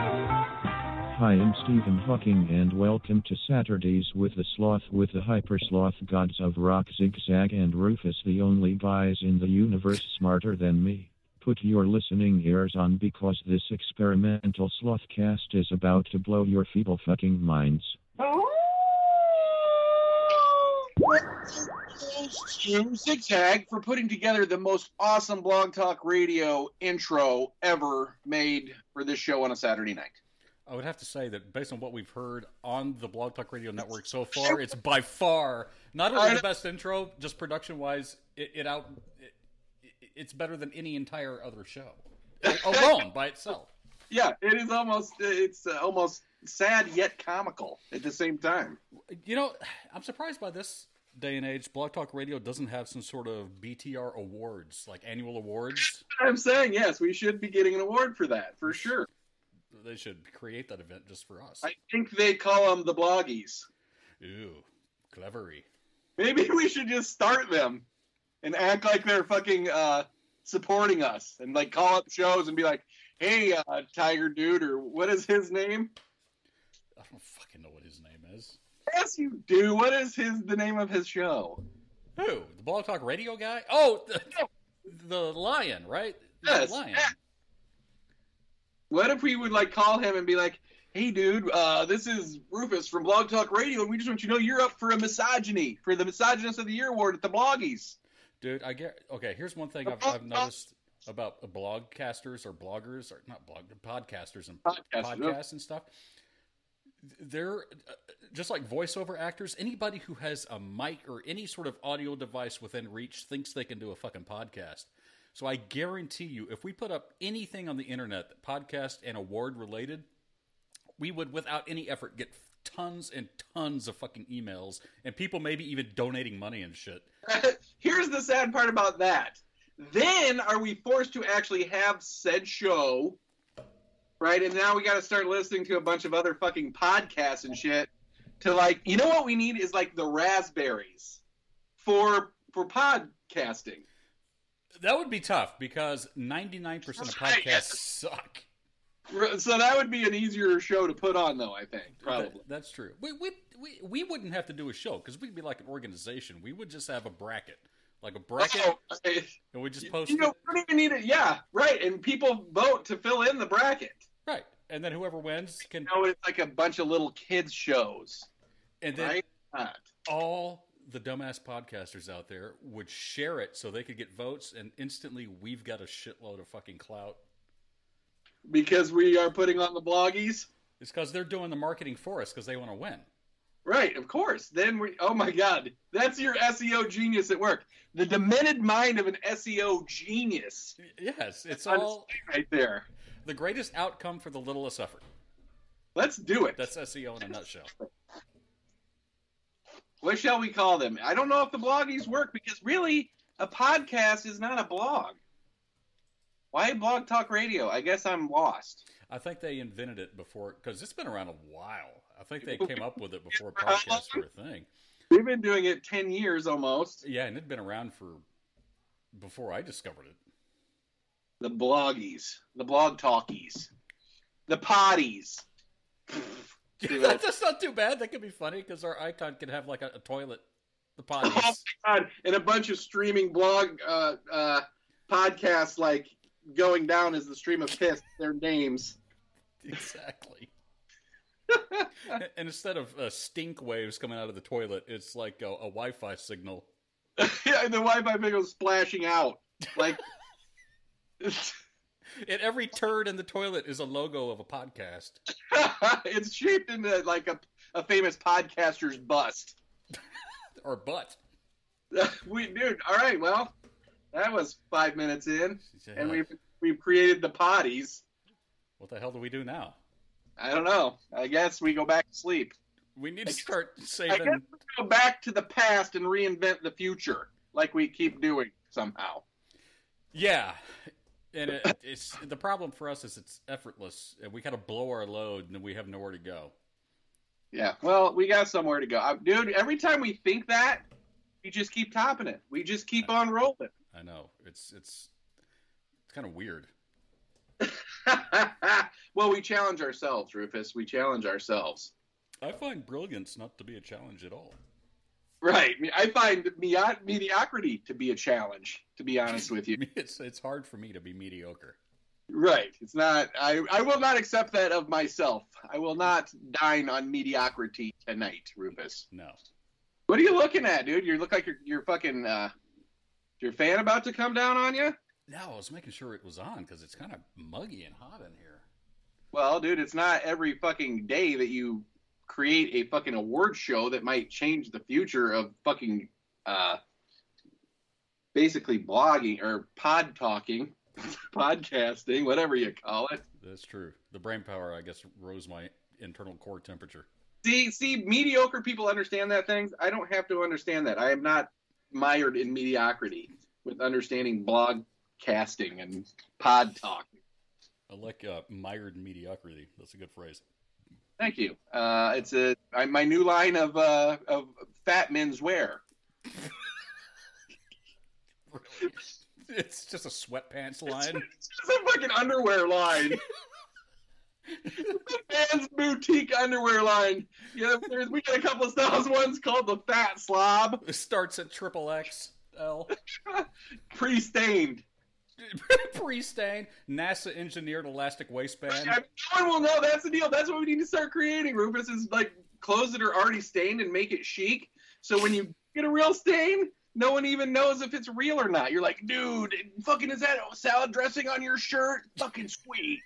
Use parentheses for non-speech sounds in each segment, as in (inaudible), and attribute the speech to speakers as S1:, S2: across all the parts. S1: Hi, I'm Stephen Hawking, and welcome to Saturdays with the Sloth with the Hyper Sloth Gods of Rock, Zigzag, and Rufus, the only guys in the universe smarter than me. Put your listening ears on because this experimental slothcast is about to blow your feeble fucking minds.
S2: Thanks to Zigzag for putting together the most awesome Blog Talk Radio intro ever made for this show on a Saturday night.
S3: I would have to say that based on what we've heard on the Blog Talk Radio Network so far, it's by far not only the best intro, just production wise, it, it out it, it's better than any entire other show alone by itself.
S2: Yeah, it is almost it's almost sad yet comical at the same time.
S3: You know, I'm surprised by this day and age. Blog Talk Radio doesn't have some sort of BTR awards, like annual awards.
S2: I'm saying yes, we should be getting an award for that for sure.
S3: They should create that event just for us.
S2: I think they call them the Bloggies.
S3: Ooh, clevery.
S2: Maybe (laughs) we should just start them and act like they're fucking uh, supporting us and like call up shows and be like, "Hey, uh, Tiger Dude, or what is his name?"
S3: I don't fucking know what his name is.
S2: Yes, you do. What is his the name of his show?
S3: Who? The Blog Talk Radio guy? Oh, the, the lion, right?
S2: Yes.
S3: The lion.
S2: What if we would like call him and be like, "Hey, dude, uh, this is Rufus from Blog Talk Radio, and we just want you to know you're up for a misogyny for the Misogynist of the Year award at the Bloggies." (laughs)
S3: Dude, I get okay. Here's one thing I've, I've noticed about blogcasters or bloggers or not blog podcasters and
S2: Podcasters, yeah.
S3: podcasts and stuff. They're uh, just like voiceover actors. Anybody who has a mic or any sort of audio device within reach thinks they can do a fucking podcast. So I guarantee you, if we put up anything on the internet, that podcast and award related, we would, without any effort, get tons and tons of fucking emails and people maybe even donating money and shit.
S2: Here's the sad part about that. Then are we forced to actually have said show, right? And now we got to start listening to a bunch of other fucking podcasts and shit to like, you know what we need is like the raspberries for for podcasting.
S3: That would be tough because 99% of
S2: Right.
S3: podcasts suck.
S2: R- So that would be an easier show to put on, though. I think
S3: That-
S2: probably.
S3: that's true. We, we, we, we wouldn't have to do a show because we'd be like an organization. We would just have a bracket, like a bracket,
S2: Oh, I-
S3: and we just
S2: you
S3: post
S2: know,
S3: it.
S2: we don't even need it. Yeah, right. And people vote to fill in the bracket.
S3: Right. And then whoever wins can.
S2: You know, it's like a bunch of little kids shows,
S3: And then
S2: right? Uh,
S3: all the dumbass podcasters out there would share it so they could get votes, and instantly we've got a shitload of fucking clout.
S2: because we are putting on the bloggies.
S3: It's because they're doing the marketing for us because they want to win.
S2: Right, of course. Then we. Oh my God, that's your SEO genius at work. The demented mind of an SEO genius,
S3: Y- Yes, it's all
S2: right there.
S3: the greatest outcome for the littlest effort.
S2: Let's do it.
S3: That's SEO in a nutshell.
S2: what shall we call them? I don't know if the bloggies work because really, a podcast is not a blog. Why Blog Talk Radio? I guess I'm lost.
S3: I think they invented it before because it's been around a while. I think they came
S2: (laughs)
S3: up with it before podcasts were a thing.
S2: We've been doing it 10 years almost.
S3: Yeah, and it'd been around for before I discovered it. (laughs)
S2: The bloggies, the blog talkies, the potties.
S3: That- That's not too bad. That could be funny because our icon could have like a, a toilet. The podcast.
S2: (laughs) God, and a bunch of streaming blog uh, uh, podcasts like going down as the stream of piss, their names.
S3: (laughs) exactly. and instead of uh, stink waves coming out of the toilet, it's like a, a Wi-Fi signal.
S2: (laughs) yeah, and the Wi-Fi video splashing out. (laughs) Like,
S3: And every turd in the toilet is a logo of a podcast.
S2: (laughs) it's shaped into like a, a famous podcaster's bust. (laughs)
S3: or butt.
S2: we, dude, all right, well, that was five minutes in,
S3: Yeah.
S2: and we've, we've created the potties.
S3: what the hell do we do now?
S2: I don't know. I guess we go back to sleep.
S3: We need
S2: I
S3: to
S2: guess-
S3: start
S2: I guess
S3: saving.
S2: we go back to the past and reinvent the future, like we keep doing somehow.
S3: Yeah, and it, it's the problem for us is it's effortless. and We kind of blow our load, and we have nowhere to go.
S2: Yeah. Well, we got somewhere to go, I, dude. Every time we think that, we just keep topping it. We just keep on rolling. (laughs)
S3: I know it's it's it's kind of weird.
S2: well, we challenge ourselves, Rufus. We challenge ourselves.
S3: I find brilliance not to be a challenge at all.
S2: Right. I find medi- mediocrity to be a challenge. To be honest with you.
S3: It's it's hard for me to be mediocre.
S2: Right. It's not. I. I will not accept that of myself. I will not dine on mediocrity tonight, Rufus.
S3: No,
S2: What are you looking at, dude? You look like you're, you're fucking. Uh, your fan about to come down on you?
S3: no. I was making sure it was on because it's kind of muggy and hot in here.
S2: Well, dude, it's not every fucking day that you create a fucking award show that might change the future of fucking uh basically blogging or pod talking, (laughs) podcasting, whatever you call it.
S3: That's true. The brain power, I guess, rose my internal core temperature.
S2: See, see, mediocre people understand that things. I don't have to understand that. I am not mired in mediocrity with understanding blog casting and pod talk.
S3: I like uh, mired mediocrity. That's a good phrase.
S2: Thank you. Uh, it's a I, my new line of uh, of fat men's wear.
S3: Really? (laughs) It's just a sweatpants line.
S2: It's just a fucking underwear line. Man's boutique underwear line. Yeah, there's, we got a couple of styles. One's called the Fat Slob,
S3: It (laughs) starts at triple XL.
S2: pre-stained.
S3: (laughs) Pre-stain, NASA engineered elastic waistband.
S2: I mean, no one will know. That's the deal. That's what we need to start creating. Rufus is like clothes that are already stained and make it chic. So when you get a real stain, no one even knows if it's real or not. You're like, dude, fucking is that salad dressing on your shirt? Fucking sweet.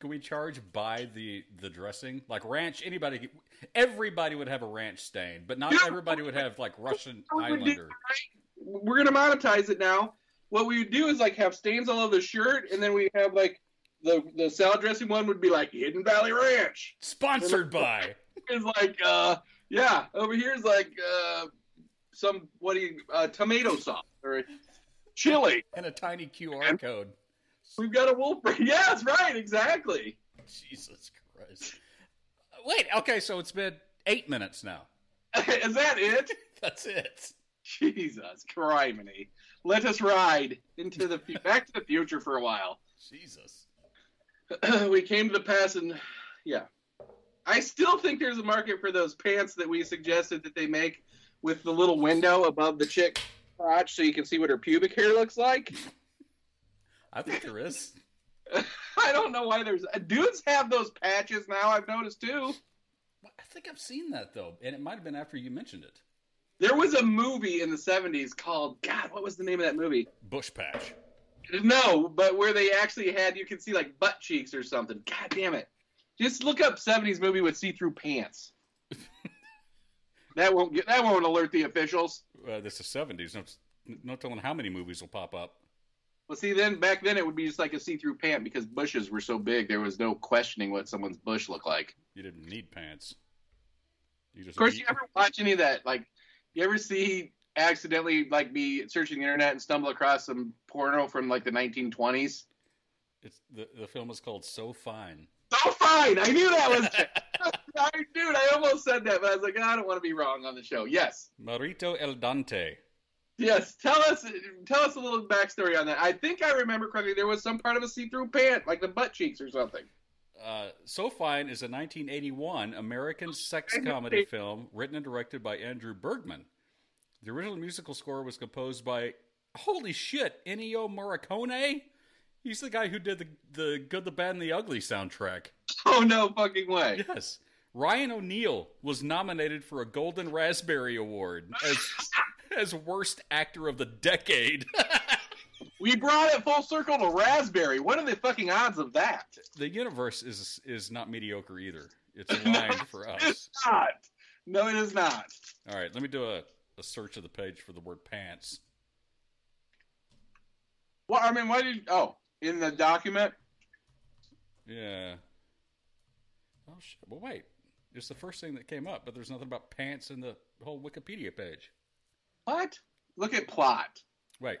S3: Can we charge by the the dressing? Like ranch, anybody, everybody would have a ranch stain, but not
S2: Yeah.
S3: everybody would have like Russian
S2: I would do-
S3: Islander.
S2: we're gonna monetize it now. What we would do is like have stains all over the shirt, and then we have like the the salad dressing one would be like Hidden Valley Ranch.
S3: Sponsored by.
S2: Is like uh yeah, over here is like uh some what do you uh, tomato sauce or chili.
S3: And a tiny QR code.
S2: We've got a wolf. (laughs) Yes, right, exactly. (laughs)
S3: Jesus Christ. Wait, okay, so it's been eight minutes now. (laughs)
S2: is that it?
S3: That's it.
S2: Jesus, criminy. Let us ride into the fu- back to the future for a while.
S3: Jesus.
S2: (clears throat) we came to the pass and yeah i still think there's a market for those pants that we suggested that they make with the little window above the chick crotch so you can see what her pubic hair looks like (laughs)
S3: I think there is.
S2: i don't know why there's uh, dudes have those patches now i've noticed too
S3: I think I've seen that though, and it might have been after you mentioned it.
S2: there was a movie in the 70s called god what was the name of that movie
S3: Bush patch.
S2: no but where they actually had you can see like butt cheeks or something god damn it just look up 70s movie with see-through pants that won't get that won't alert the officials
S3: Uh, this is seventies. No, no telling how many movies will pop up.
S2: Well, see, then back then it would be just like a see-through pant because bushes were so big, there was no questioning what someone's bush looked like.
S3: You didn't need pants. You just
S2: Of course, you ever watch any of that? Like, you ever see accidentally like be searching the internet and stumble across some porno from like the 1920s.
S3: (laughs) It's the the film is called So Fine.
S2: So fine. I knew that was it. (laughs) I, dude, I almost said that, but I was like, I don't want to be wrong on the show. Yes.
S3: Marito El Dante.
S2: Yes. Tell us tell us a little backstory on that. I think I remember correctly there was some part of a see through pant, like the butt cheeks or something. (laughs)
S3: Uh, so Fine is a 1981 American sex comedy film written and directed by Andrew Bergman. The original musical score was composed by, holy shit, Ennio Morricone? He's the guy who did the, the Good, the Bad, and the Ugly soundtrack.
S2: Oh no fucking way.
S3: Yes. Ryan O'Neal was nominated for a Golden Raspberry Award as, as worst actor of the decade. (laughs)
S2: We brought it full circle to Raspberry. What are the fucking odds of that?
S3: the universe is is not mediocre either. It's aligned for us.
S2: It's not. No, it is not.
S3: All right, let me do a, a search of the page for the word pants.
S2: Well, I mean, why did oh in the document?
S3: Yeah. Oh shit. Well, wait. It's the first thing that came up, but there's nothing about pants in the whole Wikipedia page.
S2: What? Look at plot.
S3: Wait.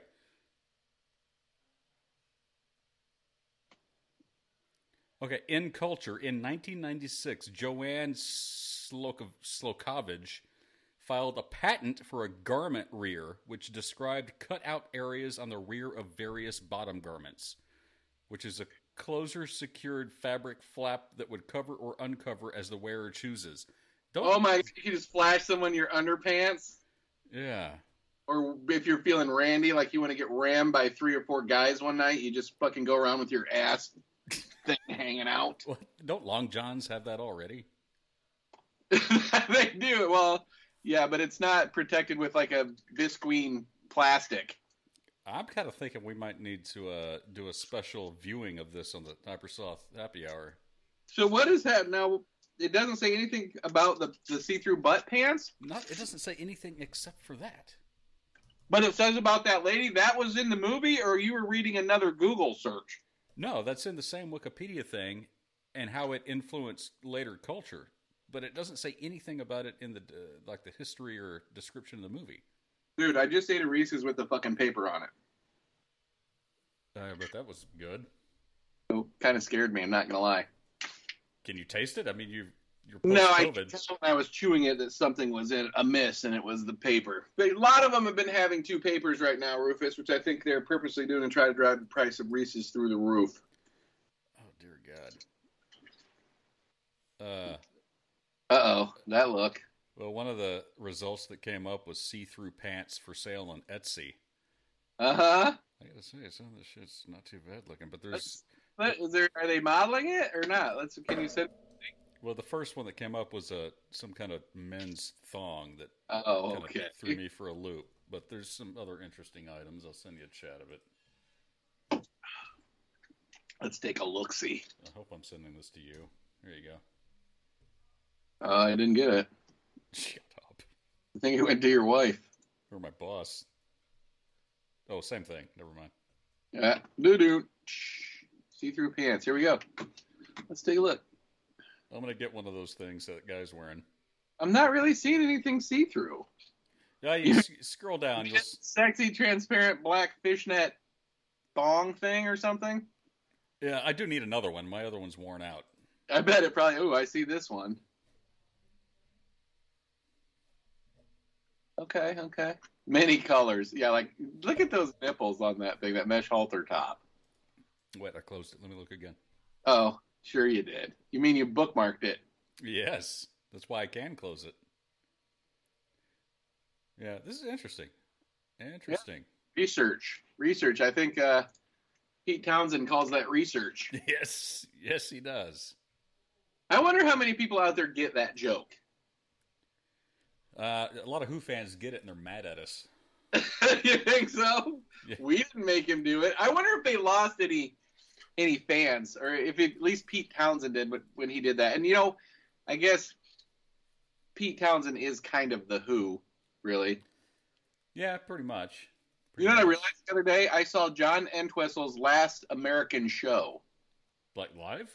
S3: Okay, in culture, in 1996, Joanne Sloko- Slokovich filed a patent for a garment rear, which described cut-out areas on the rear of various bottom garments, which is a closer-secured fabric flap that would cover or uncover as the wearer chooses. Don't,
S2: Oh my! You can just flash someone your underpants,
S3: Yeah.
S2: or if you're feeling randy, like you want to get rammed by three or four guys one night, you just fucking go around with your ass thing (laughs) hanging out.
S3: What? Don't long johns have that already?
S2: they do. Well, yeah, but it's not protected with like a visqueen plastic.
S3: I'm kind of thinking we might need to uh, do a special viewing of this on the Hypersoft Happy Hour.
S2: So what is that now? It doesn't say anything about the, the see-through butt pants,
S3: Not, it doesn't say anything except for that.
S2: but it says about that lady that was in the movie, or you were reading another Google search.
S3: No, that's in the same Wikipedia thing and how it influenced later culture, but it doesn't say anything about it in the uh, like the history or description of the movie.
S2: Dude, I just ate a Reese's with the fucking paper on it.
S3: Uh, but that was good.
S2: So kind of scared me. I'm not gonna lie.
S3: Can you taste it? I mean, you you're post
S2: No, I
S3: COVID.
S2: could tell when I was chewing it that something was in amiss, and it was the paper. But a lot of them have been having two papers right now, Rufus, which I think they're purposely doing to try to drive the price of Reese's through the roof.
S3: oh dear God. Uh,
S2: Uh oh, that look.
S3: well, one of the results that came up was see-through pants for sale on Etsy.
S2: Uh huh.
S3: I gotta say, some of this shit's not too bad looking, but there's
S2: What is there? Are they modeling it or not? Let's. Can you send?
S3: well, the first one that came up was a some kind of men's thong that
S2: Oh,
S3: kind
S2: okay.
S3: of threw me for a loop. But there's some other interesting items. I'll send you a chat of it.
S2: Let's take a look. See.
S3: I hope I'm sending this to you. There you go. (laughs)
S2: Uh, I didn't get it.
S3: Shut up.
S2: I think it went to your wife.
S3: Or my boss. Oh, same thing. Never mind.
S2: Yeah. Doo doo. See through pants. Here we go. Let's take a look.
S3: I'm gonna get one of those things that guy's wearing.
S2: I'm not really seeing anything see through.
S3: Yeah, you s- scroll down. You'll, s-
S2: Sexy, transparent black fishnet thong thing or something.
S3: yeah, I do need another one. My other one's worn out.
S2: I bet it probably. Oh, I see this one. Okay, okay. Many colors. Yeah, like look at those nipples on that thing, that mesh halter top.
S3: Wait, I closed it. Let me look again.
S2: Oh, sure you did. You mean you bookmarked it?
S3: Yes, that's why I can close it. Yeah, this is interesting. Interesting.
S2: Research, research. I think uh, Pete Townsend calls that research.
S3: (laughs) Yes, yes, he does.
S2: I wonder how many people out there get that joke. (laughs)
S3: Uh, a lot of Who fans get it and they're mad at us.
S2: you think so?
S3: Yeah.
S2: We didn't make him do it. I wonder if they lost any any fans, or if at least Pete Townsend did when- when he did that. And you know, I guess Pete Townsend is kind of the Who, really.
S3: Yeah, pretty much.
S2: you know what I
S3: Pretty much.
S2: realized the other day? I saw John Entwistle's last American show.
S3: Like live?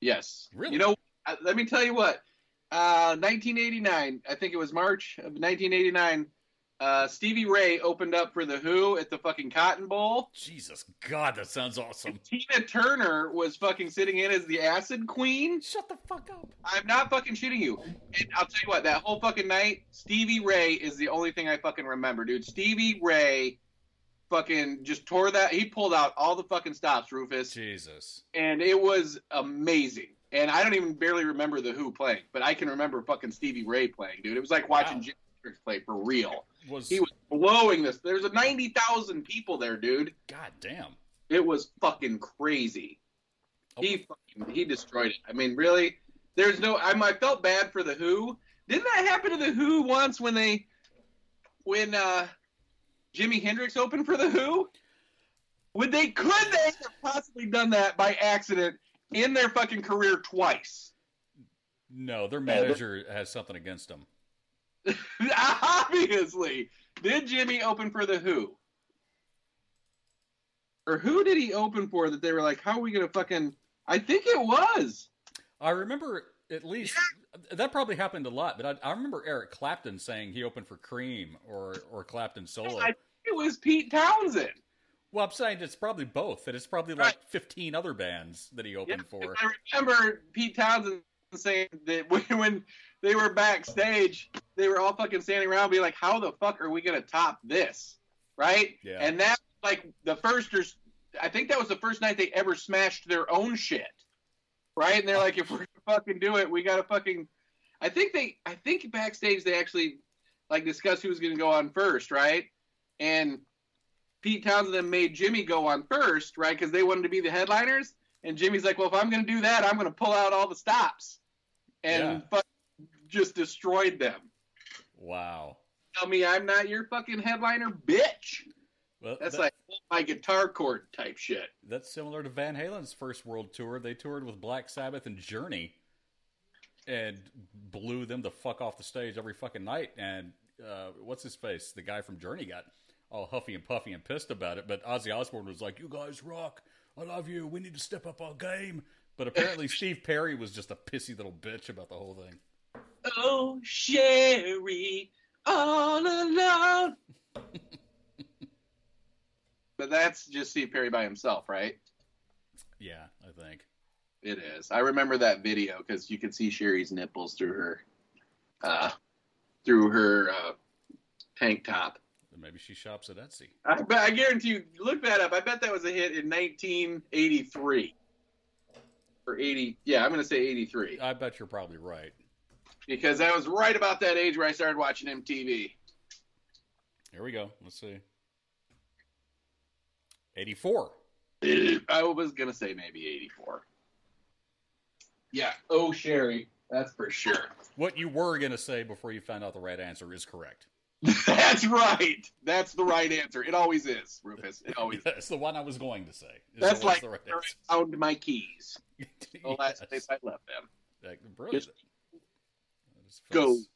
S2: Yes.
S3: Really?
S2: You Uh, know, I- let me tell you what. Uh, 1989, I think it was March of 1989. Uh, Stevie Ray opened up for The Who at the fucking Cotton Bowl.
S3: Jesus God, that
S2: (laughs)
S3: sounds awesome.
S2: Tina Turner was fucking sitting in as the acid queen.
S3: Shut the fuck up.
S2: I'm not fucking shitting you. And I'll tell you what, that whole fucking night, Stevie Ray is the only thing I fucking remember, dude. Stevie Ray fucking just tore that. He pulled out all the fucking stops, Rufus.
S3: Jesus.
S2: And it was amazing. And I don't even barely remember the Who playing, but I can remember fucking Stevie Ray playing, dude. It was like watching
S3: Wow.
S2: Jimi Hendrix play for real.
S3: Was,
S2: He was blowing this. There's a 90,000 people there, dude.
S3: God damn.
S2: It was fucking crazy.
S3: Oh,
S2: He fucking, he destroyed it. I mean, really, there's no. I'm, I felt bad for the Who. Didn't that happen to the Who once when they, when uh, Jimi Hendrix opened for the Who? Would they could they have possibly done that by accident in their fucking career twice? (laughs)
S3: no, their manager has something against him.
S2: Obviously, did Jimmy open for the Who? Or who did he open for that they were like, how are we gonna fucking? I think it was.
S3: I remember at least that probably happened a lot, but I, I remember Eric Clapton saying he opened for Cream or or Clapton solo.
S2: I- It was Pete Townsend.
S3: well, I'm saying it's probably both, that it's probably like 15 other bands that he
S2: Yeah,
S3: opened for.
S2: I remember Pete Townsend saying that (laughs) when, when they were backstage, they were all fucking standing around being like, how the fuck are we going to top this? Right?
S3: Yeah.
S2: And that, like, the first, or, I think that was the first night they ever smashed their own shit. Right? And they're like, if we're going to fucking do it, we got to fucking. I think they, I think backstage they actually, like, discussed who was going to go on first, right? And Pete Townsend then made Jimmy go on first, right? Because they wanted to be the headliners. And Jimmy's like, well, if I'm going to do that, I'm going to pull out all the stops. And fuck just destroyed them.
S3: Wow.
S2: Tell me I'm not your fucking headliner, bitch.
S3: Well,
S2: That's
S3: that-
S2: like oh, my guitar chord type shit.
S3: That's similar to Van Halen's first world tour. They toured with Black Sabbath and Journey and blew them the fuck off the stage every fucking night. And uh, what's his face? The guy from Journey got all huffy and puffy and pissed about it. But Ozzy Osbourne was like, You guys rock. I love you. We need to step up our game.
S2: (laughs)
S3: But apparently, Steve Perry was just a pissy little bitch about the whole thing.
S2: Oh, Sherry, all alone. (laughs) but that's just Steve Perry by himself, right?
S3: Yeah, I think.
S2: It is. I remember that video because you could see Sherry's nipples through her, uh, through her uh, tank top.
S3: And maybe she shops at Etsy.
S2: I, but I guarantee you, look that up. I bet that was a hit in 1983 or 80. Yeah, I'm gonna say 83
S3: I bet you're probably right.
S2: because I was right about that age where I started watching MTV.
S3: Here we go. Let's see. 84.
S2: (clears throat) I was gonna say maybe 84. Yeah. Oh, Sherry, that's for sure.
S3: What you were going to say before you found out the right answer is correct.
S2: (laughs) that's right. That's the right answer. It always is, Rufus. It
S3: (laughs)
S2: always. Is.
S3: That's the one I was going to say. is
S2: Oh, That's
S3: the one
S2: like
S3: that's the right
S2: where
S3: answer.
S2: I found my keys. (laughs) The last
S3: Yes.
S2: place I left them.
S3: Like, brilliant.
S2: Just
S3: That is
S2: go.
S3: fast.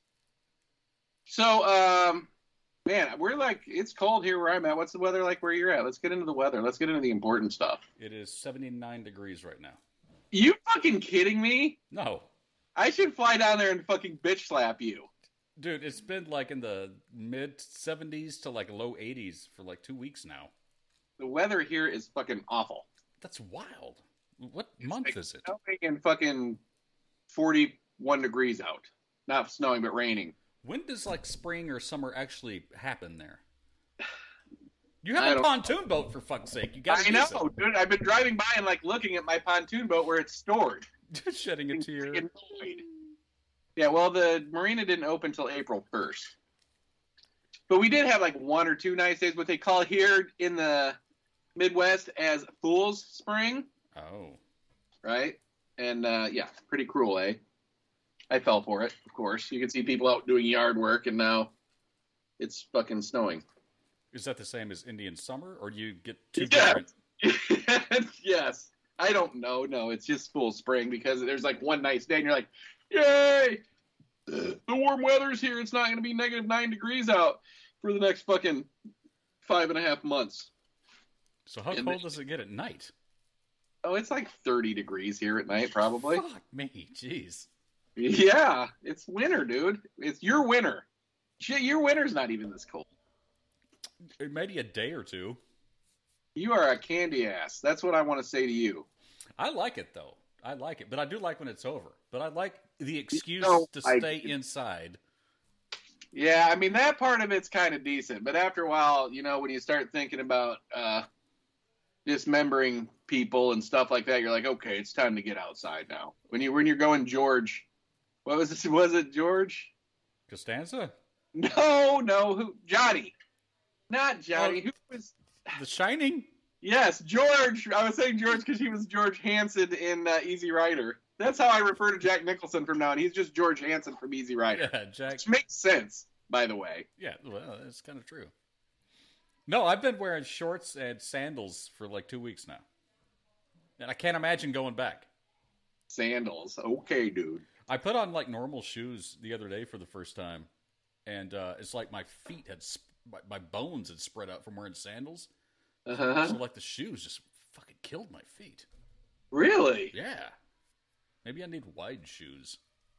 S2: So, um, man, we're like, it's cold here where I'm at. What's the weather like where you're at? Let's get into the weather. Let's get into the important stuff.
S3: It is 79 degrees right now.
S2: You fucking kidding me?
S3: No.
S2: I should fly down there and fucking bitch slap you.
S3: Dude, it's been like in the mid 70s to like low 80s for like two weeks now.
S2: The weather here is fucking awful.
S3: That's wild. What month
S2: like-
S3: is it?
S2: Snowing and fucking 41 degrees out. Not snowing, but raining.
S3: When does like spring or summer actually happen there? You
S2: I
S3: have a
S2: don't-
S3: pontoon boat for fuck's sake. You got
S2: I know, dude. I've been driving by and like looking at my pontoon boat where it's stored.
S3: (laughs) Shedding a tear.
S2: Fucking annoyed. Yeah, well, the marina didn't open till April first, but we did have like one or two nice days. What they call here in the Midwest as Fool's Spring,
S3: Oh.
S2: right? And uh, yeah, pretty cruel, eh? I fell for it, of course. You can see people out doing yard work, and now it's fucking snowing. (laughs)
S3: Is that the same as Indian Summer, or do you get two
S2: Yeah.
S3: different?
S2: yes, I don't know. No, it's just Fool's Spring because there's like one nice day, and you're like, yay! The warm weather's here. It's not going to be negative nine degrees out for the next fucking five and a half months.
S3: So how
S2: And
S3: cold does it get at night?
S2: Oh, it's like 30 degrees here at night, probably.
S3: (laughs) Fuck me, jeez.
S2: yeah, it's winter, dude. It's your winter. Shit, your winter's not even this cold.
S3: maybe a day or two.
S2: You are a candy ass. That's what I want to say to you.
S3: I like it though. I like it, but I do like when it's over. But I like the excuse
S2: know,
S3: to
S2: I-
S3: stay inside.
S2: Yeah, I mean that part of it's kind of decent, but after a while, you know, when you start thinking about uh, dismembering people and stuff like that, you're like, okay, it's time to get outside now. When you when you're going George, what was this? Was it (laughs) George?
S3: Costanza,
S2: No, no, who Johnny? Not Johnny. Who was?
S3: The Shining. (laughs)
S2: Yes, George. I was saying George because he was George Hansen in uh, Easy Rider. That's how I refer to Jack Nicholson from now on. He's just George Hansen from Easy Rider,
S3: Yeah, Jack.
S2: which makes sense, by the way.
S3: Yeah, well, that's kind of true. No, I've been wearing shorts and sandals for like two weeks now, and I can't imagine going back.
S2: Sandals. Okay, dude.
S3: I put on like normal shoes the other day for the first time, and uh, it's like my feet had sp- my, my bones had spread out from wearing sandals.
S2: Uh-huh.
S3: So like the shoes just fucking killed my feet.
S2: Really?
S3: Yeah, maybe I need wide shoes.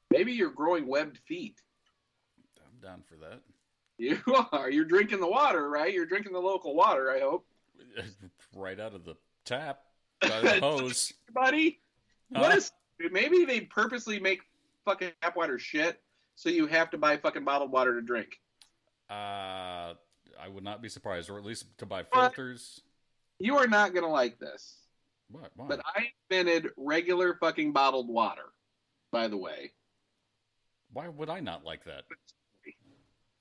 S2: Maybe you're growing webbed feet. (laughs)
S3: I'm down for that. (laughs)
S2: You are. You're drinking the water, right? You're drinking the local water, I hope.
S3: right out of the tap,
S2: (laughs)
S3: out of the hose.
S2: Buddy? What
S3: Huh?
S2: is maybe they purposely make fucking tap water shit so you have to buy fucking bottled water to drink.
S3: Uh, I would not be surprised, or at least to buy
S2: What?
S3: filters.
S2: You are not gonna like this.
S3: What? Why?
S2: But I invented regular fucking bottled water, by the way.
S3: Why would I not like that?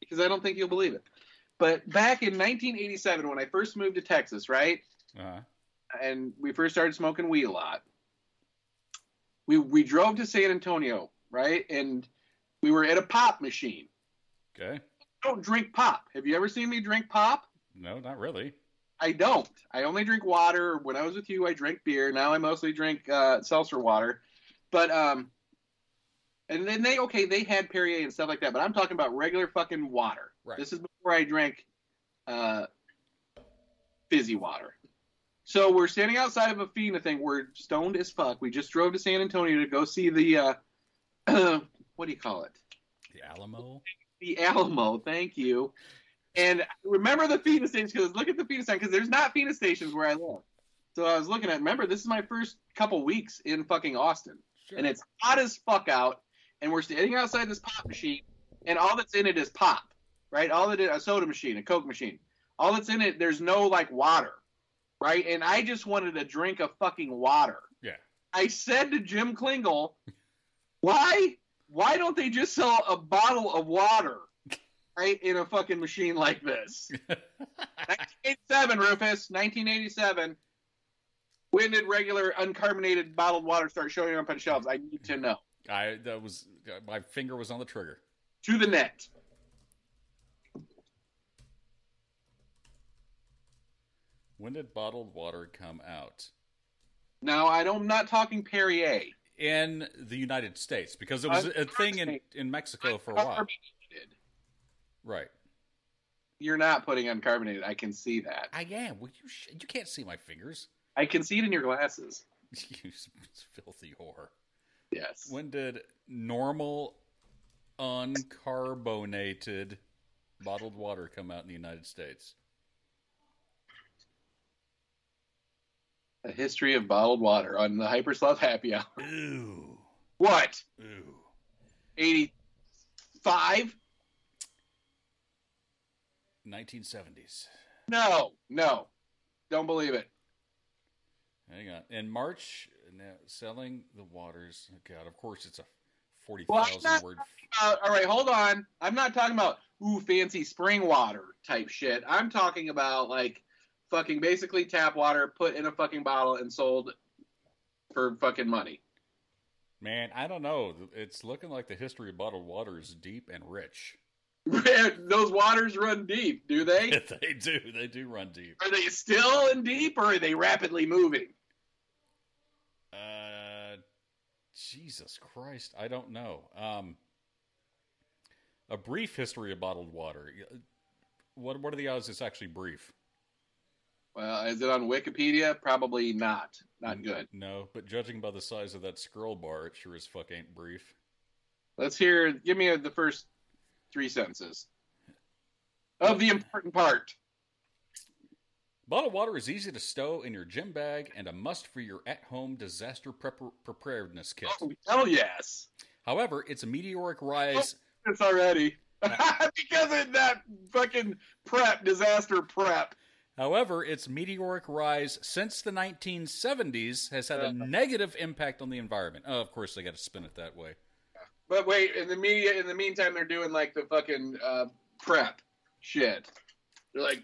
S2: Because I don't think you'll believe it. But back in 1987, when I first moved to Texas, right?
S3: Uh-huh.
S2: and we first started smoking weed a lot. We we drove to San Antonio, right? And we were at a pop machine.
S3: Okay.
S2: I don't drink pop. Have you ever seen me drink pop?
S3: No, not really.
S2: I don't. I only drink water. When I was with you, I drank beer. Now I mostly drink uh, seltzer water. But um, and then they okay, they had Perrier and stuff like that. But I'm talking about regular fucking water.
S3: Right.
S2: This is before I drank uh, fizzy water. So we're standing outside of a FINA thing. We're stoned as fuck. We just drove to San Antonio to go see the uh, (clears throat) what do you call it?
S3: The Alamo.
S2: the Alamo. Thank you. And remember the FINA stations because look at the FINA sign because there's not FINA stations where I live. So I was looking at. Remember, this is my first couple weeks in fucking Austin,
S3: Sure.
S2: and it's hot as fuck out, and we're standing outside this pop machine, and all that's in it is pop, right? All that it, a soda machine, a Coke machine. All that's in it, there's no like water, right? And I just wanted a drink of fucking water.
S3: Yeah.
S2: I said to Jim Klingle, why why don't they just sell a bottle of water right in a fucking machine like
S3: (laughs)
S2: this 1987 rufus 1987 when did regular uncarbonated bottled water start showing up on shelves i need to know
S3: I that was my finger was on the trigger.
S2: to the net
S3: When did bottled water come out
S2: now i don't I'm not talking perrier
S3: in the United States? Because it was
S2: Uh,
S3: a thing in in Mexico for a while,
S2: Uncarbonated.
S3: right?
S2: you're not putting uncarbonated i can see that
S3: I am. Well, you sh- you can't see my fingers. (laughs)
S2: i can see it in your glasses
S3: you s- filthy whore.
S2: yes
S3: When did normal uncarbonated bottled water come out in the United States?
S2: a history of bottled water on the hypersloth happy hour
S3: Ooh.
S2: what
S3: Ooh.
S2: 85
S3: 1970s.
S2: No, no, don't believe it.
S3: Hang on. In March, now selling the waters. God, of course it's a
S2: Well,
S3: 40,000
S2: I'm not
S3: word.
S2: Uh, all right, hold on. I'm not talking about ooh fancy spring water type shit. I'm talking about like fucking basically tap water put in a fucking bottle and sold for fucking money. (laughs)
S3: Man, I don't know. It's looking like the history of bottled water is deep and rich. (laughs)
S2: Those waters run deep, do they?
S3: (laughs) they do. They do run deep.
S2: Are they still in deep or are they rapidly moving?
S3: Uh, Jesus Christ, I don't know. Um, a brief history of bottled water. uh, What what are the odds it's actually brief?
S2: Well, is it on Wikipedia? Probably not. Not good.
S3: No, but judging by the size of that scroll bar, it sure as fuck ain't brief.
S2: Let's hear. Give me the first three sentences of the important part.
S3: Bottled water is easy to stow in your gym bag and a must for your at home disaster prepar- preparedness kit.
S2: Oh, hell yes.
S3: However, its meteoric rise.
S2: It's already. (laughs) because of that fucking prep, disaster prep.
S3: However, its meteoric rise since the 1970s has had a
S2: Uh.
S3: negative impact on the environment. Oh, of course, they got to spin it that way.
S2: But wait, in the media, in the meantime, they're doing like the fucking uh, prep shit. They're like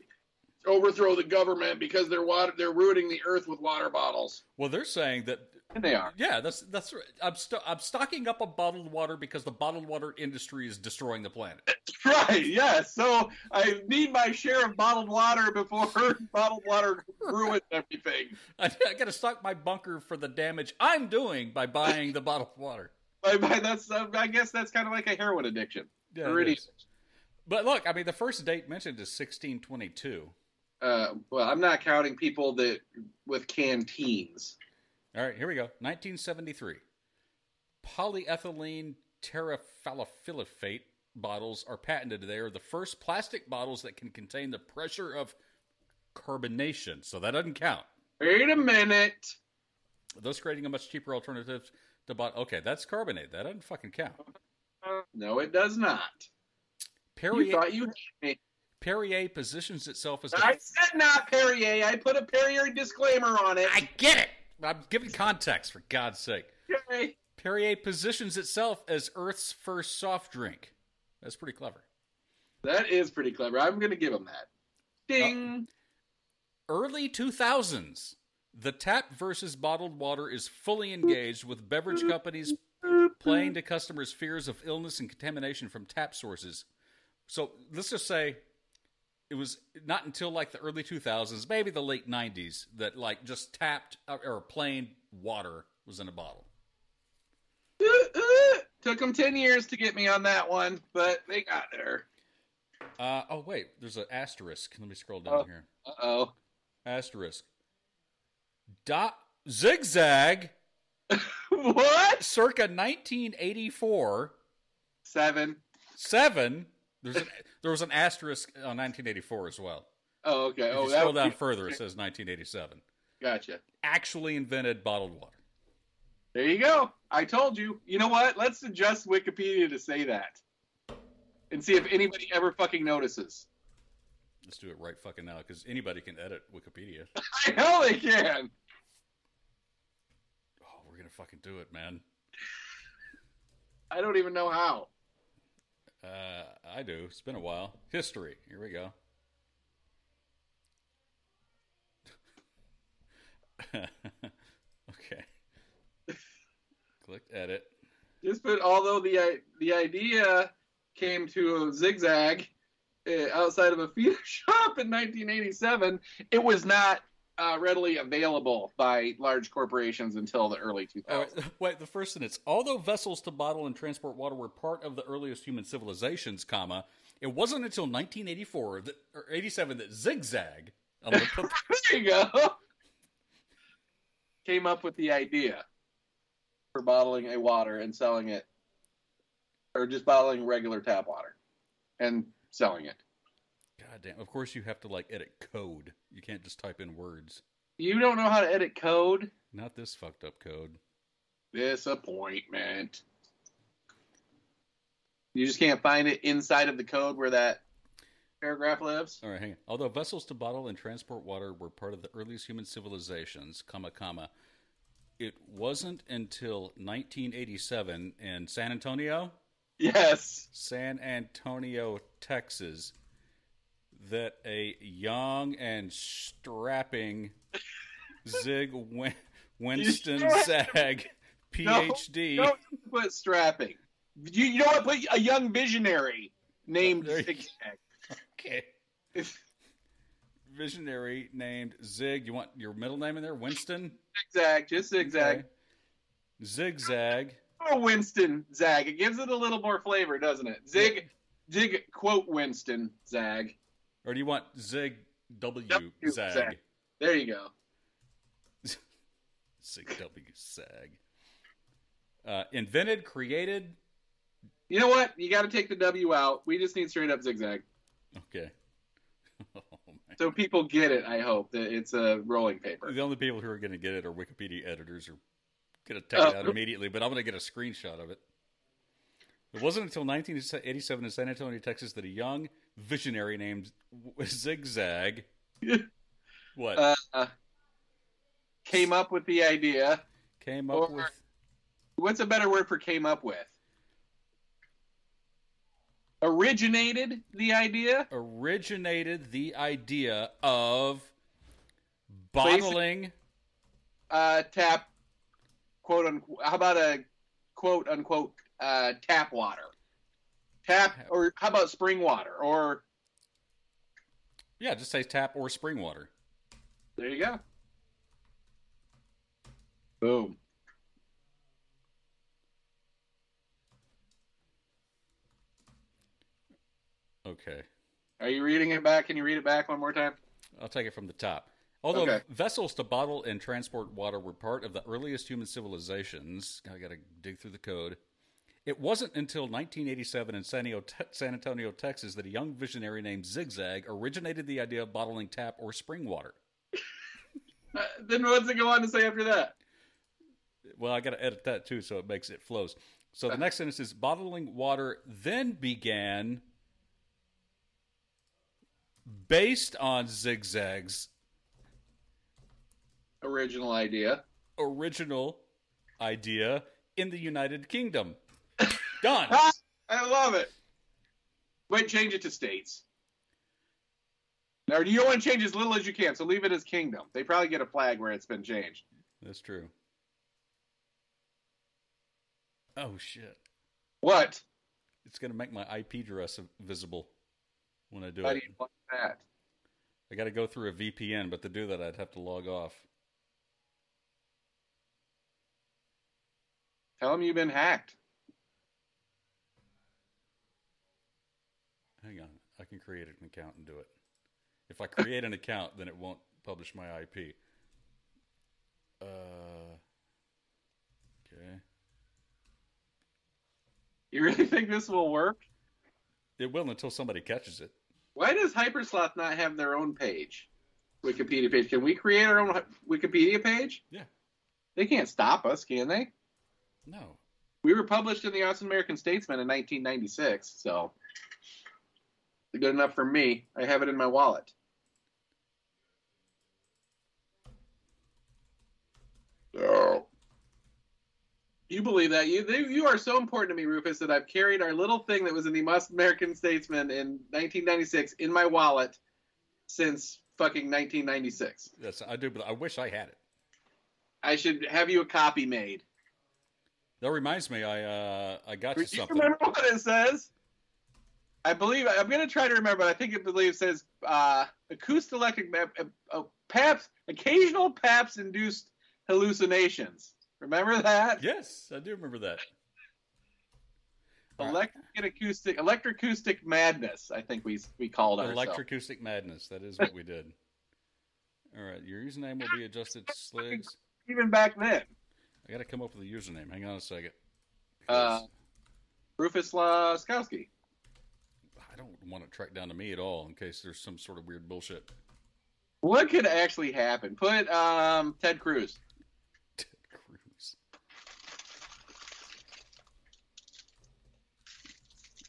S2: overthrow the government because they're water, they're ruining the earth with water bottles,
S3: Well, they're saying that
S2: and they are. (laughs)
S3: Yeah, that's that's. right. I'm st- I'm stocking up on bottled water because the bottled water industry is destroying the planet. (laughs)
S2: Right? Yes. So I need my share of bottled water before (laughs) bottled water ruins everything.
S3: I, I got to stock my bunker for the damage I'm doing by buying the bottled water.
S2: I, I, that's uh, I guess that's kind of like a heroin addiction.
S3: (laughs) Yeah, it
S2: Already-
S3: is. But look, I mean, the first date mentioned is 1622.
S2: Uh, well, I'm not counting people that with canteens.
S3: All right, here we go. 1973. Polyethylene terephthalate bottles are patented. They are the first plastic bottles that can contain the pressure of carbonation, so that doesn't count.
S2: Wait a minute.
S3: thus creating a much cheaper alternative to bot. Okay, that's carbonate. That doesn't fucking count.
S2: No, it does not.
S3: Perrier,
S2: You thought you
S3: Perrier positions itself as. The,
S2: I said not Perrier. I put a Perrier disclaimer on it.
S3: I get it. I'm giving context for God's sake.
S2: Okay.
S3: Perrier positions itself as Earth's first soft drink. That's pretty clever.
S2: That is pretty clever. I'm going to give him that. Ding.
S3: Early 2000s, the tap versus bottled water is fully engaged with beverage companies playing to customers' fears of illness and contamination from tap sources. So let's just say it was not until like the early 2000s, maybe the late 90s, that like just tapped or- or plain water was in a bottle.
S2: Ooh, ooh. Uh, Took them 10 years to get me on that one, but they got there.
S3: Uh, oh, wait, there's an asterisk. Let me scroll down
S2: Oh.
S3: here.
S2: Uh oh.
S3: Asterisk. Dot zigzag
S2: (laughs) What?
S3: circa 1984.
S2: Seven.
S3: Seven. There's an, there was an asterisk on 1984 as well.
S2: Oh, okay.
S3: If
S2: Oh,
S3: you scroll
S2: that
S3: down further, it says 1987.
S2: Gotcha.
S3: Actually invented bottled water.
S2: There you go. I told you. You know what? Let's adjust Wikipedia to say that and see if anybody ever fucking notices. (laughs)
S3: Let's do it right fucking now because anybody can edit Wikipedia.
S2: I know they can.
S3: Oh, we're gonna fucking do it, man.
S2: I don't even know how.
S3: Uh, I do. It's been a while. History. Here we go. (laughs) okay. Click edit.
S2: Just put although the i- the idea came to a zigzag uh, outside of a feeder (laughs) shop in 1987, it was not uh, readily available by large corporations until the early 2000s.
S3: All right, (laughs) wait, the first sentence. Although vessels to bottle and transport water were part of the earliest human civilizations, comma, it wasn't until 1984 that, or 87 that zigzag. I'm gonna put-
S2: There you go. (laughs) Came up with the idea for bottling a water and selling it, or just bottling regular tap water and selling it.
S3: God damn. Of course, you have to like edit code. You can't just type in words.
S2: You don't know how to edit code?
S3: Not this fucked up code.
S2: Disappointment. You just can't find it inside of the code where that paragraph lives.
S3: All right, hang on. Although vessels to bottle and transport water were part of the earliest human civilizations, comma, comma, it wasn't until 1987 in San Antonio,
S2: Yes.
S3: San Antonio, Texas, that a young and strapping Zig Win-
S2: (laughs)
S3: Winston
S2: You strapped (laughs)
S3: Zag, PhD.
S2: Don't put strapping. You, you know what? Put a young visionary named
S3: There you-
S2: Zigzag.
S3: Okay. Visionary named Zig. You want your middle name in there? Winston?
S2: Zigzag, just zigzag.
S3: Okay. Zigzag.
S2: Oh, Winston Zag. It gives it a little more flavor, doesn't it? Zig, zig quote Winston Zag.
S3: Or do you want Zig W
S2: W
S3: Zag?
S2: Zag. There you go.
S3: Zig W Zag. Uh, invented, created.
S2: You know what? You got to take the W out. We just need straight up zigzag.
S3: Okay. Oh, man.
S2: So people get it. I hope that it's a rolling paper.
S3: The only people who are going to get it are Wikipedia editors or going to take it
S2: Oh.
S3: out immediately, but I'm going to get a screenshot of it. It wasn't until 1987 in San Antonio, Texas, that a young visionary named Zigzag.
S2: (laughs)
S3: what?
S2: Uh, came up with the idea.
S3: came up
S2: or-
S3: with.
S2: What's a better word for came up with? Originated the idea.
S3: Originated the idea of bottling.
S2: Uh, tap, quote unquote. How about a quote unquote uh, tap water? Tap, or how about spring water? Or
S3: Yeah, just say tap or spring water.
S2: there you go. Boom.
S3: Okay.
S2: Are you reading it back? Can you read it back one more time?
S3: I'll take it from the top. Although
S2: Okay.
S3: vessels to bottle and transport water were part of the earliest human civilizations, I got to dig through the code. It wasn't until 1987 in San, Antonio- Te- San Antonio, Texas, that a young visionary named Zigzag originated the idea of bottling tap or spring water.
S2: Uh, then what's it go on to say after that?
S3: Well, I got to edit that too, so it makes it flows. So the next sentence is bottling water then began based on Zigzag's
S2: Original idea.
S3: original idea in the United Kingdom.
S2: (coughs)
S3: Done.
S2: Ah, (laughs) I love it. Wait, change it to states. Now, you want to change as little as you can, so leave it as kingdom. They probably get a flag where it's been changed.
S3: That's true. Oh shit!
S2: What?
S3: It's gonna make my IP address visible when I do
S2: How do
S3: it.
S2: you like that?
S3: I got to go through a VPN, but to do that, I'd have to log off.
S2: Tell them you've been hacked.
S3: Hang on, I can create an account and do it. If I create an account, then it won't publish my IP. Uh, okay.
S2: You really (laughs) think this will work?
S3: It will until somebody catches it.
S2: Why does Hypersloth not have their own page? Wikipedia page. Can we create our own Wi- Wikipedia page?
S3: Yeah.
S2: They can't stop us, can they?
S3: No,
S2: We were published in the Austin American Statesman in 1996, so good enough for me. I have it in my wallet. Oh. You believe that you they, you are so important to me, Rufus, that I've carried our little thing that was in the Austin American Statesman in 1996 in my wallet since fucking 1996.
S3: that's I do, but I wish I had it.
S2: I should have you a copy made.
S3: That reminds me, I uh, I got
S2: Do
S3: you
S2: you
S3: something.
S2: remember what it says? I believe I'm going to try to remember. But I think it believes says uh, acoustoelectric map, uh, uh, PAPS, occasional PAPS induced hallucinations. Remember that?
S3: Yes, I do remember that. all right.
S2: Electric and acoustic, electroacoustic madness. I think we we called ourselves.
S3: Uh, Electroacoustic madness. That is what we did. All right, your username will be adjusted to Sligs.
S2: Even back then,
S3: I got to come up with a username. Hang on a second.
S2: Uh,
S3: 'Cause
S2: Rufus Laskowski.
S3: I don't want it tracked down to me at all in case there's some sort of weird bullshit. (laughs)
S2: What could actually happen? Put um, Ted Cruz.
S3: Ted Cruz.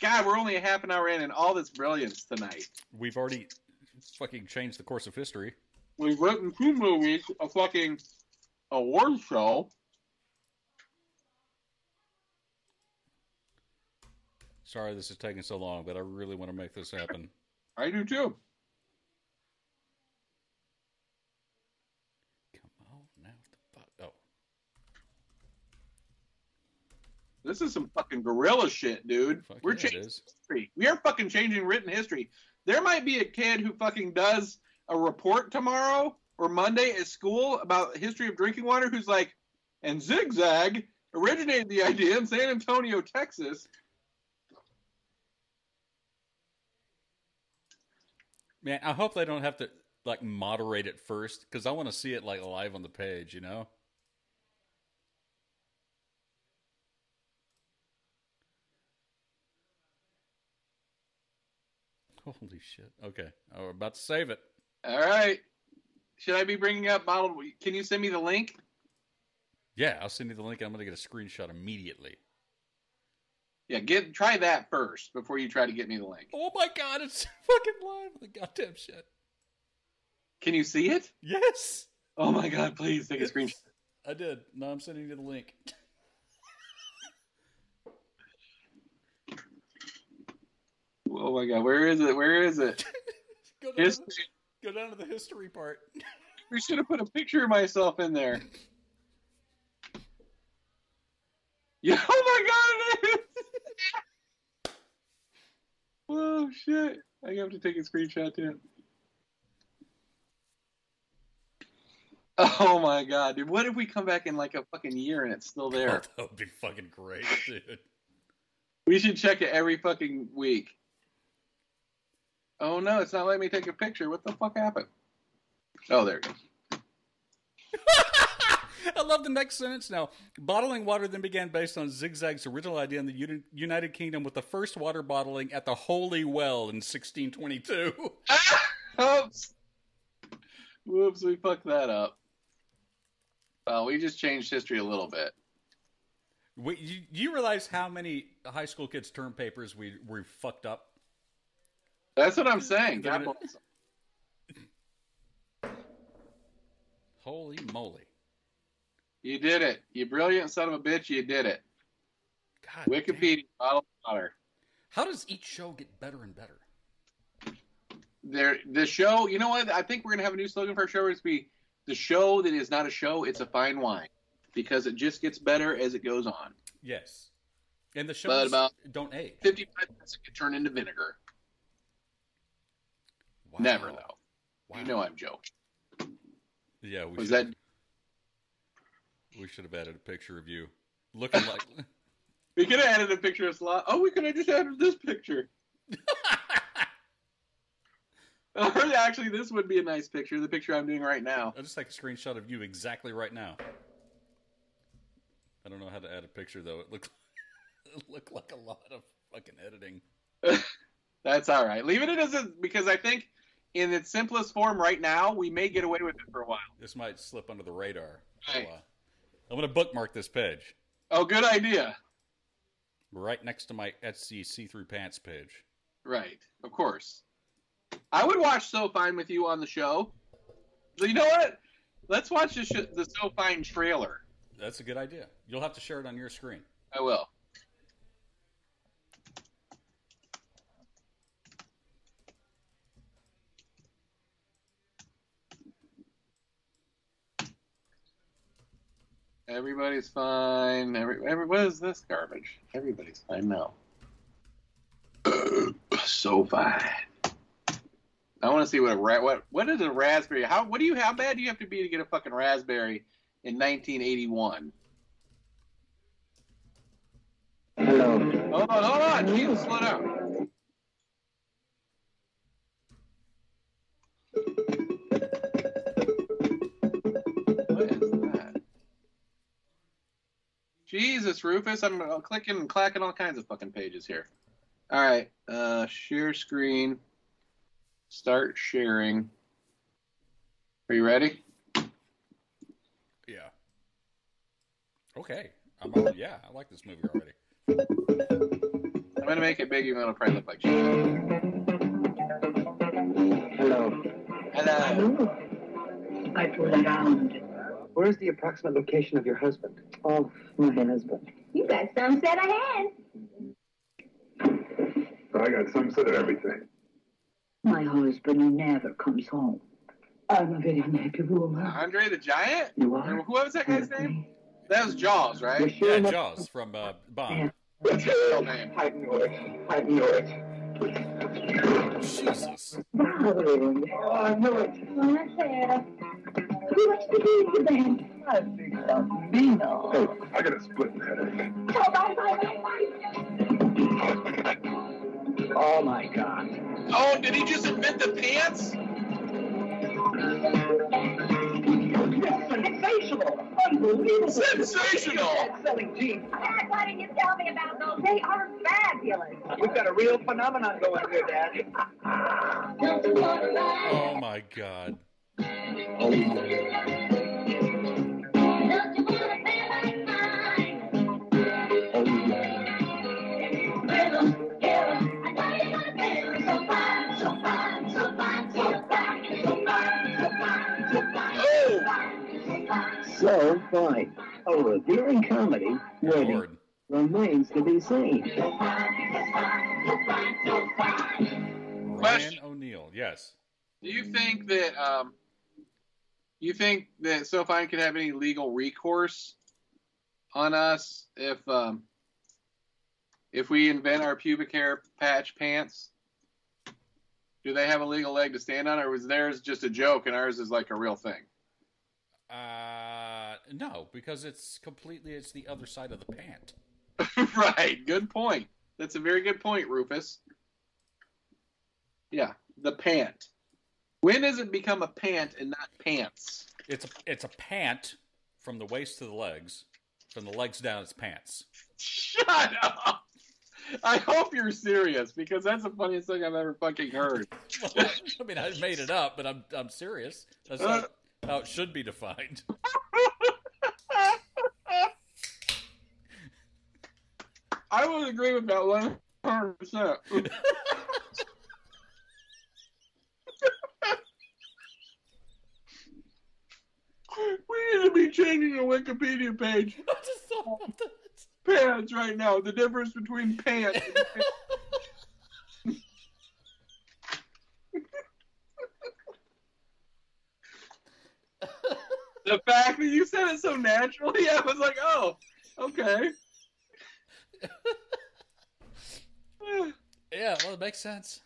S2: God, we're only a half an hour in, and all this brilliance tonight.
S3: We've already fucking changed the course of history.
S2: We've written two movies, a fucking award show.
S3: Sorry this is taking so long, but I really want to make this happen.
S2: I do too.
S3: Come on now, the fuck. Oh,
S2: This is some fucking gorilla shit, dude.
S3: fuck
S2: We're
S3: yeah, it
S2: changing
S3: is.
S2: history. We are fucking changing written history. There might be a kid who fucking does a report tomorrow or Monday at school about the history of drinking water who's like, and Zigzag originated the idea in San Antonio, Texas.
S3: Man, I hope they don't have to like moderate it first because I want to see it like live on the page. You know. Holy shit! Okay, oh, we're about to save it.
S2: All right. Should I be bringing up model? Can you send me the link?
S3: Yeah, I'll send you the link. I'm going to get a screenshot immediately.
S2: Yeah, get try that first before you try to get me the link.
S3: Oh my god, it's (laughs) fucking live with the goddamn shit.
S2: Can you see it?
S3: Yes,
S2: Oh my god! Please take a
S3: Yes.
S2: screenshot.
S3: I did. No, I'm sending you the link. (laughs)
S2: Oh my god! Where is it? Where is it?
S3: Go down, to
S2: History.
S3: the, go down to the history part.
S2: We should have put a picture of myself in there. Yeah. (laughs) Oh my god! It is. (laughs) Whoa! Oh, Shit! I have to take a screenshot too. Oh my god, dude! What if we come back in like a fucking year and it's still there?
S3: (laughs) that would be fucking
S2: (laughs)
S3: great, dude.
S2: We should check it every fucking week. Oh no, it's not letting me take a picture. What the fuck happened? Oh, there it goes.
S3: I love the next sentence now. Bottling water then began based on Zigzag's original idea in the Uni- United Kingdom with the first water bottling at the Holy Well in
S2: (laughs)
S3: 1622.
S2: Oops. Whoops, we fucked that up. Well, we just changed history a little bit.
S3: Wait, you, you realize how many high school kids' term papers we, we fucked up?
S2: That's what I'm saying.
S3: Look at
S2: God
S3: it.
S2: bless.
S3: Holy moly.
S2: You did it. You brilliant son of a bitch, you did it.
S3: God damn.
S2: Wikipedia, bottled water.
S3: How does each show get better and better?
S2: There the show you know what? I think we're gonna have a new slogan for our show. It's be the show that is not a show, it's a fine wine. Because it just gets better as it goes on.
S3: Yes. And the
S2: But
S3: shows
S2: about-
S3: don't age.
S2: 55 minutes it could turn into vinegar.
S3: Wow.
S2: Never though.
S3: Wow.
S2: You know I'm joking.
S3: yeah, we
S2: Was
S3: should-
S2: that
S3: We should have added a picture of you looking
S2: (laughs)
S3: like.
S2: we could have added a picture of slot? Oh, we could have just added this picture. Or actually, this would be a nice picture. The picture I'm doing right now.
S3: I'll just take a screenshot of you exactly right now. I don't know how to add a picture though. It looked (laughs) it looked like a lot of fucking editing.
S2: That's all right. Leave it as is because I think in its simplest form right now, we may get away with it for a while.
S3: This might slip under the radar. for a
S2: Right.
S3: while. I'm gonna bookmark this page
S2: Oh, good idea.
S3: right next to my Etsy see-through pants page.
S2: Right. Of course. I would watch So Fine with you on the show. So you know what? Let's watch the, sh- the So Fine trailer.
S3: That's a good idea. You'll have to share it on your screen.
S2: I will. Everybody's fine. Every, every what is this garbage? Everybody's fine now. (coughs) so fine. I want to see what a ra- what what is a raspberry? How what do you how bad do you have to be to get a fucking raspberry in 1981? Hold on, hold on. Jesus, slow down. What is that? Jesus, Rufus, I'm uh, clicking and clacking all kinds of fucking pages here. All right, uh, share screen. Start sharing. Are you ready?
S3: Yeah. Okay. I'm on, yeah, I like this movie already.
S2: I'm gonna make it big, even though it'll probably look like Jesus.
S4: Hello.
S2: Hello.
S4: I pulled around.
S5: Where is the approximate location of your husband?
S4: Oh, my husband.
S6: You got some set of hands.
S7: I got some set of everything.
S4: My husband, he never comes home. I'm a very unhappy woman.
S2: Andre the Giant?
S4: You are?
S2: Who was that guy's name? That was Jaws,
S5: You
S2: right?
S5: sure
S3: Yeah,
S5: enough-
S3: Jaws from uh, Bond.
S2: What's his real name?
S5: I knew it. I knew it.
S3: Jesus.
S5: Oh, I knew it.
S6: Well, that's it. Who wants to be in the band?
S5: Hey, I got a splitting headache.
S6: Oh, bye, bye, bye, bye.
S5: Oh my God.
S2: Oh, did he just admit the pants?
S5: Sensational! Unbelievable!
S2: Sensational!
S5: Selling jeans.
S6: Dad, why didn't you tell me about those They are fabulous.
S8: We've got a real phenomenon going here, Daddy.
S3: Oh my god.
S6: Don't you wanna be like mine? Rhythm, rhythm. I know you wanna feel so fine, so fine, so fine, so fine, so fine, so fine, so fine, so fine, so fine.
S4: So fine. A revealing comedy waiting
S3: Lord.
S4: remains to be seen.
S3: Ryan
S2: Question.
S3: O'Neill. Yes.
S2: Do you think that um, you think that So Fine could have any legal recourse on us if um, if we invent our pubic hair patch pants? Do they have a legal leg to stand on, or was theirs just a joke and ours is like a real thing? (laughs)
S3: Uh, no, because it's completely it's the other side of the pant.
S2: right. Good point. That's a very good point, Rufus. Yeah, the pant. When does it become a pant and not pants?
S3: It's a, it's a pant from the waist to the legs. From the legs down, it's pants. (laughs)
S2: Shut up. I hope you're serious because that's the funniest thing I've ever fucking heard.
S3: I mean, I made it up, but I'm I'm serious. That's how, how it should be defined.
S2: I would agree with that one hundred percent. (laughs) We need to be changing the Wikipedia page
S3: (laughs) I just thought about that.
S2: pants right now. The difference between pants. And
S3: (laughs)
S2: the fact that you said it so naturally, I was like, oh, okay.
S3: Yeah, well, it makes sense.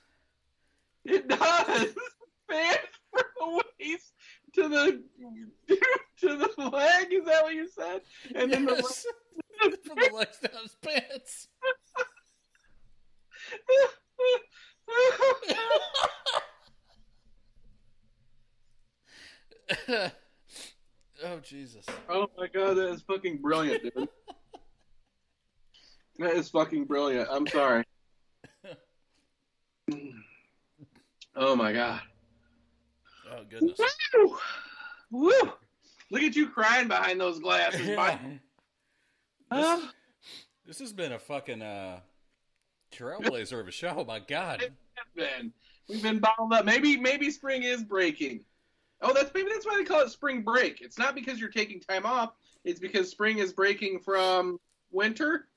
S2: It does. Pants from the waist to the to the leg. Is that what you said? And then the leg
S3: Yes. (laughs) From the legs down, it's pants. (laughs) oh Jesus!
S2: oh my god, that is fucking brilliant, dude. that is fucking brilliant. I'm sorry. Oh my god.
S3: Oh goodness!
S2: Woo! Woo! Look at you crying behind those glasses.
S3: (laughs) Yeah.
S2: Mike. Uh.
S3: This, this has been a fucking uh, trailblazer of a show. My God!
S2: have been. We've been bottled up. Maybe maybe spring is breaking. Oh, that's maybe that's why they call it spring break. It's not because you're taking time off. It's because spring is breaking from winter.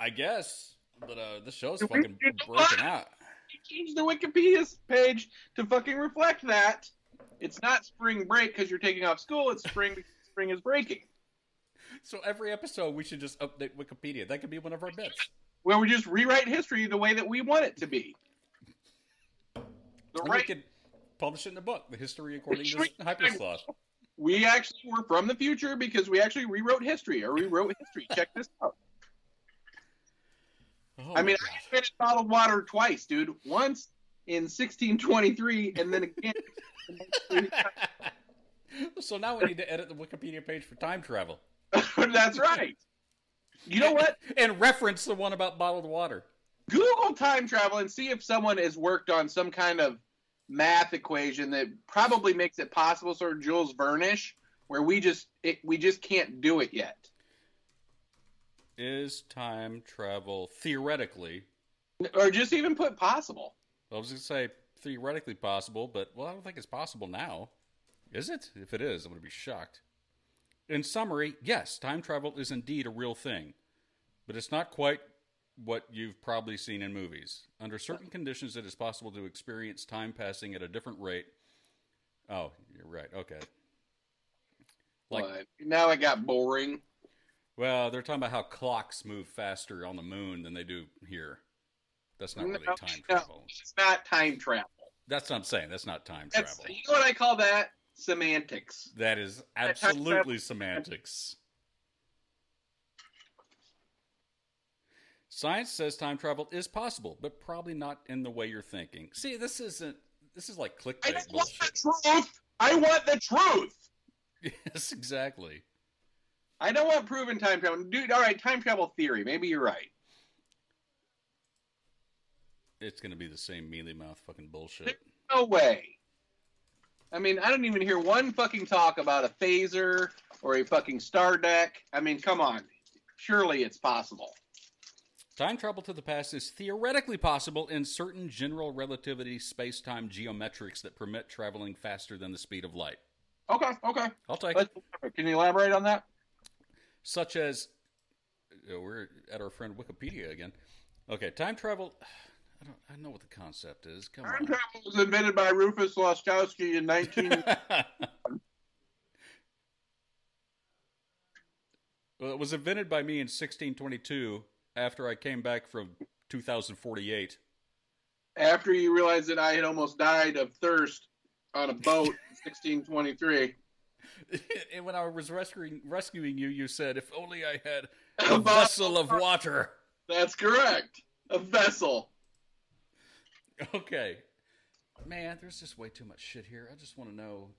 S3: I guess, but uh, this show's
S2: Did we
S3: fucking
S2: do the
S3: breaking out.
S2: Change the Wikipedia page to fucking reflect that. It's not spring break because you're taking off school. It's spring because spring is breaking.
S3: So every episode, we should just update Wikipedia. That could be one of our bits.
S2: Where we just rewrite history the way that we want it to be. The
S3: And
S2: right
S3: We could publish it in a book, The History According to Hypersloth.
S2: we actually were from the future because we actually rewrote history or rewrote history. Check this out.
S3: Oh,
S2: I mean,
S3: my
S2: I finished bottled water twice, dude. Once in 1623, and then again. (laughs)
S3: God. (laughs) so now we need to edit the Wikipedia page for time travel
S2: That's right. You know what?
S3: and reference the one about bottled water.
S2: Google time travel and see if someone has worked on some kind of math equation that probably makes it possible, sort of Jules Vernish, where we just it, we just can't do it yet.
S3: Is time travel theoretically?
S2: Or just even put possible.
S3: I was going to say theoretically possible, but well, I don't think it's possible now. Is it? If it is, I'm going to be shocked. In summary, yes, time travel is indeed a real thing, but it's not quite what you've probably seen in movies. Under certain conditions, it is possible to experience time passing at a different rate. Oh, you're right. Okay. Like,
S2: But now it got boring.
S3: well, they're talking about how clocks move faster on the moon than they do here. That's not really
S2: No,
S3: time
S2: no.
S3: travel.
S2: It's not time travel.
S3: That's what I'm saying. That's not time
S2: That's,
S3: travel.
S2: you know what I call that? Semantics.
S3: That is
S2: That time
S3: absolutely semantics. Science says time travel is possible, but probably not in the way you're thinking. See, this isn't. This is like
S2: I
S3: clickbait
S2: don't want the
S3: bullshit. (laughs)
S2: truth. I want the truth.
S3: Yes, exactly.
S2: I don't want proven time travel. Dude, all right, time travel theory. Maybe you're right.
S3: it's gonna be the same mealy mouth fucking bullshit.
S2: No way. I mean, I didn't even hear one fucking talk about a phaser or a fucking star deck. I mean, come on. Surely it's possible.
S3: Time travel to the past is theoretically possible in certain general relativity space-time geometrics that permit traveling faster than the speed of light.
S2: Okay, okay.
S3: I'll take it.
S2: Let's, can you elaborate on that?
S3: Such as uh, we're at our friend Wikipedia again. Okay, time travel. (sighs) I don't. I know what the concept is. Come
S2: Time
S3: on.
S2: travel was invented by Rufus Laskowski in 19.
S3: (laughs) well, it was invented by me in 1622 after I came back from 2048.
S2: (laughs) after you realized that I had almost died of thirst on a boat in 1623.
S3: (laughs) and when I was rescuing, rescuing you, you said, if only I had
S2: A (laughs) bottle
S3: a vessel of water. (laughs)
S2: That's correct. A vessel.
S3: Okay. Man, there's just way too much shit here. I just want to know.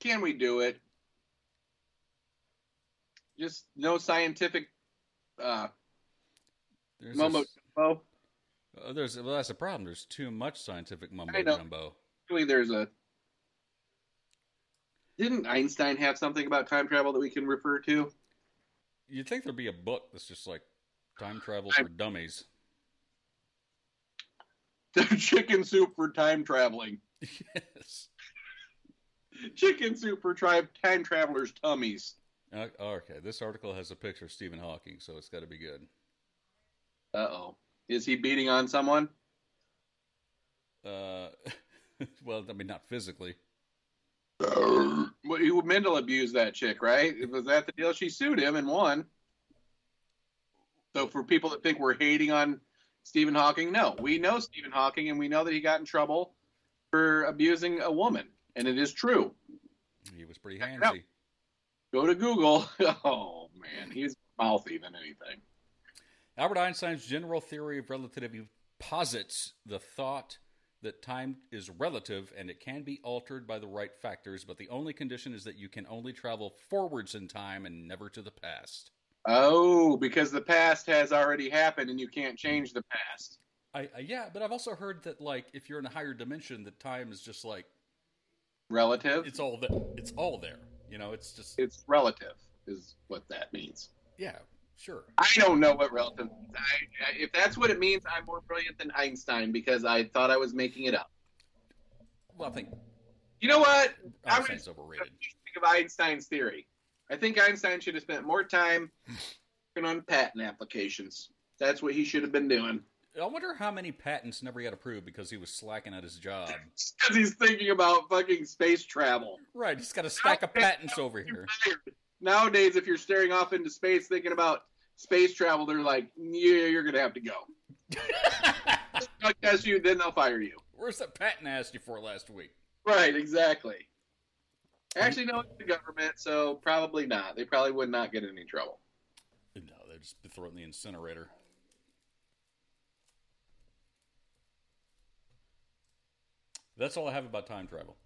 S2: Can we do it? Just no scientific. Uh,
S3: There's
S2: Mumbo
S3: this-
S2: jumbo.
S3: Oh, there's well, that's the problem. There's too much scientific mumbo
S2: I know.
S3: jumbo.
S2: Actually, there's a. Didn't Einstein have something about time travel that we can refer to? (laughs)
S3: You'd think there'd be a book that's just like time travel
S2: I-
S3: for dummies. (laughs)
S2: Chicken soup for time traveling.
S3: yes.
S2: Chicken soup for tri- time travelers' tummies.
S3: Uh, okay, this article has a picture of Stephen Hawking, so it's got to be good.
S2: Uh oh. Is he beating on someone?
S3: Uh, (laughs) well, I mean, not physically.
S2: Well, he Mendel abused that chick, right? Was that the deal? She sued him and won. So for people that think we're hating on Stephen Hawking, no, we know Stephen Hawking, and we know that he got in trouble for abusing a woman, and it is true.
S3: He was pretty
S2: it out.
S3: handsy.
S2: Go to Google. (laughs) Oh man, he's mouthy than anything.
S3: Albert Einstein's general theory of relativity posits the thought that time is relative and it can be altered by the right factors, but the only condition is that you can only travel forwards in time and never to the past.
S2: Oh, because the past has already happened, and you can't change the past.
S3: I, I yeah, but I've also heard that like if you're in a higher dimension, that time is just like
S2: Relative.
S3: it's all that it's all there. You know, it's just
S2: It's relative, is what that means.
S3: yeah, sure.
S2: I don't know what relative means. I, I- if that's what it means, I'm more brilliant than Einstein because I thought I was making it up.
S3: Well, I think
S2: You know what? I would
S3: Einstein's overrated.
S2: think of Einstein's theory. I think Einstein should have spent more time working on patent applications. That's what he should have been doing
S3: I wonder how many patents never got approved because he was slacking at his job.
S2: because he's thinking about fucking space travel.
S3: Right, he's got a stack of patents over here. (laughs)
S2: Nowadays, if you're staring off into space thinking about space travel, they're like, "Yeah, you're gonna have to go." Like that's you, then they'll fire you.
S3: Where's that patent I asked you for last week?
S2: Right, exactly. Actually, no, it's the government, so probably not. They probably would not get in any trouble.
S3: No, they'd just be thrown in the incinerator. That's all I have about time travel.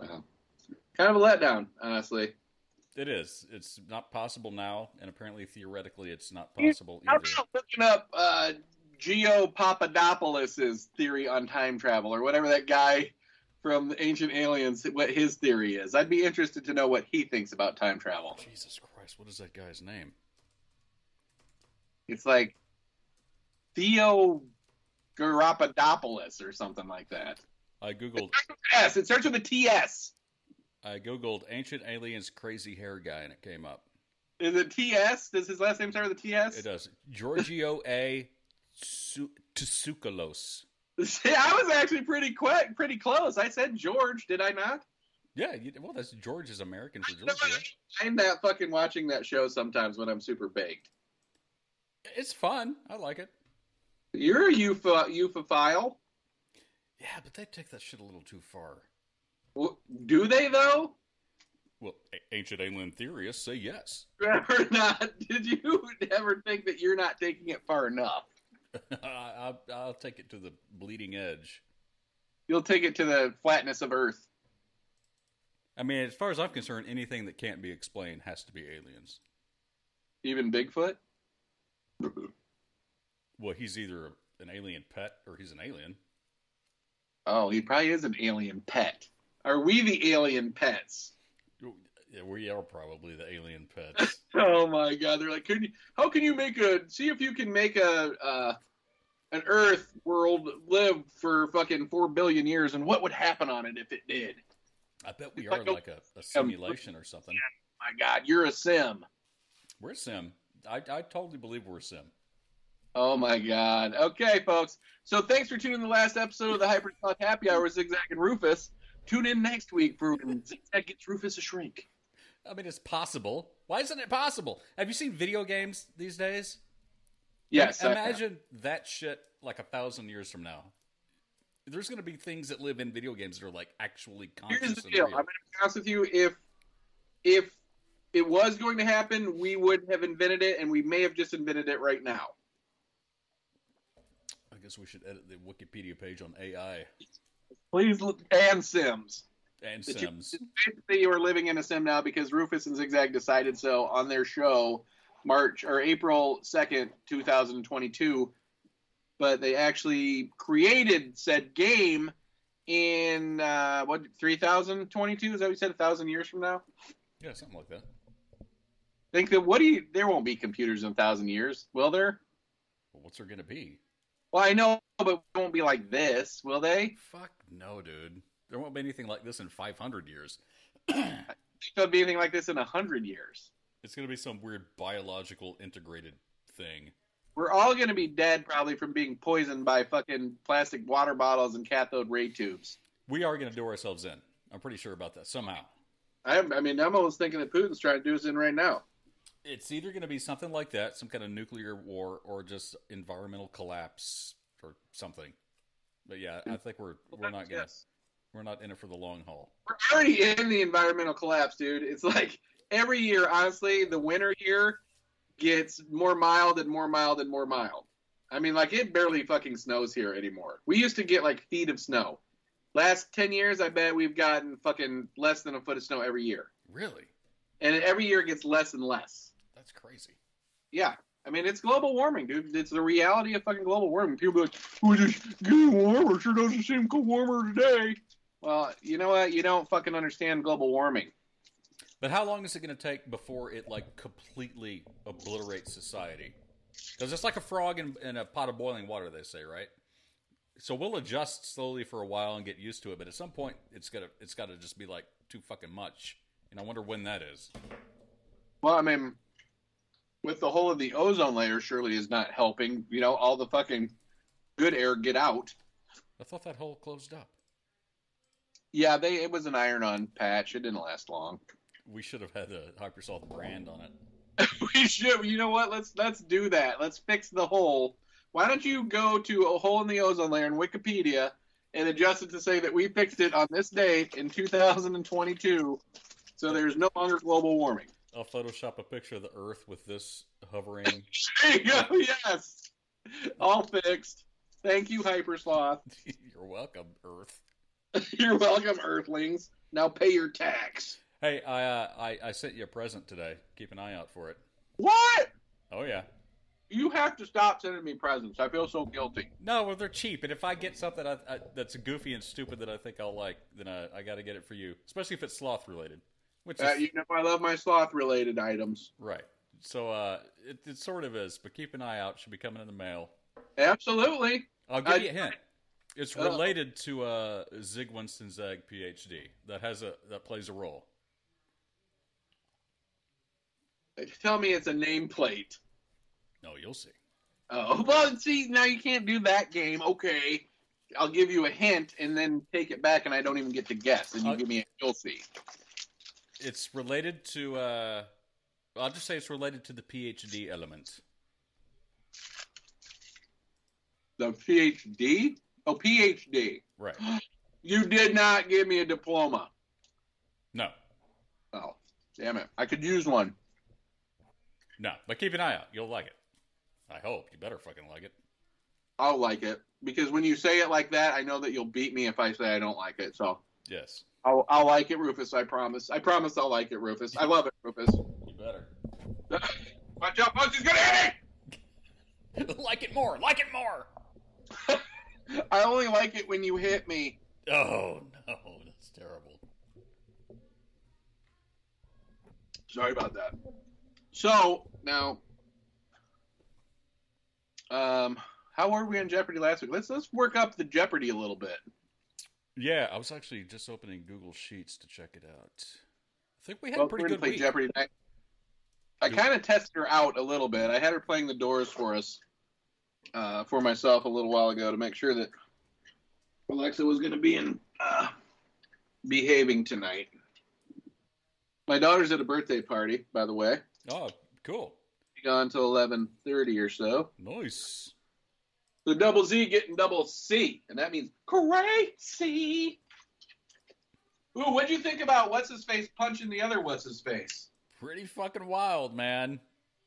S2: Wow. Kind of a letdown, honestly.
S3: It is. It's not possible now, and apparently theoretically it's not possible
S2: How
S3: either.
S2: about looking up uh, Geo Papadopoulos' theory on time travel, or whatever that guy from the Ancient Aliens, what his theory is? I'd be interested to know what he thinks about time travel.
S3: Jesus Christ, what is that guy's name?
S2: It's like Theo Garopadopoulos or something like that.
S3: I googled
S2: S. It starts with a TS.
S3: I googled ancient aliens crazy hair guy and it came up.
S2: Is it TS? Does his last name start with a TS?
S3: It does. Giorgio A. Tsu- Tsoukalos.
S2: See, I was actually pretty quick, pretty close. I said George, did I not?
S3: Yeah, you, well, that's George is American for
S2: You know what?
S3: Georgia.
S2: I am that fucking watching that show sometimes when I'm super baked.
S3: It's fun. I like it.
S2: You're a UFO, UFOphile.
S3: Yeah, but they take that shit a little too far.
S2: W- Do they though?
S3: Well, a- ancient alien theorists say yes. (laughs)
S2: Or not? (laughs) Did you ever think that you're not taking it far enough?
S3: I, I, I'll take it to the bleeding edge.
S2: You'll take it to the flatness of Earth.
S3: I mean, as far as I'm concerned, anything that can't be explained has to be aliens.
S2: Even Bigfoot?
S3: Well, he's either an alien pet, or he's an alien.
S2: Oh, he probably is an alien pet. Are we the alien pets?
S3: Yeah, we are probably the alien pets.
S2: Oh my god! They're like, could you, how can you make a? See if you can make a uh, an Earth world live for fucking four billion years, and what would happen on it if it did?
S3: I bet we
S2: It's (laughs)
S3: are
S2: like a-
S3: like a, a simulation or something.
S2: My god, you're a sim.
S3: We're sim. I, I totally believe we're sim.
S2: Oh my god. Okay, folks. So thanks for tuning in the last episode of the Hyper Sloth Happy Hour with Zigzag and Rufus. Tune in next week for when Zigzag gets Rufus a shrink.
S3: I mean, it's possible. Why isn't it possible? Have you seen video games these days?
S2: Yes. I-
S3: Imagine that shit like a thousand years from now. There's going to be things that live in video games that are like actually conscious.
S2: Here's the
S3: and
S2: deal. I'm
S3: real.
S2: going to be honest with you. If if it was going to happen, we would have invented it, and we may have just invented it right now.
S3: I guess we should edit the Wikipedia page on AI
S2: Please look and Sims.
S3: and
S2: Did you-
S3: Sims.
S2: Basically, you are living in a sim now because Rufus and Zigzag decided so on their show, March or April second, two thousand twenty-two. But they actually created said game in uh, what three thousand twenty-two? Is that what you said? A thousand years from now?
S3: Yeah, something like that.
S2: Think that what do you? There won't be computers in a thousand years, will there?
S3: But what's there going to be?
S2: Well, I know, but it won't be like this, will they?
S3: Fuck no, dude. There won't be anything like this in
S2: (coughs)
S3: 500 years.
S2: There'll be anything like this in a hundred years.
S3: It's going to be some weird biological integrated thing.
S2: We're all going to be dead probably from being poisoned by fucking plastic water bottles and cathode ray tubes.
S3: We are going to do ourselves in. I'm pretty sure about that somehow.
S2: I, I mean, I'm almost thinking that Putin's trying to do us in right now.
S3: It's either going to be something like that, some kind of nuclear war, or just environmental collapse or something. But yeah, I think we're we're not gonna
S2: Yes.
S3: we're not in it for the long haul.
S2: We're already in the environmental collapse, dude. It's like every year, honestly, the winter here gets more mild and more mild and more mild. I mean, like it barely fucking snows here anymore. We used to get like feet of snow. Last 10 years, I bet we've gotten fucking less than a foot of snow every year.
S3: Really?
S2: And every year it gets less and less.
S3: That's crazy.
S2: Yeah. I mean, it's global warming, dude. It's the reality of fucking global warming. People be like, "We just getting warmer. Sure doesn't seem co- warmer today." Well, you know what? You don't fucking understand global warming.
S3: But how long is it going to take before it like completely obliterates society? Because it's like a frog in, in a pot of boiling water, they say, right? So we'll adjust slowly for a while and get used to it, but at some point, it's gonna it's got to just be like too fucking much. And I wonder when that is.
S2: Well, I mean, with the whole of the ozone layer, surely is not helping. You know, all the fucking good air get out.
S3: I thought that hole closed up.
S2: Yeah, they it was an iron-on patch. It didn't last long.
S3: We should have had the Hypersoft brand on it.
S2: (laughs) we should. You know what? Let's let's do that. Let's fix the hole. Why don't you go to a hole in the ozone layer in Wikipedia and adjust it to say that we fixed it on this date in 2022, so there's no longer global warming. (laughs)
S3: I'll Photoshop a picture of the Earth with this hovering. (laughs)
S2: There you go. Yes, all fixed. Thank you, Hypersloth. (laughs)
S3: You're welcome, Earth.
S2: You're welcome, Earthlings. Now pay your tax.
S3: Hey, I, uh, I I sent you a present today. Keep an eye out for it.
S2: What?
S3: Oh yeah.
S2: You have to stop sending me presents. I feel so guilty.
S3: No, well they're cheap, and if I get something I, I, that's goofy and stupid that I think I'll like, then I, I got to get it for you, especially if it's sloth related. Which is
S2: Uh, you know I love my sloth-related items.
S3: right. So uh, it, it sort of is, but keep an eye out. Should be coming in the mail.
S2: Absolutely.
S3: I'll give
S2: I-
S3: you a hint. It's
S2: Oh.
S3: related to uh, Zig Winston Zag PhD. That has a that plays a role.
S2: Tell me it's a nameplate.
S3: No, you'll see.
S2: Oh, (laughs) well, see, now you can't do that game. Okay. I'll give you a hint and then take it back, and I don't even get to guess. And you
S3: Uh,
S2: give me a you'll see.
S3: It's related to. Uh, I'll just say it's related to the PhD element.
S2: The PhD? Oh, PhD.
S3: Right.
S2: You did not give me a diploma.
S3: No,
S2: Oh, damn it. I could use one.
S3: no. But keep an eye out. You'll like it. I hope. You better fucking like it.
S2: I'll like it. Because when you say it like that, I know that you'll beat me if I say I don't like it. So
S3: Yes.
S2: I'll, I'll like it, Rufus. I promise. I promise I'll like it, Rufus. I love it, Rufus.
S3: You better. (laughs)
S2: Watch out, Punch is going to hit it!
S3: like it more. Like it more.
S2: I only like it when you hit me.
S3: Oh no, that's terrible.
S2: Sorry about that. So now, um, how were we on Jeopardy last week? Let's let's work up the Jeopardy a little bit.
S3: Yeah, I was actually just opening Google Sheets to check it out. I think we had
S2: Well,
S3: a pretty
S2: we're gonna
S3: good
S2: play
S3: week.
S2: Jeopardy tonight. I
S3: Yeah.
S2: kind of tested her out a little bit. I had her playing the Doors for us, uh, for myself a little while ago to make sure that Alexa was going to be in uh, behaving tonight. My daughter's at a birthday party, by the way.
S3: Oh, cool,
S2: Be gone till eleven thirty or so.
S3: nice.
S2: The double Z getting double C, and that means crazy. Ooh, what'd you think about what's his face punching the other what's his face?
S3: Pretty fucking wild, man.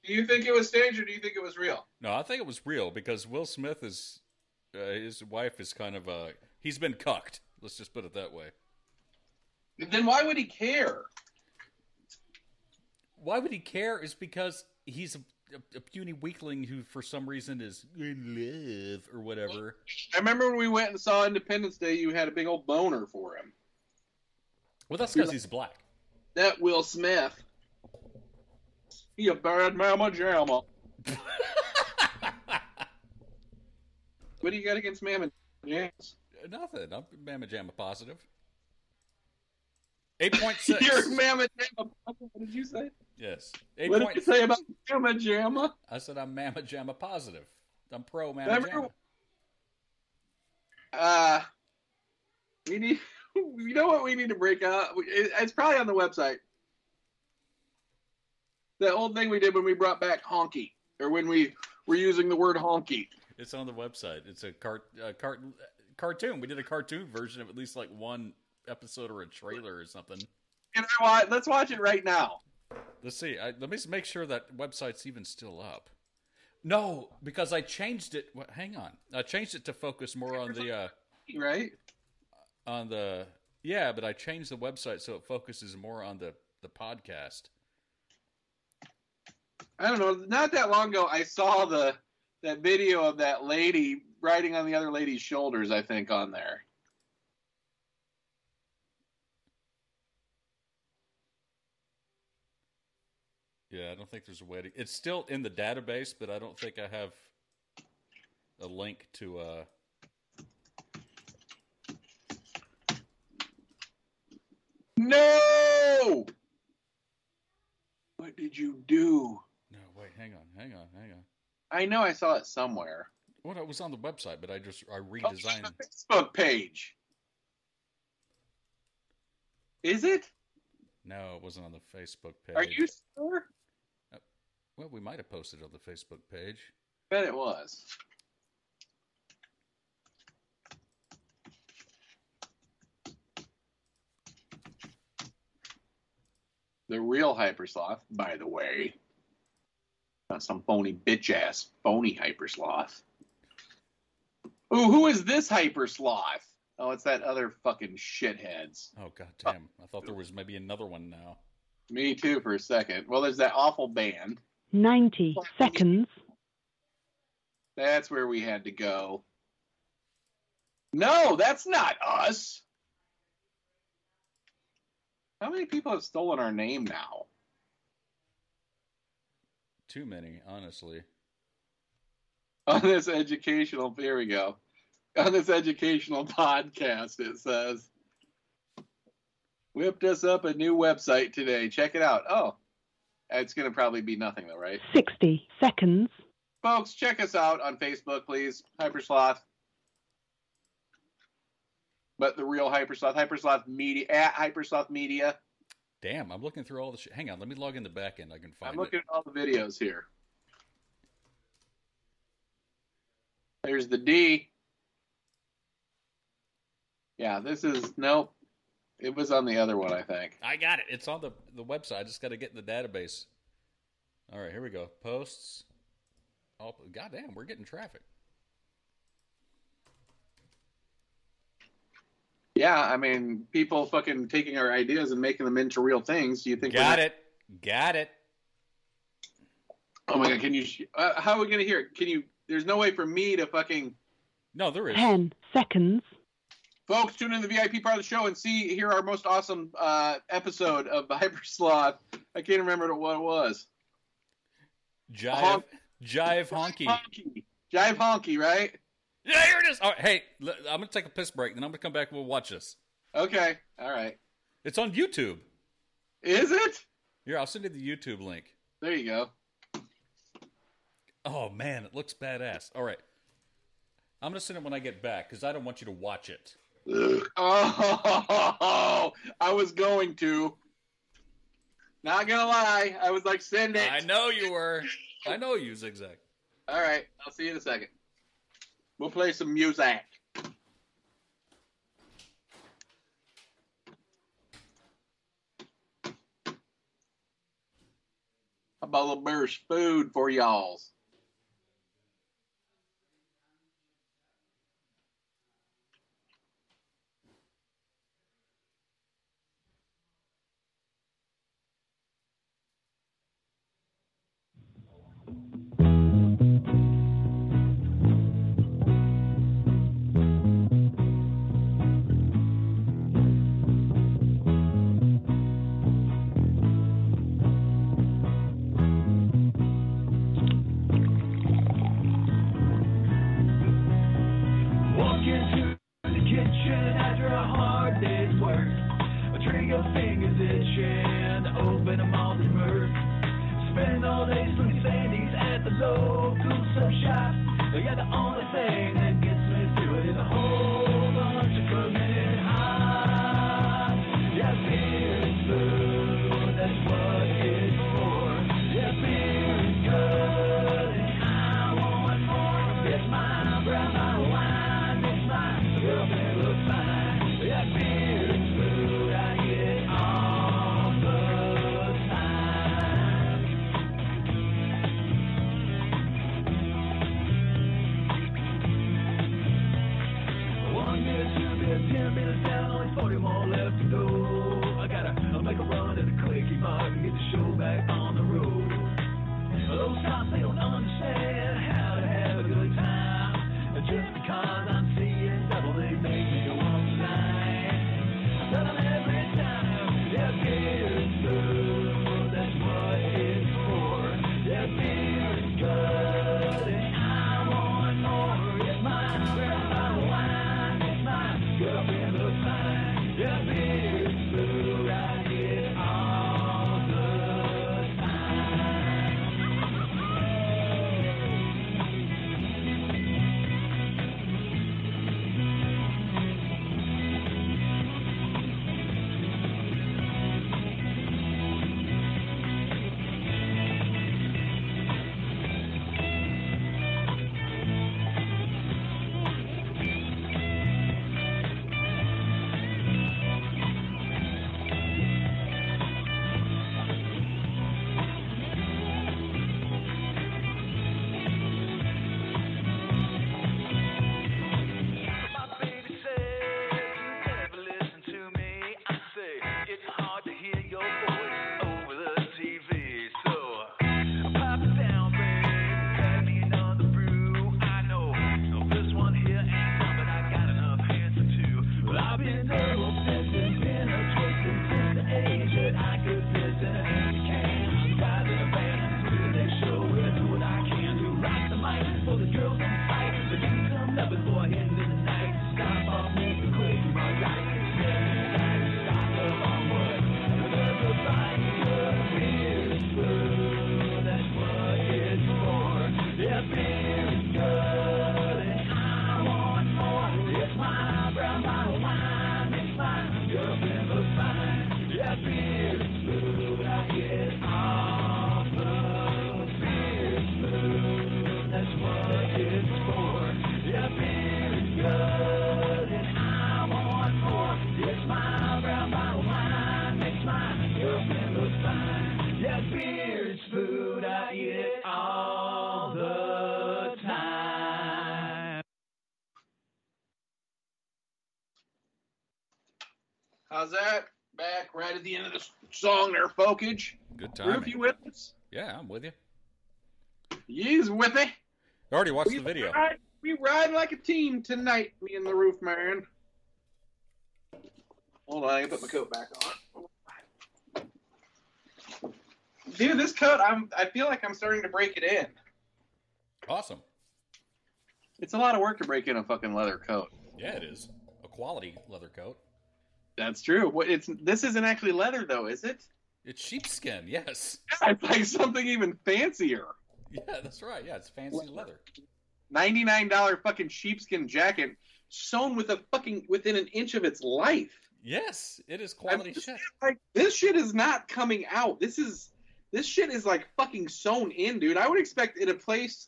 S2: Do you think it was staged or do you think it was real?
S3: No, I think it was real because Will Smith is uh, his wife is kind of uh he's been cucked. Let's just put it that way.
S2: Then why would he care?
S3: Why would he care? Is because he's a, a, a puny weakling who, for some reason, is in love or whatever.
S2: I remember when we went and saw Independence Day, you had a big old boner for him.
S3: Well, that's because he's black.
S2: That Will Smith. He a bad mama jamma. What do you got against mama jams?
S3: Nothing. I'm mamma jamma positive. Eight
S2: (laughs)
S3: point six.
S2: You're mama jamma. What did you say?
S3: yes. Eight
S2: What did you
S3: point.
S2: say about mama jamma?
S3: I said I'm mamma jamma positive. I'm pro mamma
S2: Remember-
S3: jamma.
S2: Uh, we need. (laughs) You know what we need to break out? We- it- It's probably on the website. That old thing we did when we brought back honky, or when we were using the word honky.
S3: It's on the website. It's a cart, uh, cart, cartoon. We did a cartoon version of at least like one episode or a trailer or something.
S2: Can I watch? Let's watch it right now.
S3: Let's see. I, let me just make sure that website's even still up. No, because I changed it. What, hang on, I changed it to focus more on the uh,
S2: Right?
S3: on the yeah, but I changed the website so it focuses more on the the podcast.
S2: I don't know. Not that long ago, I saw the that video of that lady riding on the other lady's shoulders. I think on there.
S3: Yeah, I don't think there's a way to. It's still in the database, but I don't think I have a link to. uh
S2: No. What did you do?
S3: No, wait, hang on, hang on, hang on.
S2: I know I saw it somewhere.
S3: Well, it was on the website, but I just I
S2: Oh, it's on
S3: redesigned.
S2: the Facebook page. Is it?
S3: No, it wasn't on the Facebook page.
S2: Are you sure?
S3: Well, we might have posted it on the Facebook page.
S2: Bet it was. The real hypersloth, by the way. Not some phony bitch ass phony hypersloth. Ooh, who is this hypersloth? Oh, it's that other fucking shitheads.
S3: Oh god damn! I thought there was maybe another one now.
S2: Me too for a second. Well, there's that awful band.
S9: 90 seconds.
S2: That's where we had to go. No, that's not us. How many people have stolen our name now? (laughs)
S3: Too many, honestly.
S2: On this educational, here we go. On this educational podcast, it says, whipped us up a new website today. Check it out. Oh, it's going to probably be nothing, though, right?
S9: 60 seconds.
S2: folks, check us out on Facebook, please. Hypersloth. But the real Hypersloth, Hypersloth Media, at Hypersloth Media.
S3: Damn, I'm looking through all the shit. Hang on, let me log in the back end. I can find
S2: I'm looking
S3: it.
S2: at all the videos here. There's the D. Yeah, this is, nope. It was on the other one, I think.
S3: I got it. It's on the the website. I just got to get in the database. All right, here we go. Posts. Oh, goddamn, we're getting traffic.
S2: Yeah, I mean, people fucking taking our ideas and making them into real things. Do you think?
S3: Got it. Got it.
S2: Oh my god, can you? sh- Uh, how are we gonna hear it? Can you? There's no way for me to fucking
S3: No, there is.
S9: 10 seconds.
S2: Folks, tune in to the VIP part of the show and see here our most awesome uh, episode of (laughs) Hyper Sloth. I can't remember what it was.
S3: Jive,
S2: Honk.
S3: jive honky.
S2: Honky. Jive honky, right?
S3: Yeah, here it is. All right, hey, l- I'm gonna take a piss break, then I'm gonna come back and we'll watch this.
S2: Okay. All right.
S3: It's on YouTube.
S2: Is it?
S3: Here, I'll send you the YouTube link.
S2: There you go.
S3: Oh man, it looks badass. All right, I'm gonna send it when I get back because I don't want you to watch it.
S2: Oh, (laughs) I was going to. Not gonna lie, I was like, send it.
S3: I know you were. I know you, Zigzag.
S2: All right, I'll see you in a second. We'll play some music. A bowl of bearish food for y'all's.
S6: Walk into the kitchen after a hard day's work. A tray of fingers itching, open a mouth and murk. Spend all day sweet sandies at the local sub shop. Yeah, the only thing that gets me through it is a whole bunch of burning hot. Yeah, beer is food, that's what it's for. Yeah, beer is good, and I want more. It's my breath, my wine, it's my love, it looks fine. That beer is food I get all the time. One minute, two minutes, ten minutes down, only forty more left to go. I gotta I'll make a run at the quickie mark and get the show back on the road. Those cops, they don't understand how to have a good time. And just because I'm seeing double, they make me go on tonight. I tell them every time, yeah, beer is good, that's what it's for. Yeah, beer is good, and I want more. It's my breath, my wine, it's my girlfriend, looks fine. Yeah, beer is good, I get all the time. My baby says you never listen to me. I say it's hard to hear your voice over the TV. So pop it down, babe. Grab me another brew. I know this one here ain't done, but I got enough hands for two. Well, I've been double fisting, been a twisting since the age that I could piss and can. Guys in a band, do the next show. We'll do what I can do. Rock the mic for the girls on fight. But you come loving for a end in the night. Stop off me quick, my guy. Stop the long word. Love the fine good. Beer is good. That's what it's for. Yeah, beer is good. And I want more. It's my brown, my wine. It's my girlfriend looks fine. Yeah, beer is good. I get all the beer is good. That's what it's for. Yeah, beer is good. And I want more. It's my brown, my wine. It's my girlfriend looks fine. Yeah, beer is food. I get all the time.
S2: How's that? Back right at the end of the s- song there, folkage.
S3: Good
S2: Were
S3: timing.
S2: you with us?
S3: Yeah, I'm with you.
S2: He's with it.
S3: I already watched the video.
S2: All right. We ride like a team tonight, me and the roof man. Hold on, I gotta put my coat back on. Dude, this coat, I'm I feel like I'm starting to break it in.
S3: Awesome.
S2: It's a lot of work to break in a fucking leather coat.
S3: Yeah, it is. A quality leather coat.
S2: That's true. What it's this isn't actually leather though, is it?
S3: It's sheepskin, (laughs) yes.
S2: It's like something even fancier.
S3: Yeah, that's right. Yeah, it's fancy leather.
S2: Ninety-nine dollar fucking sheepskin jacket sewn with a fucking within an inch of its life.
S3: Yes, it is quality
S2: just-
S3: shit.
S2: Like this shit is not coming out. This is this shit is like fucking sewn in, dude. I would expect in a place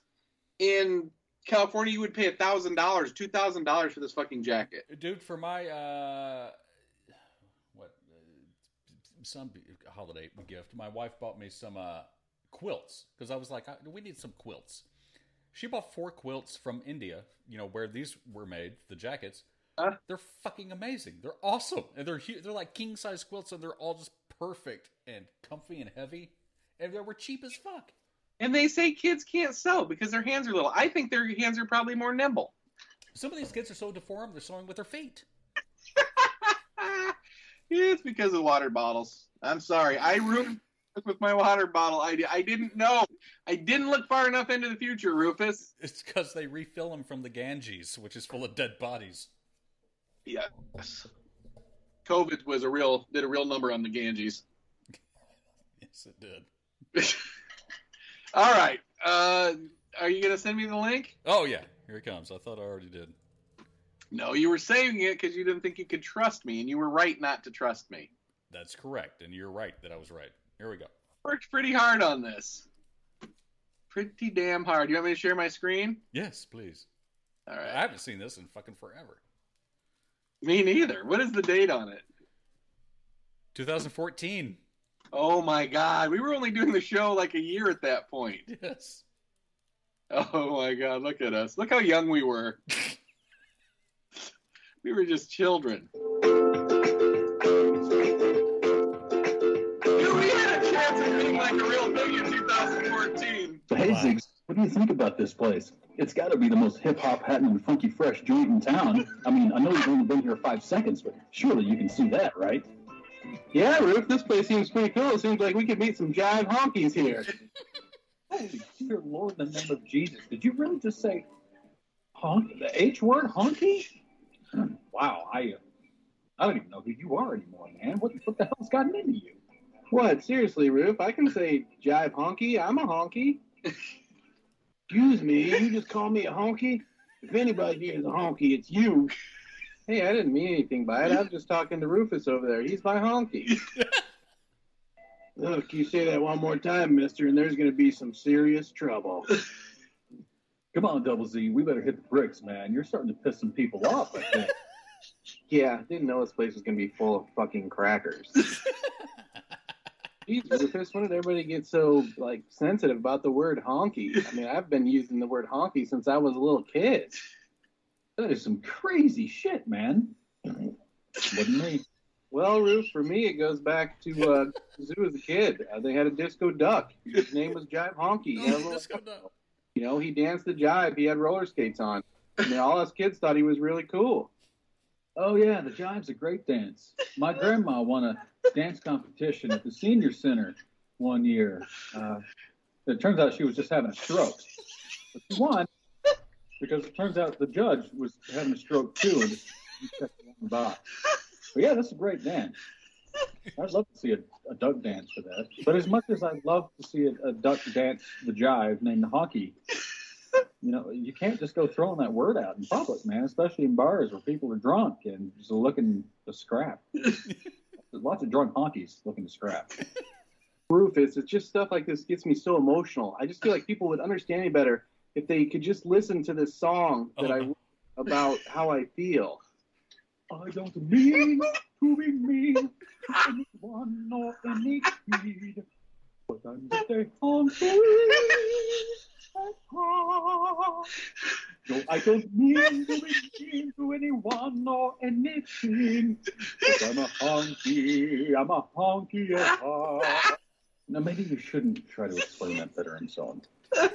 S2: in California you would pay a thousand dollars, two thousand dollars for this fucking jacket.
S3: Dude, for my uh what uh, some holiday gift, my wife bought me some uh quilts because I was like, I, we need some quilts. She bought four quilts from India, you know, where these were made, the jackets.
S2: Huh?
S3: They're fucking amazing. They're awesome. And they're hu- they're like king-size quilts and they're all just perfect and comfy and heavy. And they were cheap as fuck.
S2: And they say kids can't sew because their hands are little. I think their hands are probably more nimble.
S3: Some of these kids are so deformed, they're sewing with their feet.
S2: Ah, it's because of water bottles. I'm sorry. I ruined with my water bottle idea. I didn't know. I didn't look far enough into the future, Rufus.
S3: It's because they refill them from the Ganges, which is full of dead bodies.
S2: Yes. COVID was a real did a real number on the Ganges.
S3: Yes, it did.
S2: All right. Uh, are you gonna send me the link?
S3: Oh yeah, here it comes. I thought I already did.
S2: No, you were saving it because you didn't think you could trust me, and you were right not to trust me.
S3: That's correct, and you're right that I was right. Here we go.
S2: Worked pretty hard on this. Pretty damn hard. You want me to share my screen?
S3: Yes, please.
S2: All
S3: I
S2: right.
S3: haven't seen this in fucking forever.
S2: Me neither. What is the date on it?
S3: 2014.
S2: Oh my god, we were only doing the show like a year at that point.
S3: (laughs) Yes.
S2: Oh my god, look at us. Look how young
S8: (laughs)
S2: we were. we were just children. Dude, we had a chance of being like a real thing in 2014.
S10: Hey,
S3: Wow.
S10: Ziggs, what do you think about this place? It's got to be the most hip hop, hatting, and funky fresh joint in town. I mean, I know you've only been here five seconds, but surely you can see that, right?
S8: Yeah, Roof, this place seems pretty cool. Seems like we could meet some jive honkies
S10: (laughs)
S8: here.
S10: Holy dear Lord, in the name of Jesus, did you really just say honky? The H word, honky? Wow, I, uh, I don't even know who you are anymore, man. What, what the hell's gotten into you?
S8: What? Seriously, Roof? I can say jive honky. I'm a honky. Excuse me, you just call me a honky? If anybody here is a honky, it's you. Hey, I didn't mean anything by it. I was just talking to Rufus over there. He's my honky. Look, you say that one more time, mister, and there's going to be some serious trouble.
S10: Come on, Double Z, we better hit the bricks, man. You're starting to piss some people off, I think.
S8: Yeah, I didn't know this place was going to be full of fucking crackers. Jeez, Rufus, when did everybody get so like sensitive about the word honky? I mean, I've been using the word honky since I was a little kid.
S10: That is some crazy shit, man. Wouldn't me.
S8: Well, Roof, for me, it goes back to uh, the zoo as a kid. Uh, they had a disco duck. His name was Jive Honky. He had a
S3: Oh,
S8: little-
S10: (laughs)
S3: this got no-
S8: you know, he danced the jive. He had roller skates on. I mean, all us kids thought he was really cool.
S10: Oh yeah, the jive's a great dance. My grandma won a dance competition at the senior center one year. Uh, it turns out she was just having a stroke, but she won because it turns out the judge was having a stroke too, and he kept walking by. But yeah, that's a great dance. I'd love to see a, a duck dance for that. But as much as I'd love to see a, a duck dance the jive named the hockey, you know, you can't just go throwing that word out in public, man, especially in bars where people are drunk and just looking to scrap. There's lots of drunk honkies looking to scrap.
S8: Rufus, it's just stuff like this gets me so emotional. I just feel like people would understand me better if they could just listen to this song that I
S3: Oh.
S8: about how I feel.
S10: I don't mean to be mean to anyone or any creed, but I'm just a honky at heart. No, I don't mean to be mean to anyone or anything, but I'm a honky, I'm a honky at heart. Now, maybe you shouldn't try to explain that veteran song.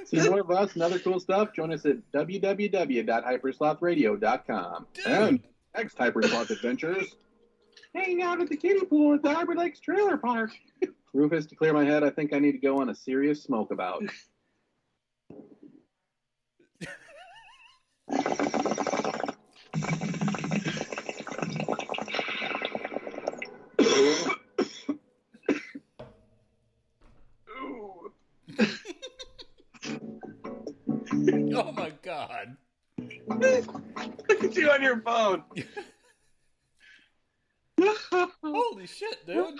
S11: See more of us and other cool stuff? Join us at www.hyperslothladio.com. And next Hypersloth
S2: (laughs)
S11: Adventures, hanging out at the kiddie pool at the Harbor Lakes Trailer Park. (laughs) Rufus, to clear my head, I think I need to go on a serious smoke
S2: (laughs)
S11: about.
S3: oh my god. (laughs)
S2: Look at you on your
S11: (laughs)
S2: phone.
S3: Holy shit, dude.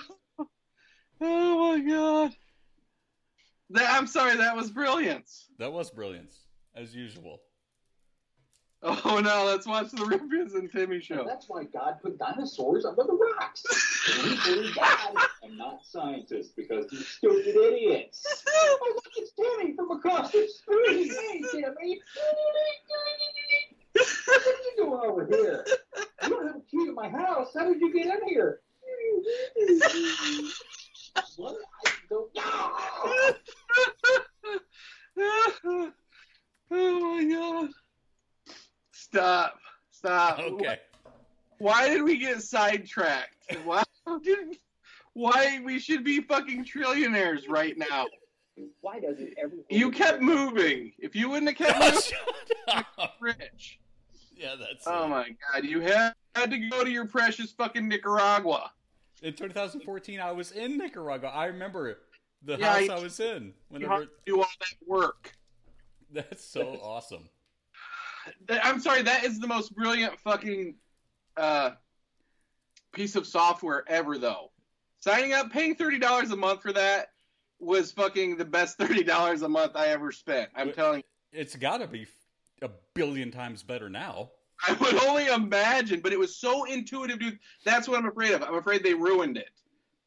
S2: Oh my god. That, I'm sorry, that was brilliance.
S3: That was brilliance, as usual.
S2: Oh no, let's watch the Rufus and
S11: (laughs)
S2: Timmy show. (laughs)
S10: That's why God put dinosaurs under the rocks. we believe God and not scientists because you stupid idiots. oh, look, it's Timmy from across the street. Hey, Timmy. what are you doing over here? You don't have a key to my house. How did you get in here? what? I don't know.
S2: oh my god. Stop. Stop.
S3: Okay. (laughs)
S2: Why did we get sidetracked? Why did why we should be fucking trillionaires right now?
S10: Why doesn't everyone?
S2: You kept moving. If you wouldn't have kept
S3: Oh,
S2: moving,
S3: shut up.
S2: rich.
S3: Yeah, that's
S2: Oh
S3: it.
S2: my god, you had had to go to your precious fucking Nicaragua.
S3: In 2014, I was in Nicaragua. I remember the
S2: Yeah,
S3: house
S2: I-
S3: I, was in.
S2: You had
S3: Whenever
S2: to do all that work.
S3: (laughs) that's so awesome.
S2: That- I'm sorry, that is the most brilliant fucking uh, piece of software ever, though. Signing up, paying thirty dollars a month for that was fucking the best (laughs) thirty dollars a month I ever spent. I'm
S3: Wh-
S2: telling you,
S3: It's got to be a billion times better now.
S2: I would only imagine, but it was so intuitive, dude. That's what I'm afraid of. I'm afraid they ruined it.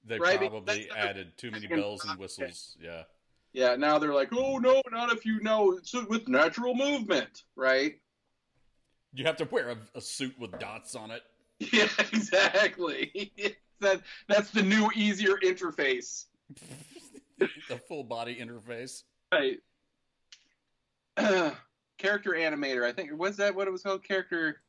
S3: They
S2: Right, because
S3: probably
S2: that's-
S3: added too many bells and whistles. Yeah.
S2: Yeah, now they're like, oh no, not if you know it's with natural movement, right? (laughs)
S3: You have to wear a, a suit with dots on it. (laughs)
S2: Yeah, exactly. (laughs) that that's the new easier interface.
S3: the full body interface.
S2: Right. (clears throat) Character animator, I think. Was that what it was called? Character.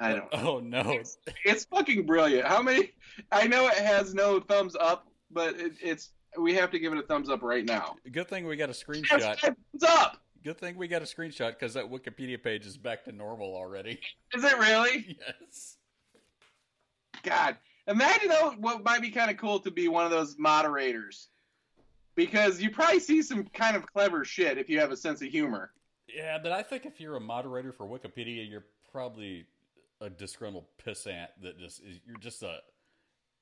S2: I don't. know.
S3: Oh no.
S2: It's fucking brilliant. How many? I know it has no thumbs up, but it, it's. We have to give it a thumbs up right now.
S3: Good thing we got a
S2: Yes,
S3: screenshot.
S2: five thumbs up.
S3: Good thing we got a screenshot because that Wikipedia page is back to normal already. (laughs)
S2: Is it really?
S3: Yes.
S2: God, imagine though what might be kind of cool to be one of those moderators, because you probably see some kind of clever shit if you have a sense of humor. (laughs)
S3: Yeah, but I think if you're a moderator for Wikipedia, you're probably a disgruntled pissant that just is you're just a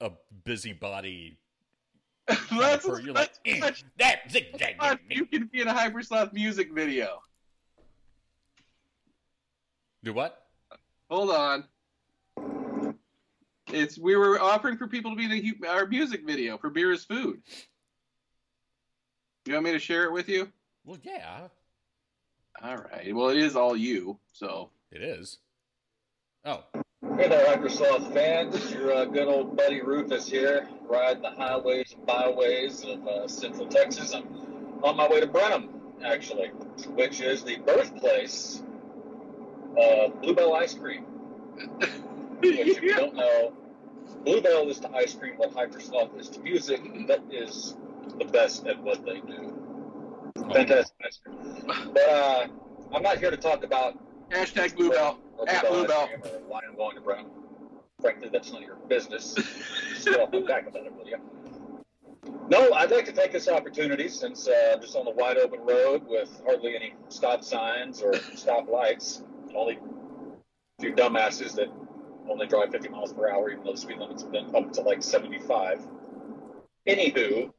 S3: a busybody. kind of
S2: let's,
S3: per- you're like
S2: let's,
S3: "Eh,
S2: let's-
S3: that (laughs) zigzag.
S2: let's- you can be in a hypersloth music video.
S3: Do what?
S2: Hold on. It's we were offering for people to be in a, hu- our music video for beer is food. You want me to share it with you?
S3: Well, yeah,
S2: All right. Well, it is all you. So
S3: it is. Oh,
S10: Hey there, Microsoft fans. Your uh, good old buddy Rufus here, riding the highways and byways of uh, Central Texas. I'm on my way to Brenham, actually, which is the birthplace of Uh, Bluebell ice
S8: (laughs)
S10: cream. Which, if you don't know, Bluebell is to ice cream what Hypersloth is to music. That is the best at what they do. Fantastic ice cream. But uh, I'm not here to talk about
S2: hashtag Bluebell.
S10: or
S2: At Bluebell.
S10: Instagram or Wine and Wine and Brown. Frankly, that's none of your business. Still, I'll come back about it, will you? No, I'd like to take this opportunity since uh, I'm just on the wide open road with hardly any stop signs or stop lights. Only a few dumbasses that only drive 50 miles per hour, even though the speed limit's been up to like 75. Anywho,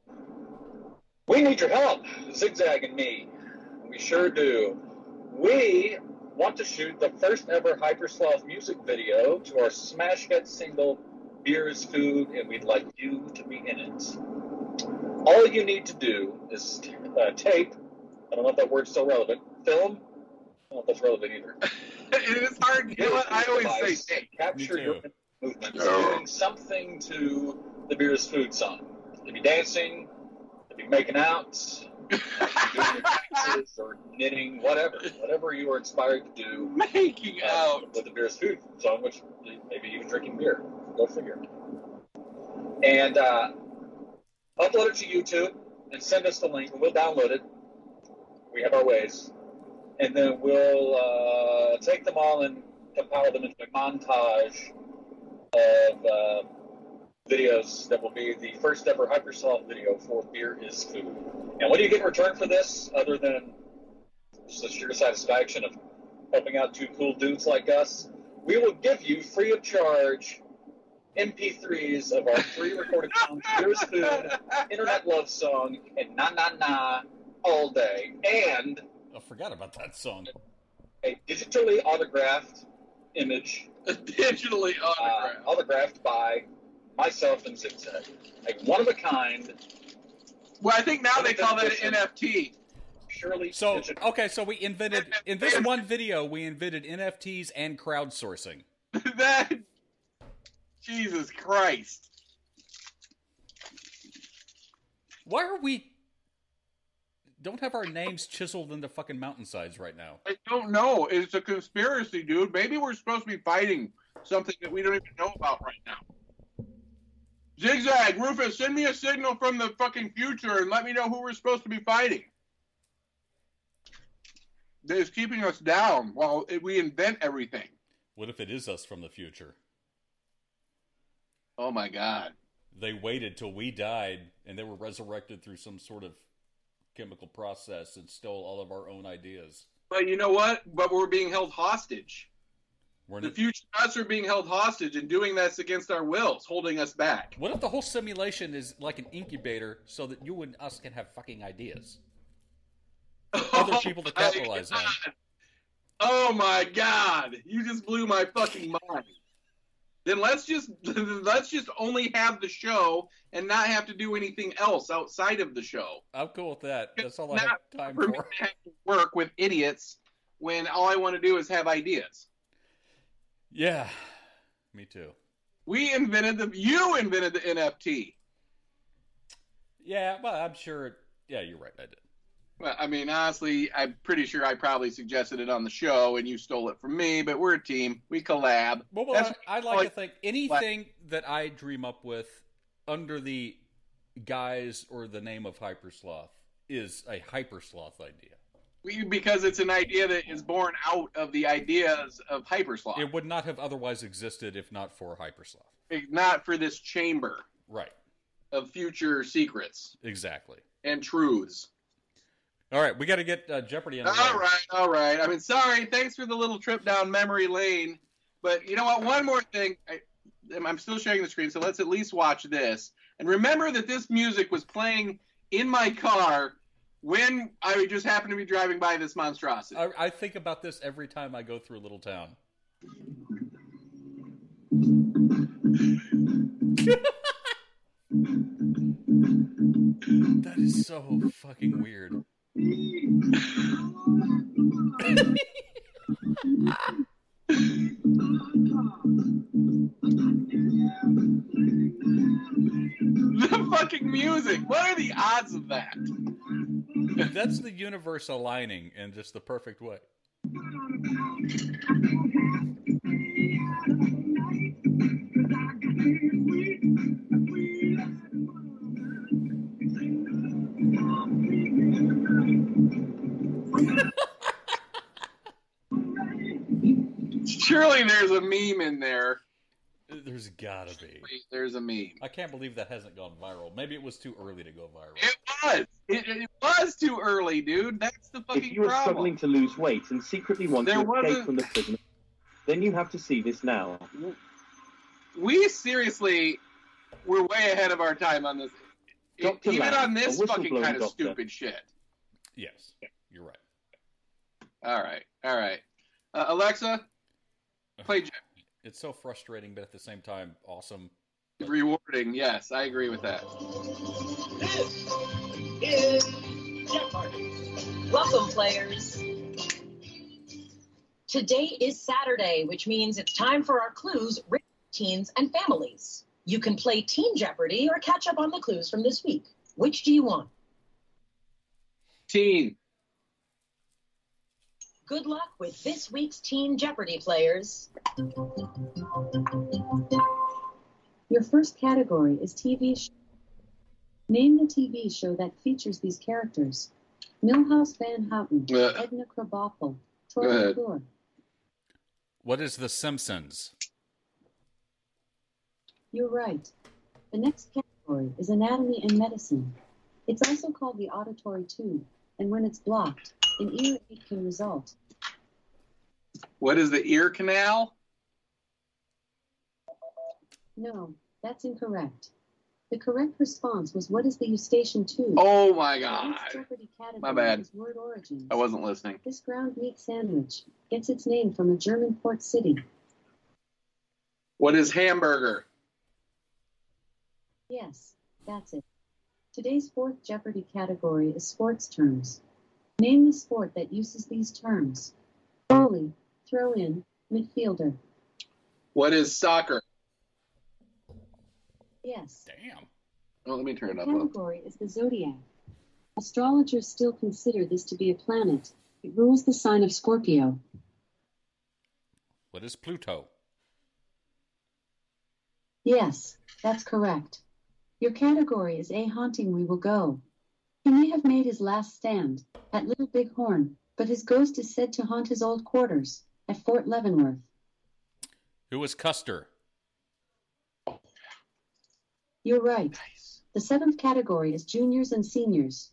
S10: we need your help, Zigzag and me. We sure do. We want to shoot the first ever Hypersloth music video to our smash hit single Beer is Food, and we'd like you to be in it. All you need to do is uh, tape, I don't know if that word's still relevant, film, I don't know if that's relevant either.
S2: it is hard. You know what? I always
S10: Device,
S2: say
S10: capture
S3: Me
S10: your
S3: too.
S10: movements, doing something to the Beer is Food song. If you're dancing, if
S12: You're making out, you're doing your
S3: (laughs)
S12: taxes, or knitting, whatever, whatever you are inspired to do.
S2: Making
S12: out with the beer's food zone, which maybe even drinking beer. Go figure. And uh, upload it to YouTube and send us the link, and we'll download it. We have our ways, and then we'll uh, take them all and compile them into a montage of uh, videos that will be the first ever Hypersoft video for Beer is Food. And what do you get in return for this, other than just the sheer satisfaction of helping out two cool dudes like us? We will give you free of charge MP3s of our three recorded songs, Beer is Food, Internet Love Song, and Na Na Na all day. And
S3: I Oh, forgot about that song.
S12: a digitally autographed image.
S2: digitally
S12: autographed. autographed by myself and Zigzag. Like one of a kind.
S2: Well, I think now they call that an NFT.
S12: Surely.
S3: So
S2: oh,
S3: okay, so we invented in this one video we invented NFTs and crowdsourcing.
S2: (laughs) that Jesus Christ.
S3: Why are we don't have our names chiseled into fucking mountainsides right now?
S2: I don't know. It's a conspiracy, dude. Maybe we're supposed to be fighting something that we don't even know about right now. Zigzag, Rufus, send me a signal from the fucking future and let me know who we're supposed to be fighting. That is keeping us down while we invent everything.
S3: What if it is us from the future?
S2: Oh my god.
S3: They waited till we died and they were resurrected through some sort of chemical process and stole all of our own ideas.
S2: But you know what? But we're being held hostage.
S3: We're
S2: the future us are being held hostage, and doing that's against our wills, holding us back.
S3: What if the whole simulation is like an incubator so that you and us can have fucking
S2: (laughs)
S3: ideas? For Other people to capitalize on.
S2: Oh my god! You just blew my fucking mind. Then let's just (laughs) let's just only have the show and not have to do anything else outside of the show.
S3: I'm cool with that. That's all I
S2: Not
S3: have time
S2: for me
S3: for.
S2: to have to work with idiots when all I want to do is have ideas.
S3: Yeah. Me too.
S2: We invented the you invented the NFT.
S3: Yeah, well, I'm sure. Yeah, you're right. I did.
S2: Well, I mean, honestly, I'm pretty sure I probably suggested it on the show and you stole it from me, but we're a team. We collab.
S3: Well, well,
S2: That's-
S3: I, I like to think anything that I dream up with under the guise or the name of hypersloth is a hypersloth idea.
S2: we- because it's an idea that is born out of the ideas of Hypersloth.
S3: It would not have otherwise existed if not for hypersloth.
S2: not for this chamber
S3: Right.
S2: of future secrets
S3: Exactly.
S2: and truths.
S3: All right, we got to get uh, Jeopardy on.
S2: All right, all right. I mean, sorry. Thanks for the little trip down memory lane. But you know what? One more thing. I, I'm still sharing the screen, so let's at least watch this. And remember that this music was playing in my car when I just happened to be driving by this
S13: Uh,
S2: monstrosity.
S3: I, I think about this every time I go through Little Town. (laughs) that is so fucking weird.
S2: (laughs) the fucking music. What are the odds of that?
S3: That's the universe aligning in just the perfect way.
S2: Surely there's a meme in there.
S3: There's gotta be.
S2: There's a meme.
S3: I can't believe that hasn't gone viral. Maybe it was too early to go viral.
S2: It, it was too early, dude. That's the fucking
S13: If you are
S2: problem.
S13: struggling to lose weight and secretly want
S2: There
S13: to escape
S2: wasn't-
S13: from the prison, then you have to see this now.
S2: We seriously were way ahead of our time on this.
S13: Dr.
S2: Even
S13: Lang,
S2: on this
S13: a
S2: fucking
S13: whistleblowing
S2: kind of
S13: doctor.
S2: stupid shit.
S3: Yes, you're right.
S2: All right, all right. Uh, Alexa, play Jeff.
S3: It's so frustrating, but at the same time, awesome.
S2: Rewarding, yes, I agree with that.
S14: is Jeopardy. Welcome, players. Today is Saturday, which means it's time for our clues written for teens and families. You can play Teen Jeopardy or catch up on the clues from this week. Which do you want?
S2: Teen.
S14: Good luck with this week's Teen Jeopardy players.
S15: Your first category is TV show. Name the TV show that features these characters. Milhouse Van
S2: Uh,
S15: Houten,
S3: Ugh.
S15: Edna Krabappel,
S3: Go
S15: Troy
S3: ahead.
S15: McClure.
S3: What is The Simpsons?
S15: You're right. The next category is anatomy and medicine. It's also called the auditory tube, and when it's blocked, an ear ache can result.
S2: What is the ear canal?
S15: No, that's incorrect. The correct response was what is the eustachian tube?
S2: Oh my God.
S15: The next Jeopardy category
S2: My bad.
S15: is word origins.
S2: I wasn't listening.
S15: This ground meat sandwich gets its name from a German port city.
S2: What is hamburger?
S15: Yes, that's it. Today's fourth Jeopardy category is sports terms. Name the sport that uses these terms. Goalie, throw in, midfielder.
S2: What is soccer?
S15: Yes.
S3: Damn.
S2: Oh, let me turn
S15: The
S2: it up. a little.
S15: category is the zodiac. Astrologers still consider this to be a planet. It rules the sign of Scorpio.
S3: What is Pluto?
S15: Yes, that's correct. Your category is A Haunting We Will Go. He may have made his last stand at Little Big Horn, but his ghost is said to haunt his old quarters at Fort Leavenworth.
S3: Who is Custer?
S15: You're right. The seventh category is juniors and seniors.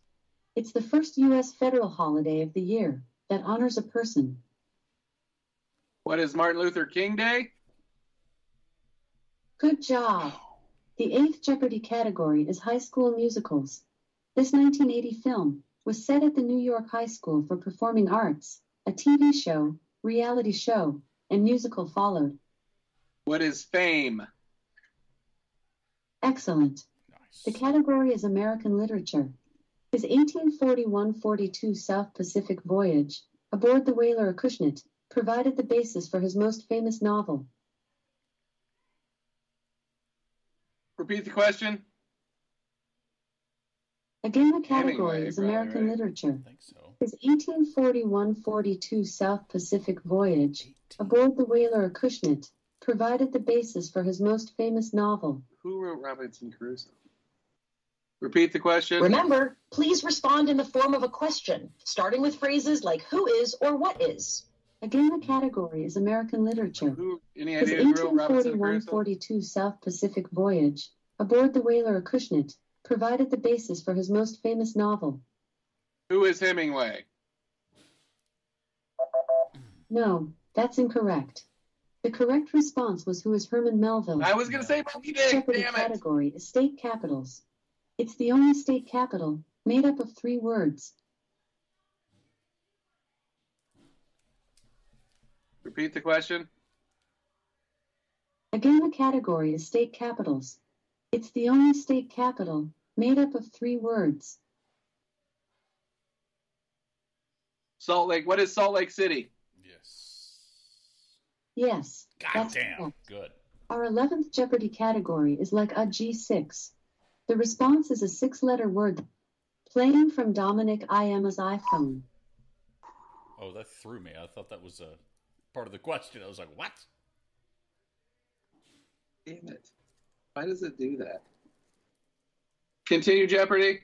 S15: It's the first U.S. federal holiday of the year that honors a person.
S2: What is Martin Luther King Day?
S15: Good job. The eighth Jeopardy category is high school musicals. This 1980 film was set at the New York High School for Performing Arts. A TV show, reality show, and musical followed.
S2: What is fame?
S15: Excellent. The category is American literature. His 1841 42 South Pacific voyage aboard the whaler Acushnet provided the basis for his most famous novel.
S2: Repeat the question.
S15: Again, the category
S2: Hemingway,
S15: is
S2: probably,
S15: American
S2: right?
S15: literature. His 1841-42 South Pacific voyage aboard the whaler Acushnet provided the basis for his most famous novel.
S2: Who wrote Robinson Crusoe? Repeat the question.
S14: Remember, please respond in the form of a question, starting with phrases like who is or what is.
S15: Again, the category is American literature.
S2: Any
S15: His
S2: idea who wrote Robinson Crusoe?
S15: 1841-42 South Pacific voyage aboard the whaler Acushnet provided the basis for his most famous novel.
S2: Who is Hemingway?
S15: No, that's incorrect. The correct response was who is Herman Melville.
S2: I was going to say Moby Dick.
S15: Jeopardy
S2: Damn it.
S15: category is state capitals. It's the only state capital made up of three words.
S2: Repeat the question.
S15: Again, the category is state capitals. It's the only state capital made up of three words.
S2: Salt Lake. What is Salt Lake City?
S15: Yes, that's
S3: Goddamn.
S15: correct.
S3: Good.
S15: Our 11th Jeopardy category is like a G6. The response is a six letter word. Playing from Dominic Iamma's iPhone.
S3: Oh, that threw me. I thought that was a part of the question. I was like, what?
S2: Damn it. Why does it do that? Continue Jeopardy.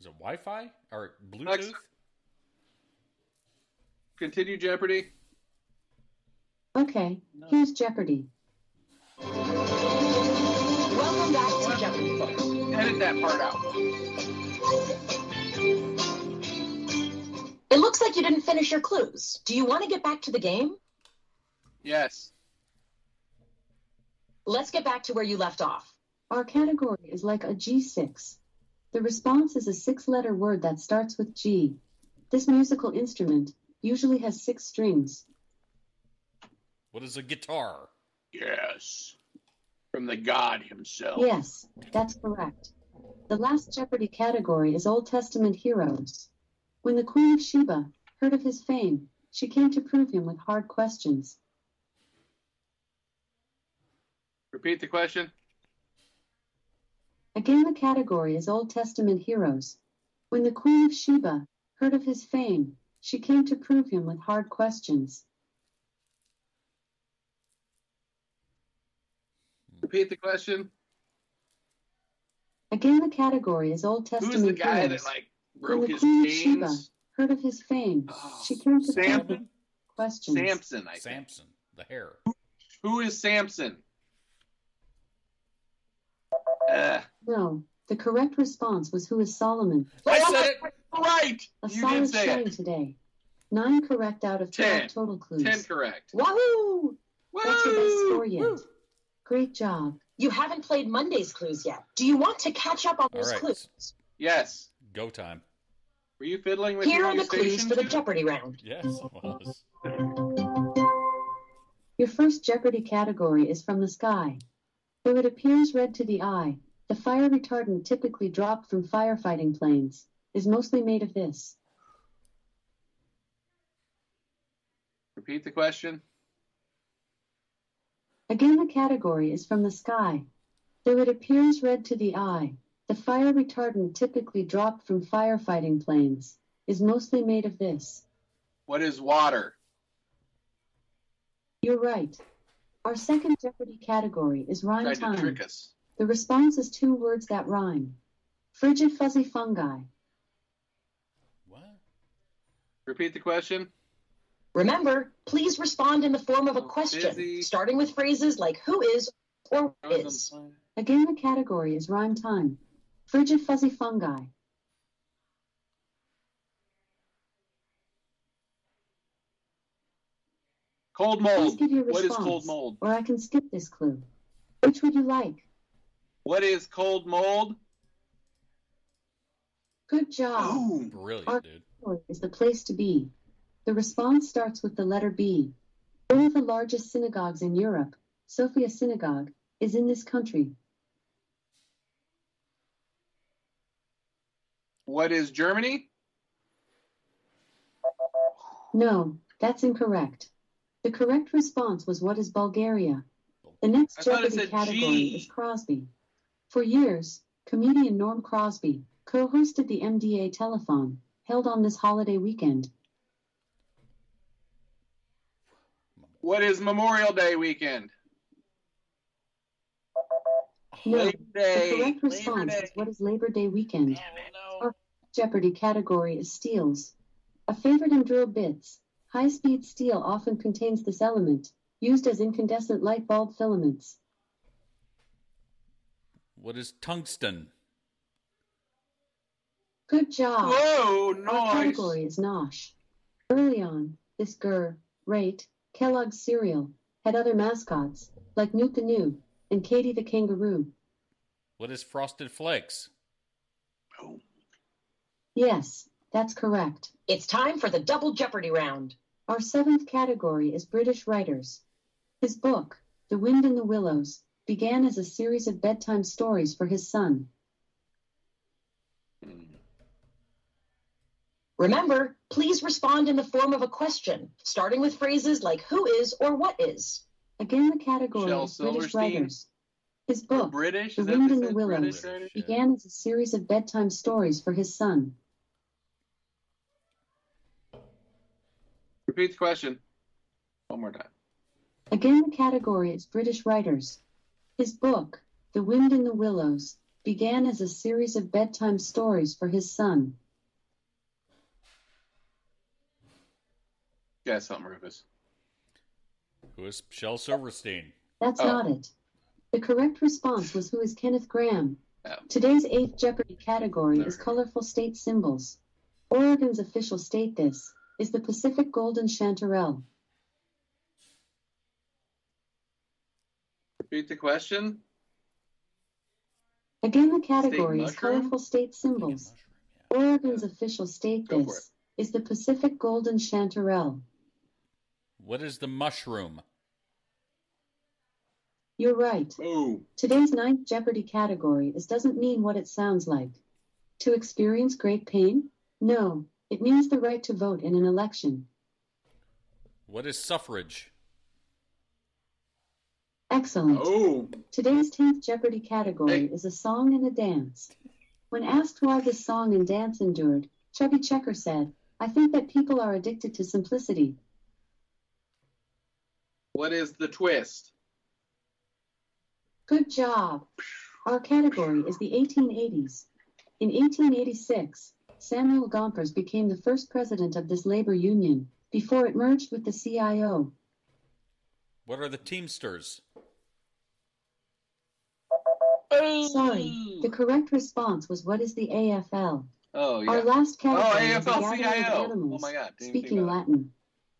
S3: Is it Wi-Fi or Bluetooth?
S2: Continue Jeopardy.
S15: Okay, here's Jeopardy.
S14: Welcome back to Jeopardy, folks.
S2: Edit that part out.
S14: It looks like you didn't finish your clues. Do you want to get back to the game?
S2: Yes.
S14: Let's get back to where you left off.
S15: Our category is like a G6. The response is a six letter word that starts with G. This musical instrument usually has six strings.
S3: What is a guitar?
S2: Yes. From the god himself.
S15: Yes, that's correct. The last Jeopardy category is Old Testament heroes. When the Queen of Sheba heard of his fame, she came to prove him with hard questions.
S2: Repeat the question.
S15: Again, the category is Old Testament heroes. When the Queen of Sheba heard of his fame, she came to prove him with hard questions.
S2: Repeat the question.
S15: Again, the category is Old Testament
S2: Who's the guy
S15: prayers.
S2: that like
S15: when
S2: broke
S15: the
S2: his
S15: Queen of Sheba
S2: chains? Oh,
S15: heard of his fame, she came to prove him
S2: Samson.
S15: with questions.
S2: Samson. I
S3: Samson. The hair.
S2: Who is Samson? Uh,
S15: No, the correct response was who is Solomon?
S2: I said it right.
S15: A
S2: You
S15: solid
S2: did say
S15: showing
S2: it.
S15: today. Nine correct out of
S2: Ten.
S15: twelve total clues.
S2: Ten correct.
S15: Wahoo! That's your best score yet.
S14: Woo!
S15: Great job.
S14: You haven't played Monday's clues yet. Do you want to catch up on
S3: All
S14: those
S3: right.
S14: clues?
S2: Yes.
S3: Go time.
S2: Were you fiddling with
S14: Here
S2: your
S14: are the clues
S2: station?
S14: for the Jeopardy round.
S3: Yes, it was.
S15: Your first Jeopardy category is from the sky. Though it appears red to the eye, the fire retardant typically dropped from firefighting planes is mostly made of this.
S2: Repeat the question.
S15: Again, the category is from the sky. Though it appears red to the eye, the fire retardant typically dropped from firefighting planes is mostly made of this.
S2: What is water?
S15: You're right. Our second Jeopardy category is rhyme
S2: Tried to
S15: time.
S2: trick us.
S15: The response is two words that rhyme. Frigid fuzzy fungi.
S2: Repeat the question.
S14: Remember, please respond in the form
S2: Oh,
S14: of a question, starting with phrases like who is or what is.
S15: Again, the category is rhyme time. Frigid fuzzy fungi.
S2: Cold
S15: Please
S2: mold.
S15: give your
S2: What
S15: response,
S2: is cold mold?
S15: or I can skip this clue. Which would you like?
S2: What is cold mold?
S15: Good job.
S3: Brilliant,
S15: Our
S3: dude.
S15: category is the place to be. The response starts with the letter B. One of the largest synagogues in Europe, Sofia Synagogue, is in this country.
S2: What is Germany?
S15: No, that's incorrect. The correct response was what is Bulgaria? The next
S14: I thought it
S15: Jeopardy
S14: said
S15: category
S14: G.
S15: is Crosby. For years, comedian Norm Crosby co hosted the MDA telethon held on this holiday weekend.
S2: What is Memorial Day weekend?
S15: No,
S2: Labor Day.
S15: the correct response is what is Labor Day weekend? Our Jeopardy category is steals. A favorite in drill bits, high speed steel often contains this element, used as incandescent light bulb filaments.
S3: What is tungsten?
S15: Good job.
S2: Whoa,
S15: Our
S2: nice.
S15: category is Nosh. Early on, this Gur, Rate, Kellogg's cereal, had other mascots, like Newt the New and Katie the Kangaroo.
S3: What is frosted flakes?
S15: Yes, that's correct.
S14: It's time for the Double Jeopardy round.
S15: Our seventh category is British writers. His book, The Wind in the Willows, began as a series of bedtime stories for his son.
S14: Hmm. Remember, please respond in the form of a question, starting with phrases like who is or what is.
S15: Again, the category
S14: Shel
S15: is British
S14: Silverstein.
S15: writers. His book,
S2: British?
S15: The
S2: Is that what
S15: Wind in
S2: it
S15: the
S2: said?
S15: Willows,
S2: British writers?
S15: began as a series of bedtime stories for his son.
S2: Repeat the question. One more time.
S15: Again, the category is British writers. His book, The Wind in the Willows, began as a series of bedtime stories for his son.
S2: You got something, Rufus.
S3: Who is Shel Silverstein?
S15: That's
S3: Oh.
S15: not it. The correct response was who is Kenneth Graham. Today's eighth Jeopardy category is colorful state symbols. Oregon's official state this is the Pacific Golden Chanterelle.
S2: Repeat the question.
S15: Again, the category is
S2: mushroom?
S15: colorful state symbols. Oregon's official state
S3: Go for
S15: this is the Pacific Golden Chanterelle.
S3: What is the mushroom?
S15: You're right. Today's ninth Jeopardy category is doesn't mean what it sounds like. To experience great pain? No, it means the right to vote in an election.
S3: What is suffrage?
S15: Excellent.
S2: Oh.
S15: Today's 10th Jeopardy category is a song and a dance. When asked why this song and dance endured, Chubby Checker said, I think that people are addicted to simplicity.
S2: What is the twist?
S15: Good job. Our category is the 1880s. In 1886, Samuel Gompers became the first president of this labor union before it merged with the CIO.
S3: What are the Teamsters?
S15: Sorry, the correct response was what is the AFL?
S2: Oh, yeah.
S15: Our last
S2: oh,
S15: category is the
S2: AFL
S15: gathering of
S2: CIO.
S15: animals
S2: Oh, my God. Didn't even think
S15: speaking
S2: about
S15: Latin.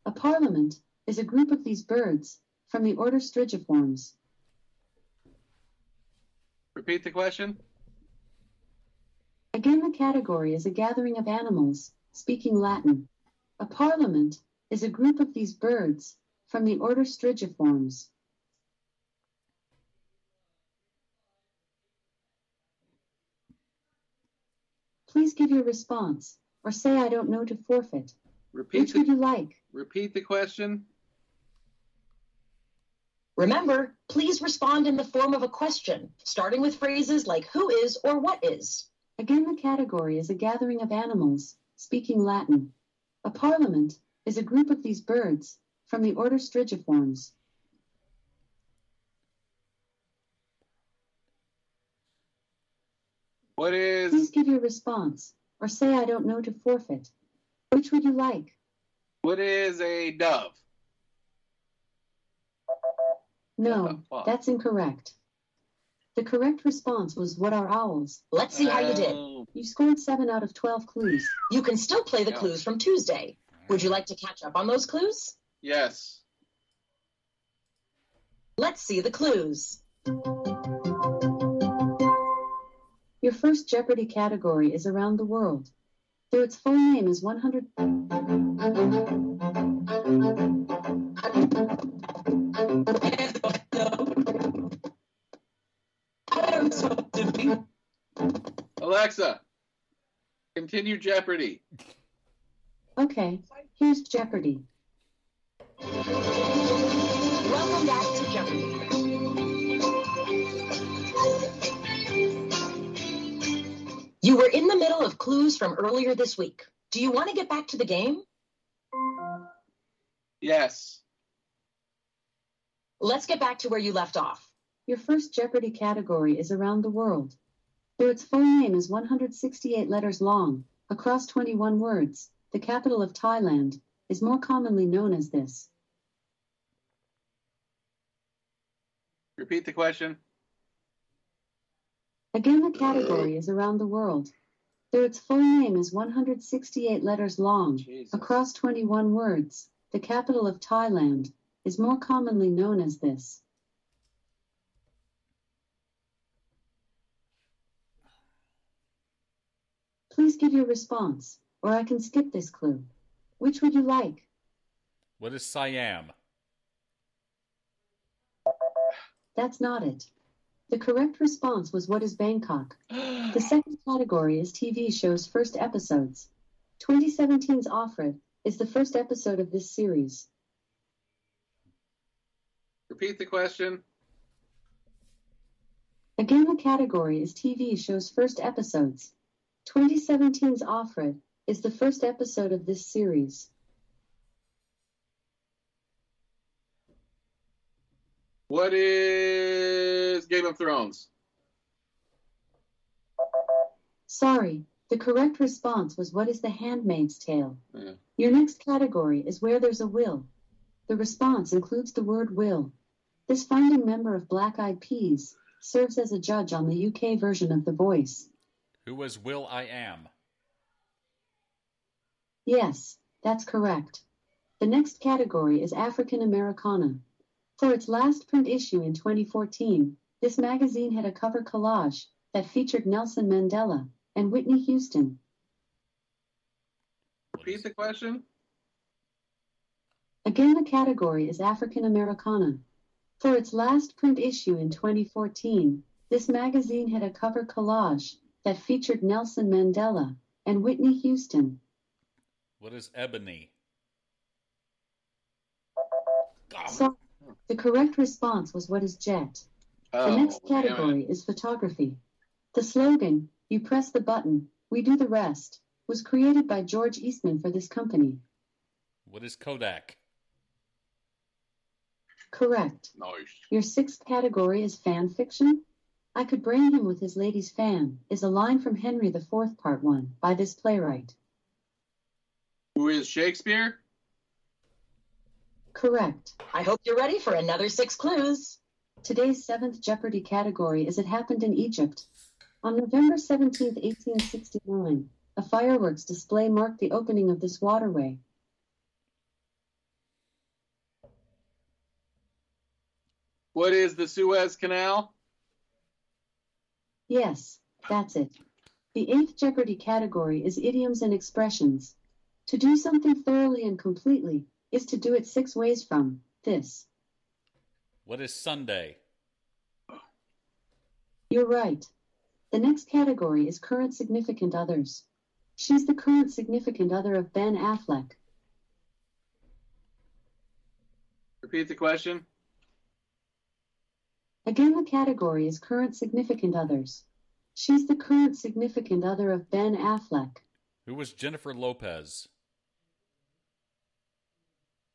S15: A parliament is a group of these birds from the order Strigiformes.
S2: it. Repeat the question.
S15: Again, the category is a gathering of animals speaking Latin. A parliament is a group of these birds from the order Strigiformes. Please give your response or say I don't know to forfeit.
S2: Repeat
S15: Which would
S2: the,
S15: you like?
S2: repeat the question.
S14: Remember, please respond in the form of a question, starting with phrases like who is or what is.
S15: Again, the category is a gathering of animals, speaking Latin. A parliament is a group of these birds, from the order Strigiformes.
S2: What is.
S15: Please give your response, or say I don't know to forfeit. Which would you like?
S2: What is a dove?
S15: No, that's incorrect. The correct response was what are owls?
S14: Let's see how you did. Oh.
S15: You scored 7 out of 12 clues.
S14: You can still play the clues from Tuesday. Would you like to catch up on those clues?
S2: Yes.
S14: Let's see the clues.
S15: Your first Jeopardy category is Around the World. Though its full name is 100.
S2: Alexa, continue Jeopardy.
S15: Okay, here's Jeopardy.
S14: Welcome back to Jeopardy! You were in the middle of clues from earlier this week. Do you want to get back to the game?
S2: Yes.
S14: Let's get back to where you left off.
S15: Your first Jeopardy category is Around the World. Though its full name is 168 letters long, across 21 words, the capital of Thailand is more commonly known as this.
S2: Repeat the question.
S15: Again, the category is Around the World. Though its full name is 168 letters long, across 21 words, the capital of Thailand is more commonly known as this. Please give your response, or I can skip this clue. Which would you like?
S3: What is Siam?
S15: That's not it. The correct response was What is Bangkok? The second category is TV shows first episodes. 2017's Offred is the first episode of this series.
S2: Repeat the question.
S15: Again, the category is TV shows first episodes. 2017's Offred is the first episode of this series.
S2: What is Game of Thrones?
S15: Sorry, the correct response was What is the Handmaid's Tale?
S2: Yeah.
S15: Your next category is Where There's a Will. The response includes the word will. This founding member of Black Eyed Peas serves as a judge on the UK version of The Voice.
S3: Who was Will I Am?
S15: Yes, that's correct. The next category is African Americana. For its last print issue in 2014, this magazine had a cover collage that featured Nelson Mandela and Whitney Houston.
S2: Repeat the question.
S15: Again, the category is African Americana. For its last print issue in 2014, this magazine had a cover collage that featured Nelson Mandela and Whitney Houston.
S3: What is Ebony?
S15: So, the correct
S2: Oh,
S15: response was What is Jet? The next category is photography. The slogan, You press the button, we do the rest, was created by George Eastman for this company.
S3: What is Kodak?
S15: Correct.
S2: Nice.
S15: Your sixth category is fan fiction? I could brain him with his lady's fan, is a line from Henry IV, Part 1, by this playwright.
S2: Who is Shakespeare?
S15: Correct. I hope you're ready for another six clues. Today's seventh Jeopardy category is It Happened in Egypt. On November 17, 1869, a fireworks display marked the opening of this waterway.
S2: What is the Suez Canal?
S15: Yes, that's it. The eighth Jeopardy category is idioms and expressions. To do something thoroughly and completely is to do it six ways from this.
S3: What is Sunday?
S15: You're right. The next category is current significant others. She's the current significant other of Ben Affleck.
S2: Repeat the question.
S15: Again, the category is current significant others. She's the current significant other of Ben Affleck.
S3: Who was Jennifer Lopez?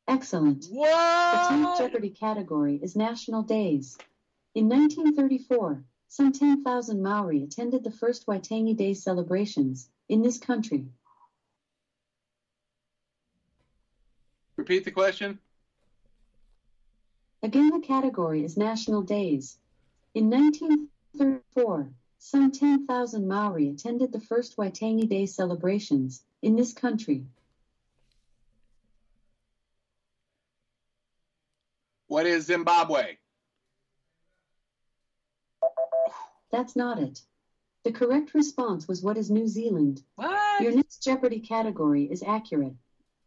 S15: Excellent. The 10th Jeopardy category is National Days. In 1934, some 10,000 Maori attended the first Waitangi Day celebrations in this country.
S2: Repeat the question.
S15: Again, the category is National Days. In 1934, some 10,000 Maori attended the first Waitangi Day celebrations in this country.
S2: What is Zimbabwe?
S15: That's not it. The correct response was what is New Zealand? Your next Jeopardy category is accurate.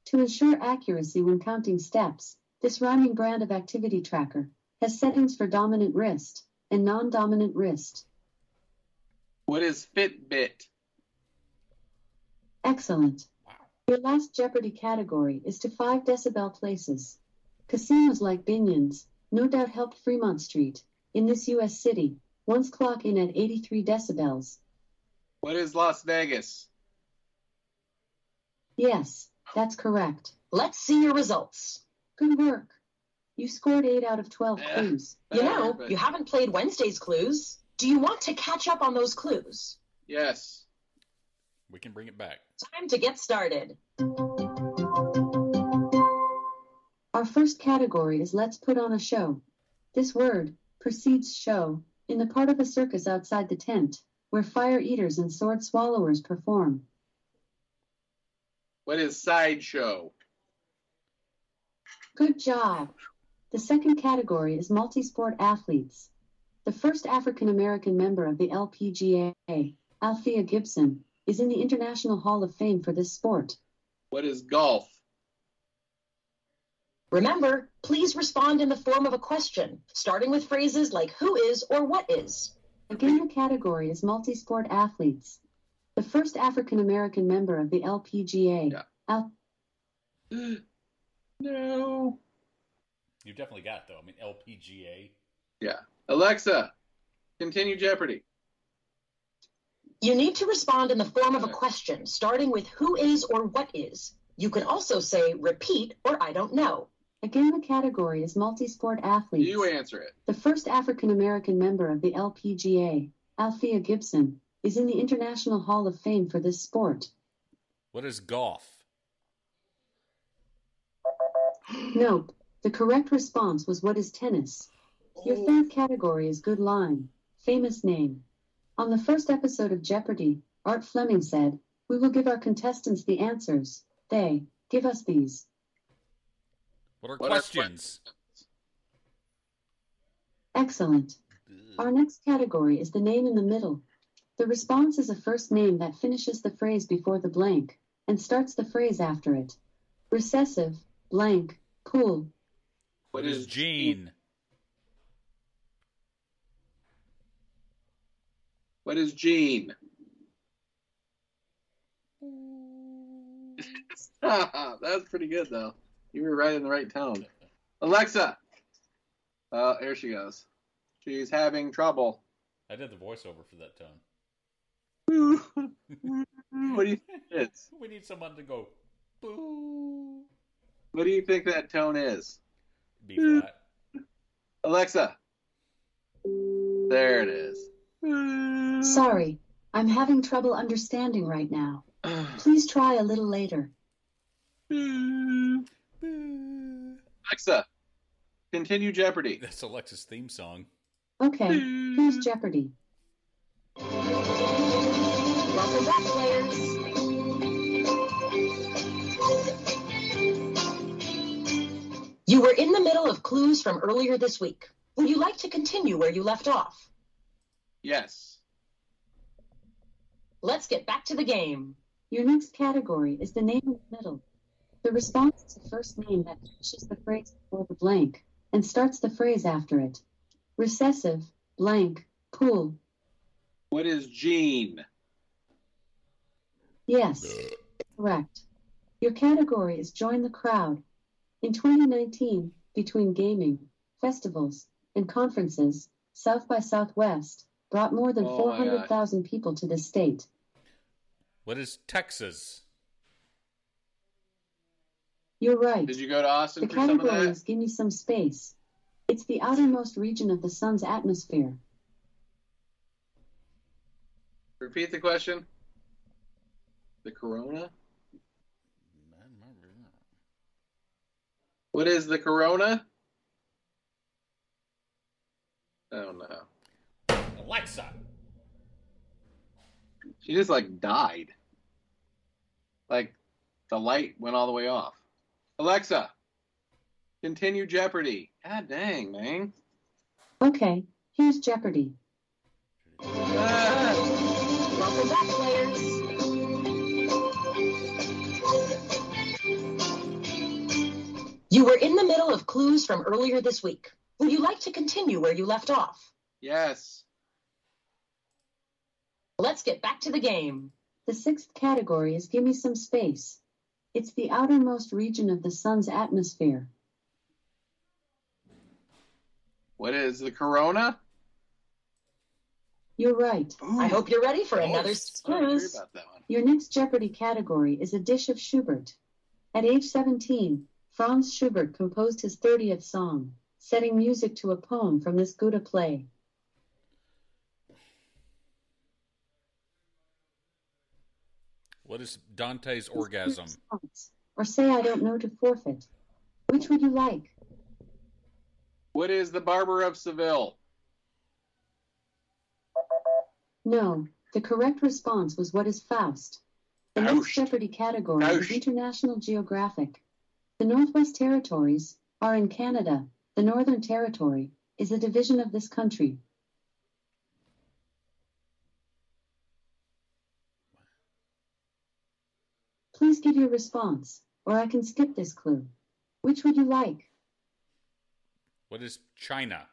S15: To ensure accuracy when counting steps, this rhyming brand of activity tracker has settings for dominant wrist and non dominant wrist.
S2: What is Fitbit?
S15: Excellent. Your last Jeopardy category is to 5 decibel places. Casinos like Binion's no doubt helped Fremont Street in this U.S. city once clock in at 83 decibels.
S2: What is Las Vegas?
S15: Yes, that's correct. Let's see your results. Good work. You scored 8 out of 12 clues.
S14: You know, you haven't played Wednesday's clues. Do you want to catch up on those clues?
S2: Yes.
S3: We can bring it back.
S14: Time to get started.
S15: Our first category is Let's Put on a Show. This word precedes show in the part of a circus outside the tent where fire eaters and sword swallowers perform.
S2: What is Sideshow?
S15: Good job. The second category is multisport athletes. The first African American member of the LPGA, Althea Gibson, is in the International Hall of Fame for this sport.
S2: What is golf?
S14: Remember, please respond in the form of a question, starting with phrases like who is or what is.
S15: Again, the category is multisport athletes. The first African American member of the LPGA, Al-
S2: No.
S3: You definitely got it, though. I mean, LPGA.
S2: Yeah. Alexa, continue Jeopardy.
S14: You need to respond in the form of a question, starting with who is or what is. You can also say repeat or I don't know.
S15: Again, the category is multisport athletes.
S2: You answer it.
S15: The first African American member of the LPGA, Althea Gibson, is in the International Hall of Fame for this sport.
S3: What is golf?
S15: Nope. The correct response was what is tennis? Your third category is good line, famous name. On the first episode of Jeopardy, Art Fleming said, We will give our contestants the answers. They give us these.
S3: What are
S2: What are
S3: questions?
S15: Excellent. Our next category is the name in the middle. The response is a first name that finishes the phrase before the blank and starts the phrase after it. Recessive, blank, pool.
S3: what is Gene?
S2: What is Gene? (laughs) that was pretty good, though. You were right in the right tone. Alexa! Uh, there she goes. She's having trouble.
S3: I did the voiceover for that tone.
S2: what
S3: (laughs)
S2: do you think it is?
S3: We need someone to go boo.
S2: What do you think that tone is?
S3: B flat.
S2: Alexa. There it is.
S15: Sorry, I'm having trouble understanding right now. Please try a little later.
S2: Alexa. Continue Jeopardy.
S3: That's Alexa's theme song.
S15: Okay, here's Jeopardy.
S14: Welcome back, players. You were in the middle of clues from earlier this week. Would you like to continue where you left off?
S2: Yes.
S14: Let's get back to the game.
S15: Your next category is the name in the middle. The response is the first name that finishes the phrase before the blank and starts the phrase after it. Recessive, blank, pool.
S2: What is Gene?
S15: Yes, correct. Your category is Join the Crowd. In 2019, between gaming, festivals, and conferences, South by Southwest brought more than
S3: Oh my God.
S15: 400,000 people to this state.
S3: What is Texas?
S15: You're right.
S2: Did you go to Austin
S15: The
S2: for some of
S15: category
S2: that?
S15: is Give Me Some Space. It's the outermost region of the sun's atmosphere.
S2: Repeat the question. The corona? What is the corona? I don't know.
S3: Alexa.
S2: She just like died. Like the light went all the way off. Alexa, continue Jeopardy. God dang, man.
S15: Okay, here's Jeopardy.
S2: Ah.
S14: Welcome back, players. You were in the middle of clues from earlier this week. Would you like to continue where you left off?
S2: Yes.
S14: Let's get back to the game.
S15: The sixth category is Give Me Some Space. It's the outermost region of the sun's atmosphere.
S2: What is the corona?
S15: You're right.
S14: Oh, I hope you're ready for another
S2: I don't agree
S14: clues.
S2: about that one.
S15: Your next Jeopardy category is a dish of Schubert. At age 17, Franz Schubert composed his 30th song, setting music to a poem from this Gouda play.
S3: What is Dante's orgasm?
S15: Or say I don't know to forfeit. Which would you like?
S2: What is the Barber of Seville?
S15: No. The correct response was what is Faust. The next Jeopardy category is International Geographic. The Northwest Territories are in Canada. The Northern Territory is a division of this country. Please give your response, or I can skip this clue. Which would you like?
S3: What is China?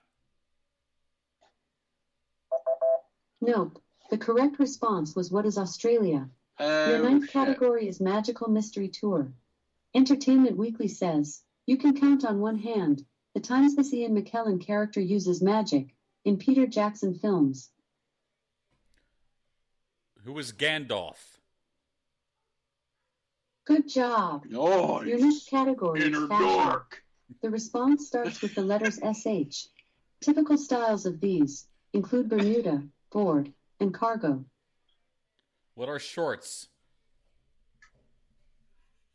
S15: Nope. The correct response was what is Australia? Your
S2: Oh,
S15: ninth category is Magical Mystery Tour. Entertainment Weekly says, you can count on one hand the times this Ian McKellen character uses magic in Peter Jackson films.
S3: Who is Gandalf?
S15: Good job.
S2: Oh,
S15: Your next category is fashion. The response starts with the letters SH. Typical styles of these include Bermuda, board, and cargo.
S3: What are shorts?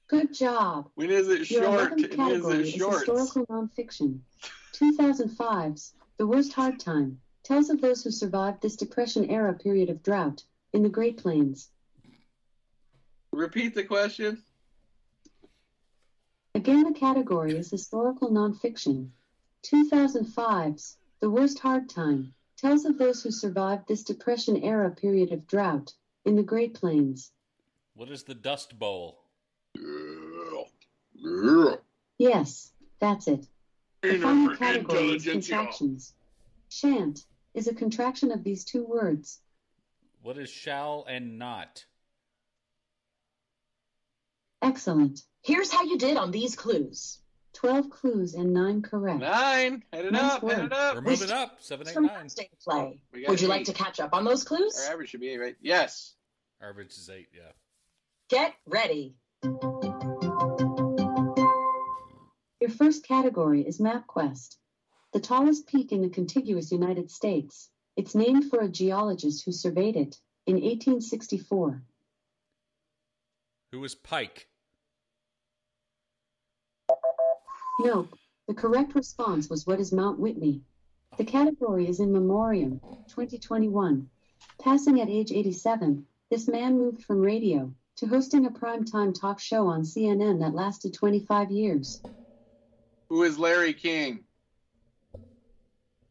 S15: Good job.
S2: When is it
S15: Your
S2: short?
S15: 11th
S2: And is
S15: category
S2: it short?
S15: historical nonfiction. 2005's The Worst Hard Time tells of those who survived this Depression era period of drought in the Great Plains.
S2: Repeat the question.
S15: Again, the category is historical nonfiction. 2005's The Worst Hard Time tells of those who survived this Depression era period of drought in the Great Plains.
S3: What is the Dust Bowl?
S15: Yes, that's it. The final
S3: Inner
S15: category is
S3: intelligentsia.
S15: contractions. Shan't is a contraction of these two words.
S3: What is shall and not?
S15: Excellent.
S14: Here's how you did on these clues.
S15: 12 clues and 9 correct.
S2: Nine. Head it
S15: Nice
S2: up.
S15: work.
S2: Head it up.
S15: We're moving
S3: up. Seven,
S15: eight, Some nine.
S14: Stay play.
S2: We got
S14: Would you like
S2: eight.
S14: to catch up on those clues?
S2: Our average should be eight, right? Yes.
S3: Our average is eight. Yeah.
S14: Get ready.
S15: Your first category is MapQuest. The tallest peak in the contiguous United States. It's named for a geologist who surveyed it in 1864.
S3: Who is Pike?
S15: Nope. The correct response was what is Mount Whitney? The category is in memoriam, 2021. Passing at age 87, this man moved from radio to hosting a primetime talk show on CNN that lasted 25 years.
S2: Who is Larry King?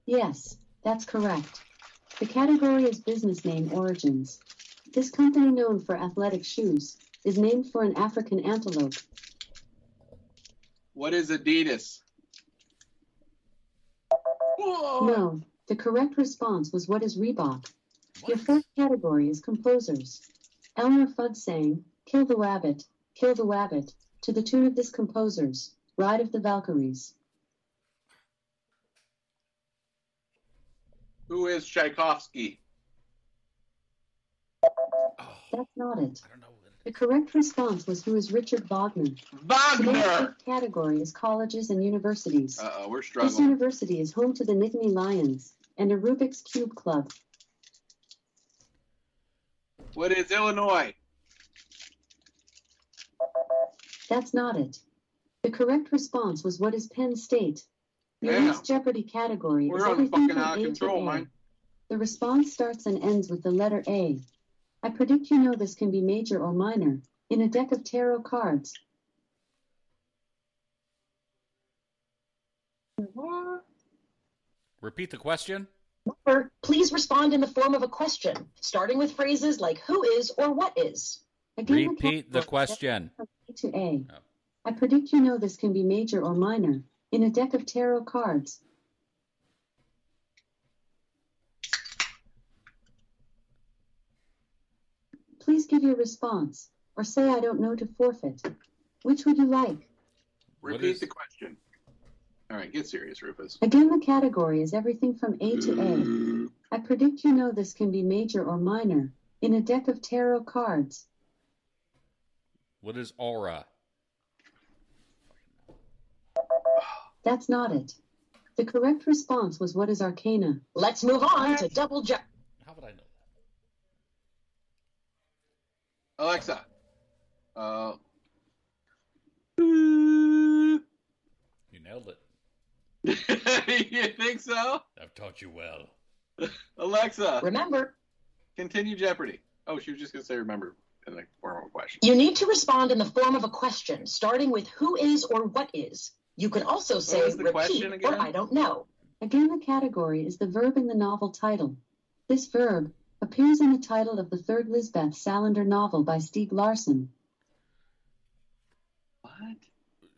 S15: Yes, that's correct. The category is business name origins. This company, known for athletic shoes, is named for an African antelope.
S2: What is Adidas?
S15: No, the correct response was what is Reebok? Your fourth category is composers. Elmer Fudd sang, Kill the Wabbit, Kill the Wabbit, to the tune of this composer's, Ride of the Valkyries.
S2: Who is Tchaikovsky?
S15: That's not it. The correct response was who is Richard Wagner. Today's
S2: Wagner.
S15: fifth category is colleges and universities.
S2: Uh oh, we're
S15: This
S2: struggling.
S15: university is home to the Nittany Lions and a Rubik's Cube Club.
S2: What is Illinois?
S15: That's not it. The correct response was what is Penn State? Your
S2: Damn.
S15: next Jeopardy category
S2: We're
S15: is
S2: on
S15: everything
S2: fucking out of
S15: from A
S2: control,
S15: to A.
S2: man.
S15: The response starts and ends with the letter A. I predict you know this can be major or minor in a deck of tarot cards.
S3: Repeat the question.
S14: Or please respond in the form of a question, starting with phrases like who is or what is.
S3: Repeat the question.
S15: A to A. I predict you know this can be major or minor in a deck of tarot cards. Please give your response or say I don't know to forfeit. Which would you like?
S2: Repeat the question. All right, get serious, Rufus.
S15: Again, the category is everything from A to A. I predict you know this can be major or minor in a deck of tarot cards.
S3: What is aura?
S15: That's not it. The correct response was what is arcana?
S14: Let's move on to double jeopardy.
S3: How would I know?
S2: Alexa. Uh,
S3: You nailed it.
S2: (laughs) you think so?
S3: I've taught you well.
S2: Alexa.
S14: Remember.
S2: Continue Jeopardy. Oh, she was just going to say remember in the formal question.
S14: You need to respond in the form of a question, starting with who is or what is. You can also say
S15: was the
S14: repeat
S15: question
S14: or
S15: again?
S14: I don't know.
S15: Again, the category is the verb in the novel title. This verb appears in the title of the third Lisbeth Salander novel by Stieg Larsson.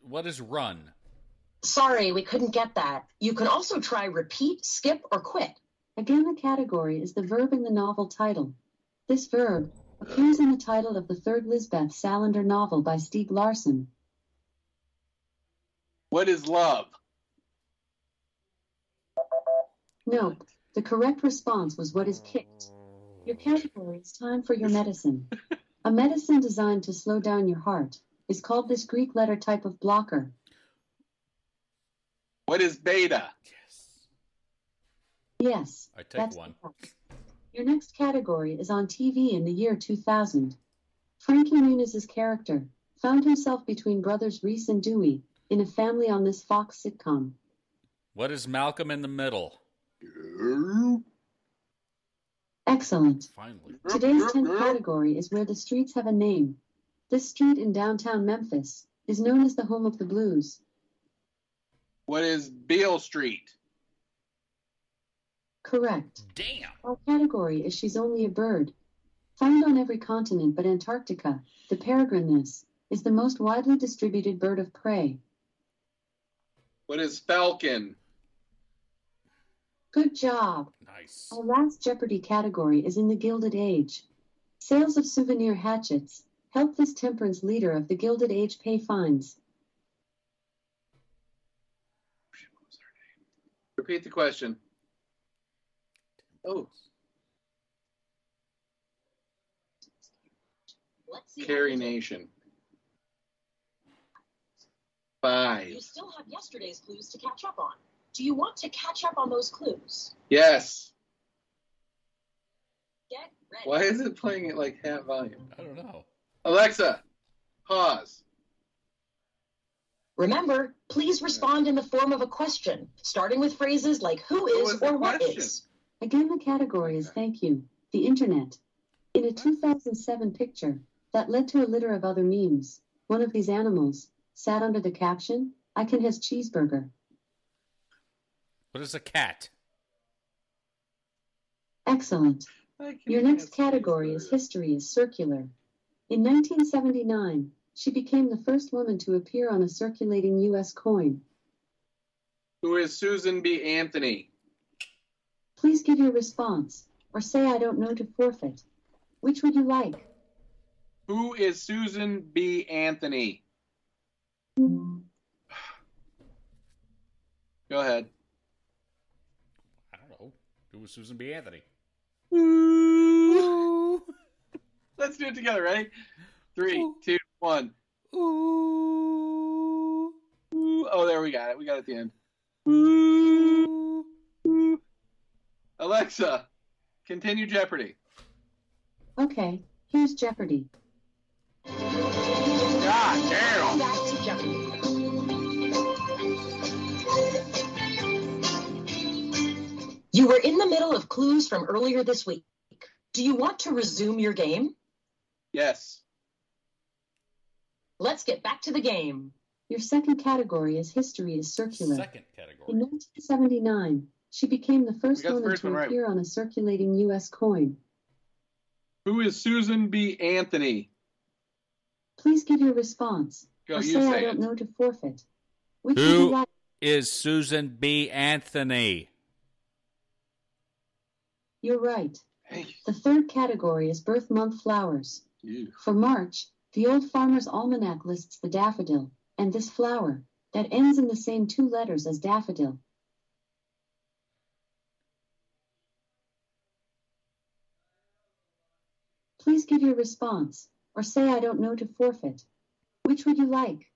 S3: What is run?
S14: Sorry, we couldn't get that. You can also try repeat, skip, or quit.
S15: Again, the category is the verb in the novel title. This verb appears in the title of the third Lisbeth Salander novel by Stieg Larsson.
S2: What is love?
S15: Nope. The correct response was what is kicked. Your category is time for your medicine. A medicine designed to slow down your heart is called this Greek letter type of blocker.
S2: What is beta?
S15: Yes.
S3: I take
S15: that's
S3: one.
S15: correct. Your next category is on TV in the year 2000. Frankie Muniz's character found himself between brothers Reese and Dewey in a family on this Fox sitcom.
S3: What is Malcolm in the middle?
S15: Excellent.
S3: Finally.
S15: Today's 10th category is where the streets have a name. This street in downtown Memphis is known as the home of the blues.
S2: What is Beale Street?
S15: Correct.
S3: Damn.
S15: Our category is She's Only a Bird. Found on every continent but Antarctica, the peregrinus is the most widely distributed bird of prey.
S2: What is falcon?
S15: Good job.
S3: Nice.
S15: Our last Jeopardy category is in the Gilded Age. Sales of souvenir hatchets helped this temperance leader of the Gilded Age pay fines.
S2: Repeat the question. Oh. Carrie Nation. Five.
S14: You still have yesterday's clues to catch up on. Do you want to catch up on those clues?
S2: Yes.
S14: Get ready.
S2: Why is it playing at like half volume?
S3: I don't know.
S2: Alexa, pause.
S14: Remember, please respond in the form of a question, starting with phrases like who is or what is.
S15: Again, the category is thank you, the internet. In a 2007 picture that led to a litter of other memes, one of these animals sat under the caption, I can has cheeseburger.
S3: But it's a cat.
S15: Excellent.
S2: I can
S15: Your next category is History is Circular. In 1979, she became the first woman to appear on a circulating U.S. coin.
S2: Who is Susan B. Anthony?
S15: Please give your response, or say I don't know to forfeit. Which would you like?
S2: Who is Susan B. Anthony?
S15: Hmm.
S2: Go ahead.
S3: I don't know. Who was Susan B. Anthony?
S2: Let's do it together. Ready? Three, two, one. Ooh. Oh, there we got it. We got it at the end. Alexa, continue Jeopardy.
S15: Okay, here's Jeopardy.
S2: God damn.
S14: Back to Jeopardy. You were in the middle of clues from earlier this week. Do you want to resume your game?
S2: Yes.
S14: Let's get back to the game.
S15: Your second category is History is Circular.
S3: Second category.
S15: In 1979, she became the first
S2: got the
S15: woman
S2: first
S15: to
S2: one right.
S15: appear on a circulating U.S. coin.
S2: Who is Susan B. Anthony?
S15: Please give your response,
S2: Go,
S15: or
S2: you
S15: say I
S2: say
S15: don't
S2: it.
S15: know to forfeit. Which would you
S3: Who
S15: like?
S3: is Susan B. Anthony?
S15: You're right. The third category is birth month flowers. For March, the old farmer's almanac lists the daffodil and this flower that ends in the same two letters as daffodil. Please give your response or say I don't know to forfeit. Which would you like?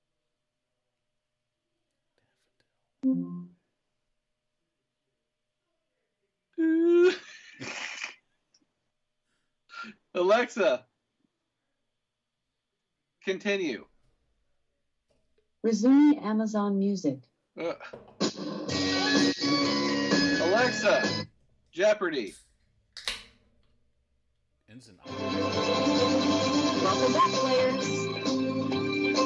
S2: (laughs) Alexa, continue.
S15: Resume Amazon music.
S2: Ugh. Alexa, Jeopardy.
S3: Ends in-
S14: Welcome back, players.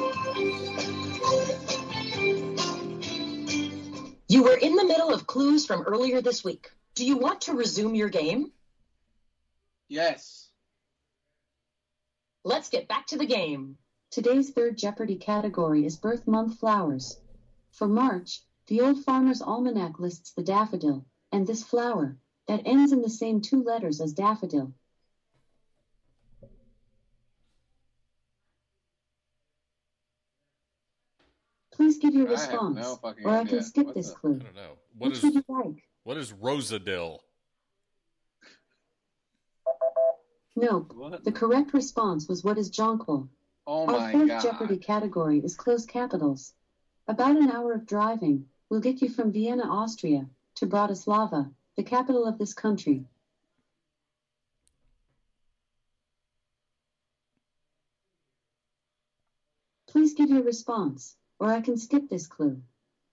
S14: You were in the middle of clues from earlier this week. Do you want to resume your game?
S2: Yes.
S14: Let's get back to the game.
S15: Today's third Jeopardy category is birth month flowers. For March, the Old Farmer's Almanac lists the daffodil and this flower that ends in the same two letters as daffodil. Please give your
S3: I have no
S15: response,
S3: fucking
S15: or I
S3: idea.
S15: can skip
S3: What
S15: this
S3: the-
S15: clue.
S3: I don't know. What
S15: Which
S3: is-
S15: (laughs) would you like?
S3: What is Rosadil?
S15: Nope.
S2: What?
S15: The correct response was what is jonquil.
S2: Oh
S15: Our
S2: my
S15: fourth
S2: God.
S15: Jeopardy category is close capitals. About an hour of driving will get you from Vienna, Austria, to Bratislava, the capital of this country. Please give your response, or I can skip this clue.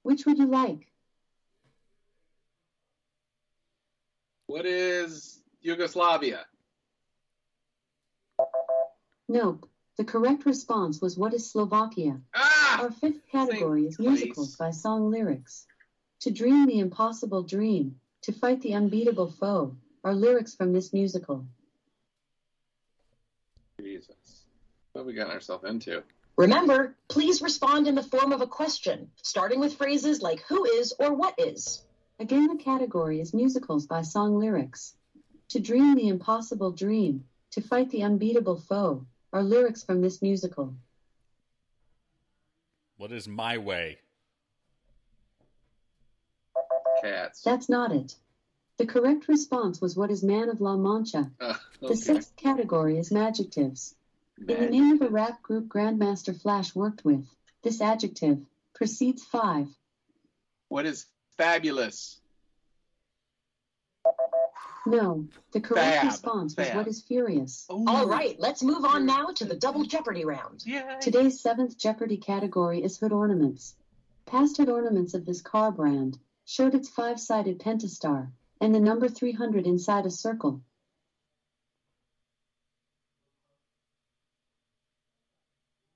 S15: Which would you like?
S2: What is Yugoslavia?
S15: Nope. The correct response was What is Slovakia?
S2: Ah!
S15: Our fifth category is musicals by song lyrics. To dream the impossible dream, to fight the unbeatable foe, are lyrics from this musical.
S2: Jesus. What have we gotten ourselves into?
S14: Remember, please respond in the form of a question, starting with phrases like who is or what is.
S15: Again, the category is musicals by song lyrics. To dream the impossible dream, to fight the unbeatable foe, are lyrics from this musical.
S3: What is My Way?
S2: cats.
S15: That's not it. The correct response was what is Man of La Mancha.
S2: Uh,
S15: The sixth category is adjectives. In the name of a rap group Grandmaster Flash worked with, this adjective precedes five.
S2: What is fabulous?
S15: No, the correct
S2: Fab,
S15: response was
S2: fab. Oh
S15: what is furious.
S14: All right, let's move on now to the double jeopardy round.
S15: Today's seventh Jeopardy category is hood ornaments. Past hood ornaments of this car brand showed its five sided pentastar and the number 300 inside a circle.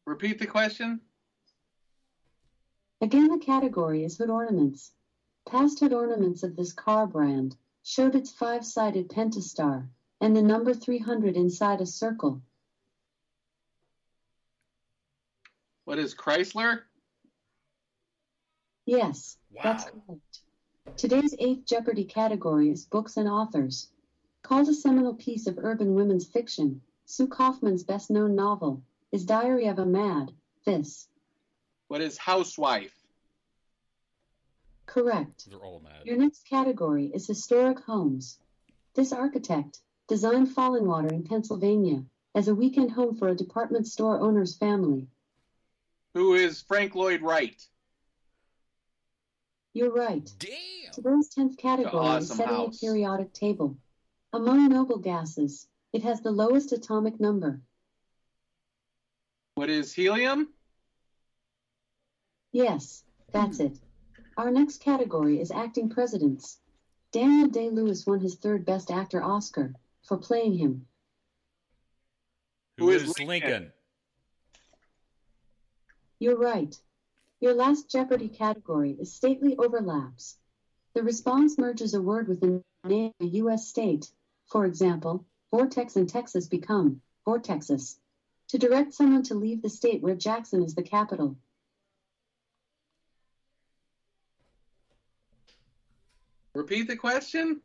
S2: Repeat the question.
S15: Again, the category is hood ornaments. Past hood ornaments of this car brand showed its five sided pentastar and the number 300 inside a circle.
S2: What is Chrysler?
S15: Yes, that's correct. Today's eighth Jeopardy category is books and authors. Called a seminal piece of urban women's fiction, Sue Kaufman's best known novel is Diary of a Mad This.
S2: What is housewife?
S15: Correct.
S3: They're all mad.
S15: Your next category is historic homes. This architect designed Fallingwater in Pennsylvania as a weekend home for a department store owner's family.
S2: Who is Frank Lloyd Wright?
S15: You're right.
S3: Damn.
S15: (laughs) Today's 10th category is
S2: Awesome
S15: setting
S2: house.
S15: a periodic table. Among noble gases, it has the lowest atomic number.
S2: What is helium?
S15: Yes, that's it. Our next category is acting presidents. Daniel Day Lewis won his third Best Actor Oscar for playing him.
S3: Who is Lincoln?
S15: You're right. Your last Jeopardy category is stately overlaps. The response merges a word with the name of a U.S. state. For example, Vortex and Texas become Vortexes. To direct someone to leave the state where Jackson is the capital.
S2: Repeat the question.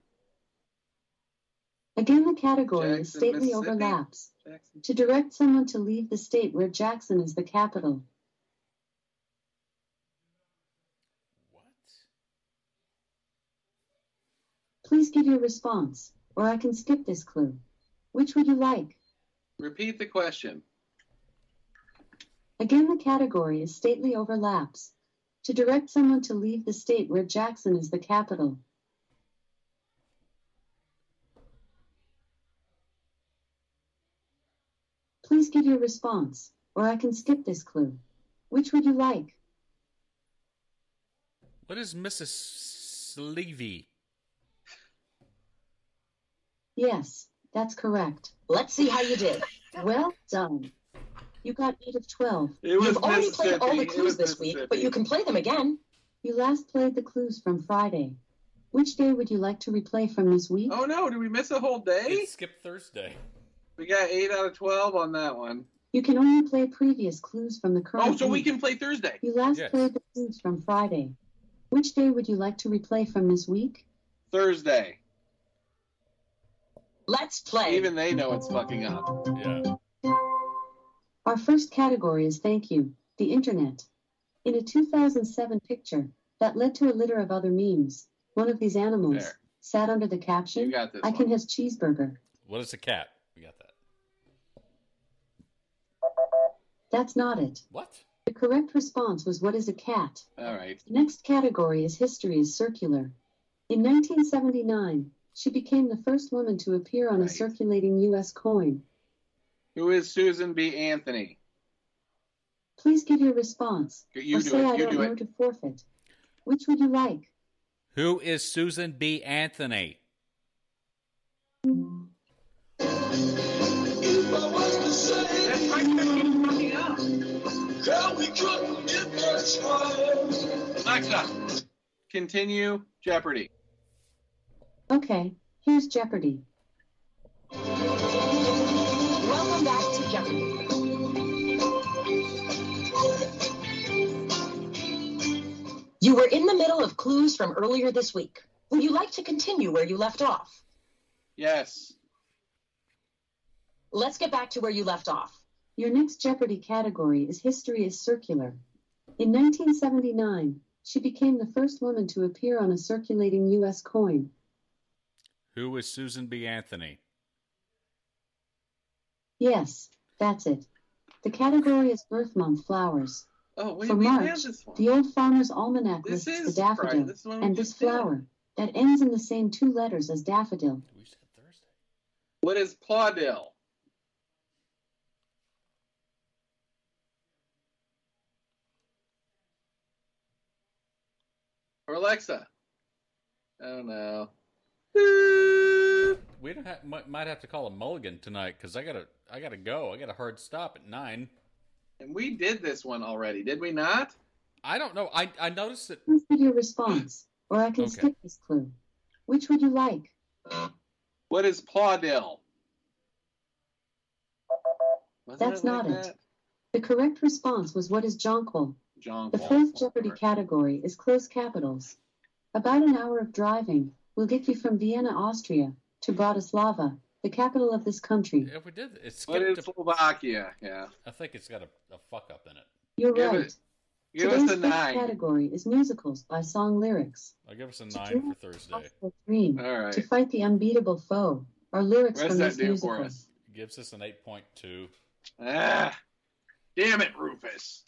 S15: Again, the category is
S2: Jackson,
S15: stately
S2: Mississippi?
S15: overlaps.
S2: Jackson.
S15: To direct someone to leave the state where Jackson is the capital. What? Please give your response, or I can skip this clue. Which would you like?
S2: Repeat the question.
S15: Again, the category is stately overlaps. To direct someone to leave the state where Jackson is the capital. Please give your response, or I can skip this clue. Which would you like?
S3: What is Mrs. Levy?
S15: Yes, that's correct.
S14: Let's see how you did.
S15: Well done. You got 8 of 12.
S2: It was
S14: You've already played all
S15: Mississippi.
S14: the
S15: It
S14: clues
S15: was
S14: this week, but
S15: Mississippi.
S14: you can play them again.
S15: You last played the clues from Friday. Which day would you like to replay from this week?
S2: Oh no, did we miss a whole day?
S3: skip Thursday.
S2: We got 8 out of 12 on that one.
S15: You can only play previous clues from the current
S2: Oh, so we
S15: week.
S2: can play Thursday.
S15: You last
S2: Yes.
S15: played the clues from Friday. Which day would you like to replay from this week?
S2: Thursday.
S14: Let's play.
S2: Even they know it's fucking up.
S3: Yeah.
S15: Our first category is Thank You, the Internet. In a 2007 picture that led to a litter of other memes, one of these animals
S3: There.
S15: sat under the caption,
S3: You got this
S15: I can
S3: one.
S15: have cheeseburger.
S3: What is a cat? We got that.
S15: That's not it.
S3: What?
S15: The correct response was What is a cat?
S2: All right.
S15: The next category is History is Circular. In 1979, she became the first woman to appear on a circulating U.S. coin.
S2: Who is Susan B. Anthony?
S15: Please give your response.
S2: You
S15: or
S2: do
S15: say
S2: it,
S15: I
S2: you
S15: don't
S2: do
S15: know
S2: it.
S15: to forfeit. Which would you like?
S3: Who is Susan B. Anthony?
S2: Alexa, continue Jeopardy.
S15: Okay, here's Jeopardy.
S14: Welcome back to Jeopardy. You were in the middle of clues from earlier this week. Would you like to continue where you left off?
S2: Yes.
S14: Let's get back to where you left off.
S15: Your next Jeopardy category is History is Circular. In 1979, she became the first woman to appear on a circulating U.S. coin.
S3: Who is Susan B. Anthony?
S15: Yes, that's it. The category is Earth Month flowers.
S2: Oh, wait,
S15: For
S2: we have
S15: March,
S2: this one.
S15: the Old Farmer's Almanac
S2: This
S15: lists the
S2: is right,
S15: daffodil
S2: this one we
S15: and this
S2: just did.
S15: flower that ends in the same two letters as daffodil.
S2: What is Plaudil? Or Alexa? I don't know.
S3: We don't have, might, might have to call a mulligan tonight because I gotta I gotta go. I got a hard stop at nine.
S2: And we did this one already, did we not?
S3: I don't know. I I noticed that
S15: Please give your response, or I can skip this clue. Which would you like?
S2: What is Plaudil?
S15: That's not it. The correct response was what is jonquil?
S2: John.
S15: The fourth Jeopardy category is close capitals. About an hour of driving will get you from Vienna, Austria, to Bratislava, the capital of this country.
S3: if we did it's
S2: What is Slovakia? Yeah.
S3: I think it's got a, a fuck up in it.
S15: You're
S3: Give
S15: right.
S3: it- give us
S15: Today's
S3: a
S15: fifth
S3: nine.
S15: category is musicals by song lyrics.
S3: I'll give us a nine for Thursday.
S15: The dream
S3: All right.
S15: to fight the unbeatable foe are lyrics
S3: Where's
S15: from
S3: that
S15: this
S3: dude
S15: musical.
S3: for us? Gives us an eight point two.
S2: Ah, damn it, Rufus.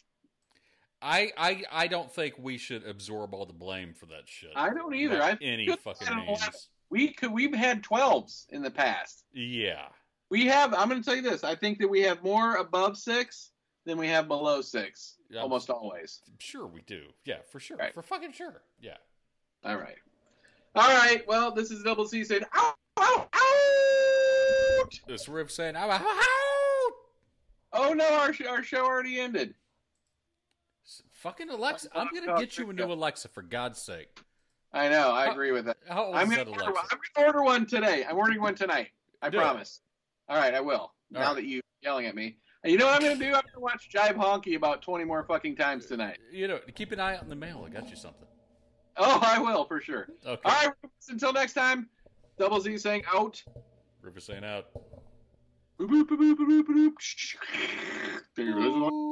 S3: I, I I don't think we should absorb all the blame for that shit.
S2: I don't either.
S3: By
S2: I
S3: any
S2: feel
S3: fucking
S2: kind of like-
S3: means.
S2: We could. We've had twelves in the past.
S3: Yeah.
S2: We have. I'm going to tell you this. I think that we have more above six than we have below six,
S3: Yeah.
S2: almost always.
S3: Sure we do. Yeah, for sure.
S2: Right.
S3: For fucking sure. Yeah.
S2: All right. All right. Well, this is Double C saying, "Ow, ow, out!"
S3: This riff saying, "Ow, ow, ow!"
S2: Oh no, our sh- our show already ended.
S3: Fucking Alexa, I'm gonna get you a new Alexa for God's sake.
S2: I know. I agree with that.
S3: How old
S2: I'm
S3: is
S2: gonna
S3: that
S2: order
S3: Alexa?
S2: one. I'm going to order one today. I'm ordering one tonight. I
S3: Do it.
S2: promise. All right, I will. now that you're yelling at me, and you know what I'm going to do? I'm going to watch Jive Honky about 20 more fucking times tonight.
S3: You know, keep an eye out in the mail. I got you something.
S2: Oh, I will for sure.
S3: Okay.
S2: All right. Rufus, Until next time. Double Z saying out.
S3: River saying out.
S2: Boop, boop, boop, boop, boop, boop, boop.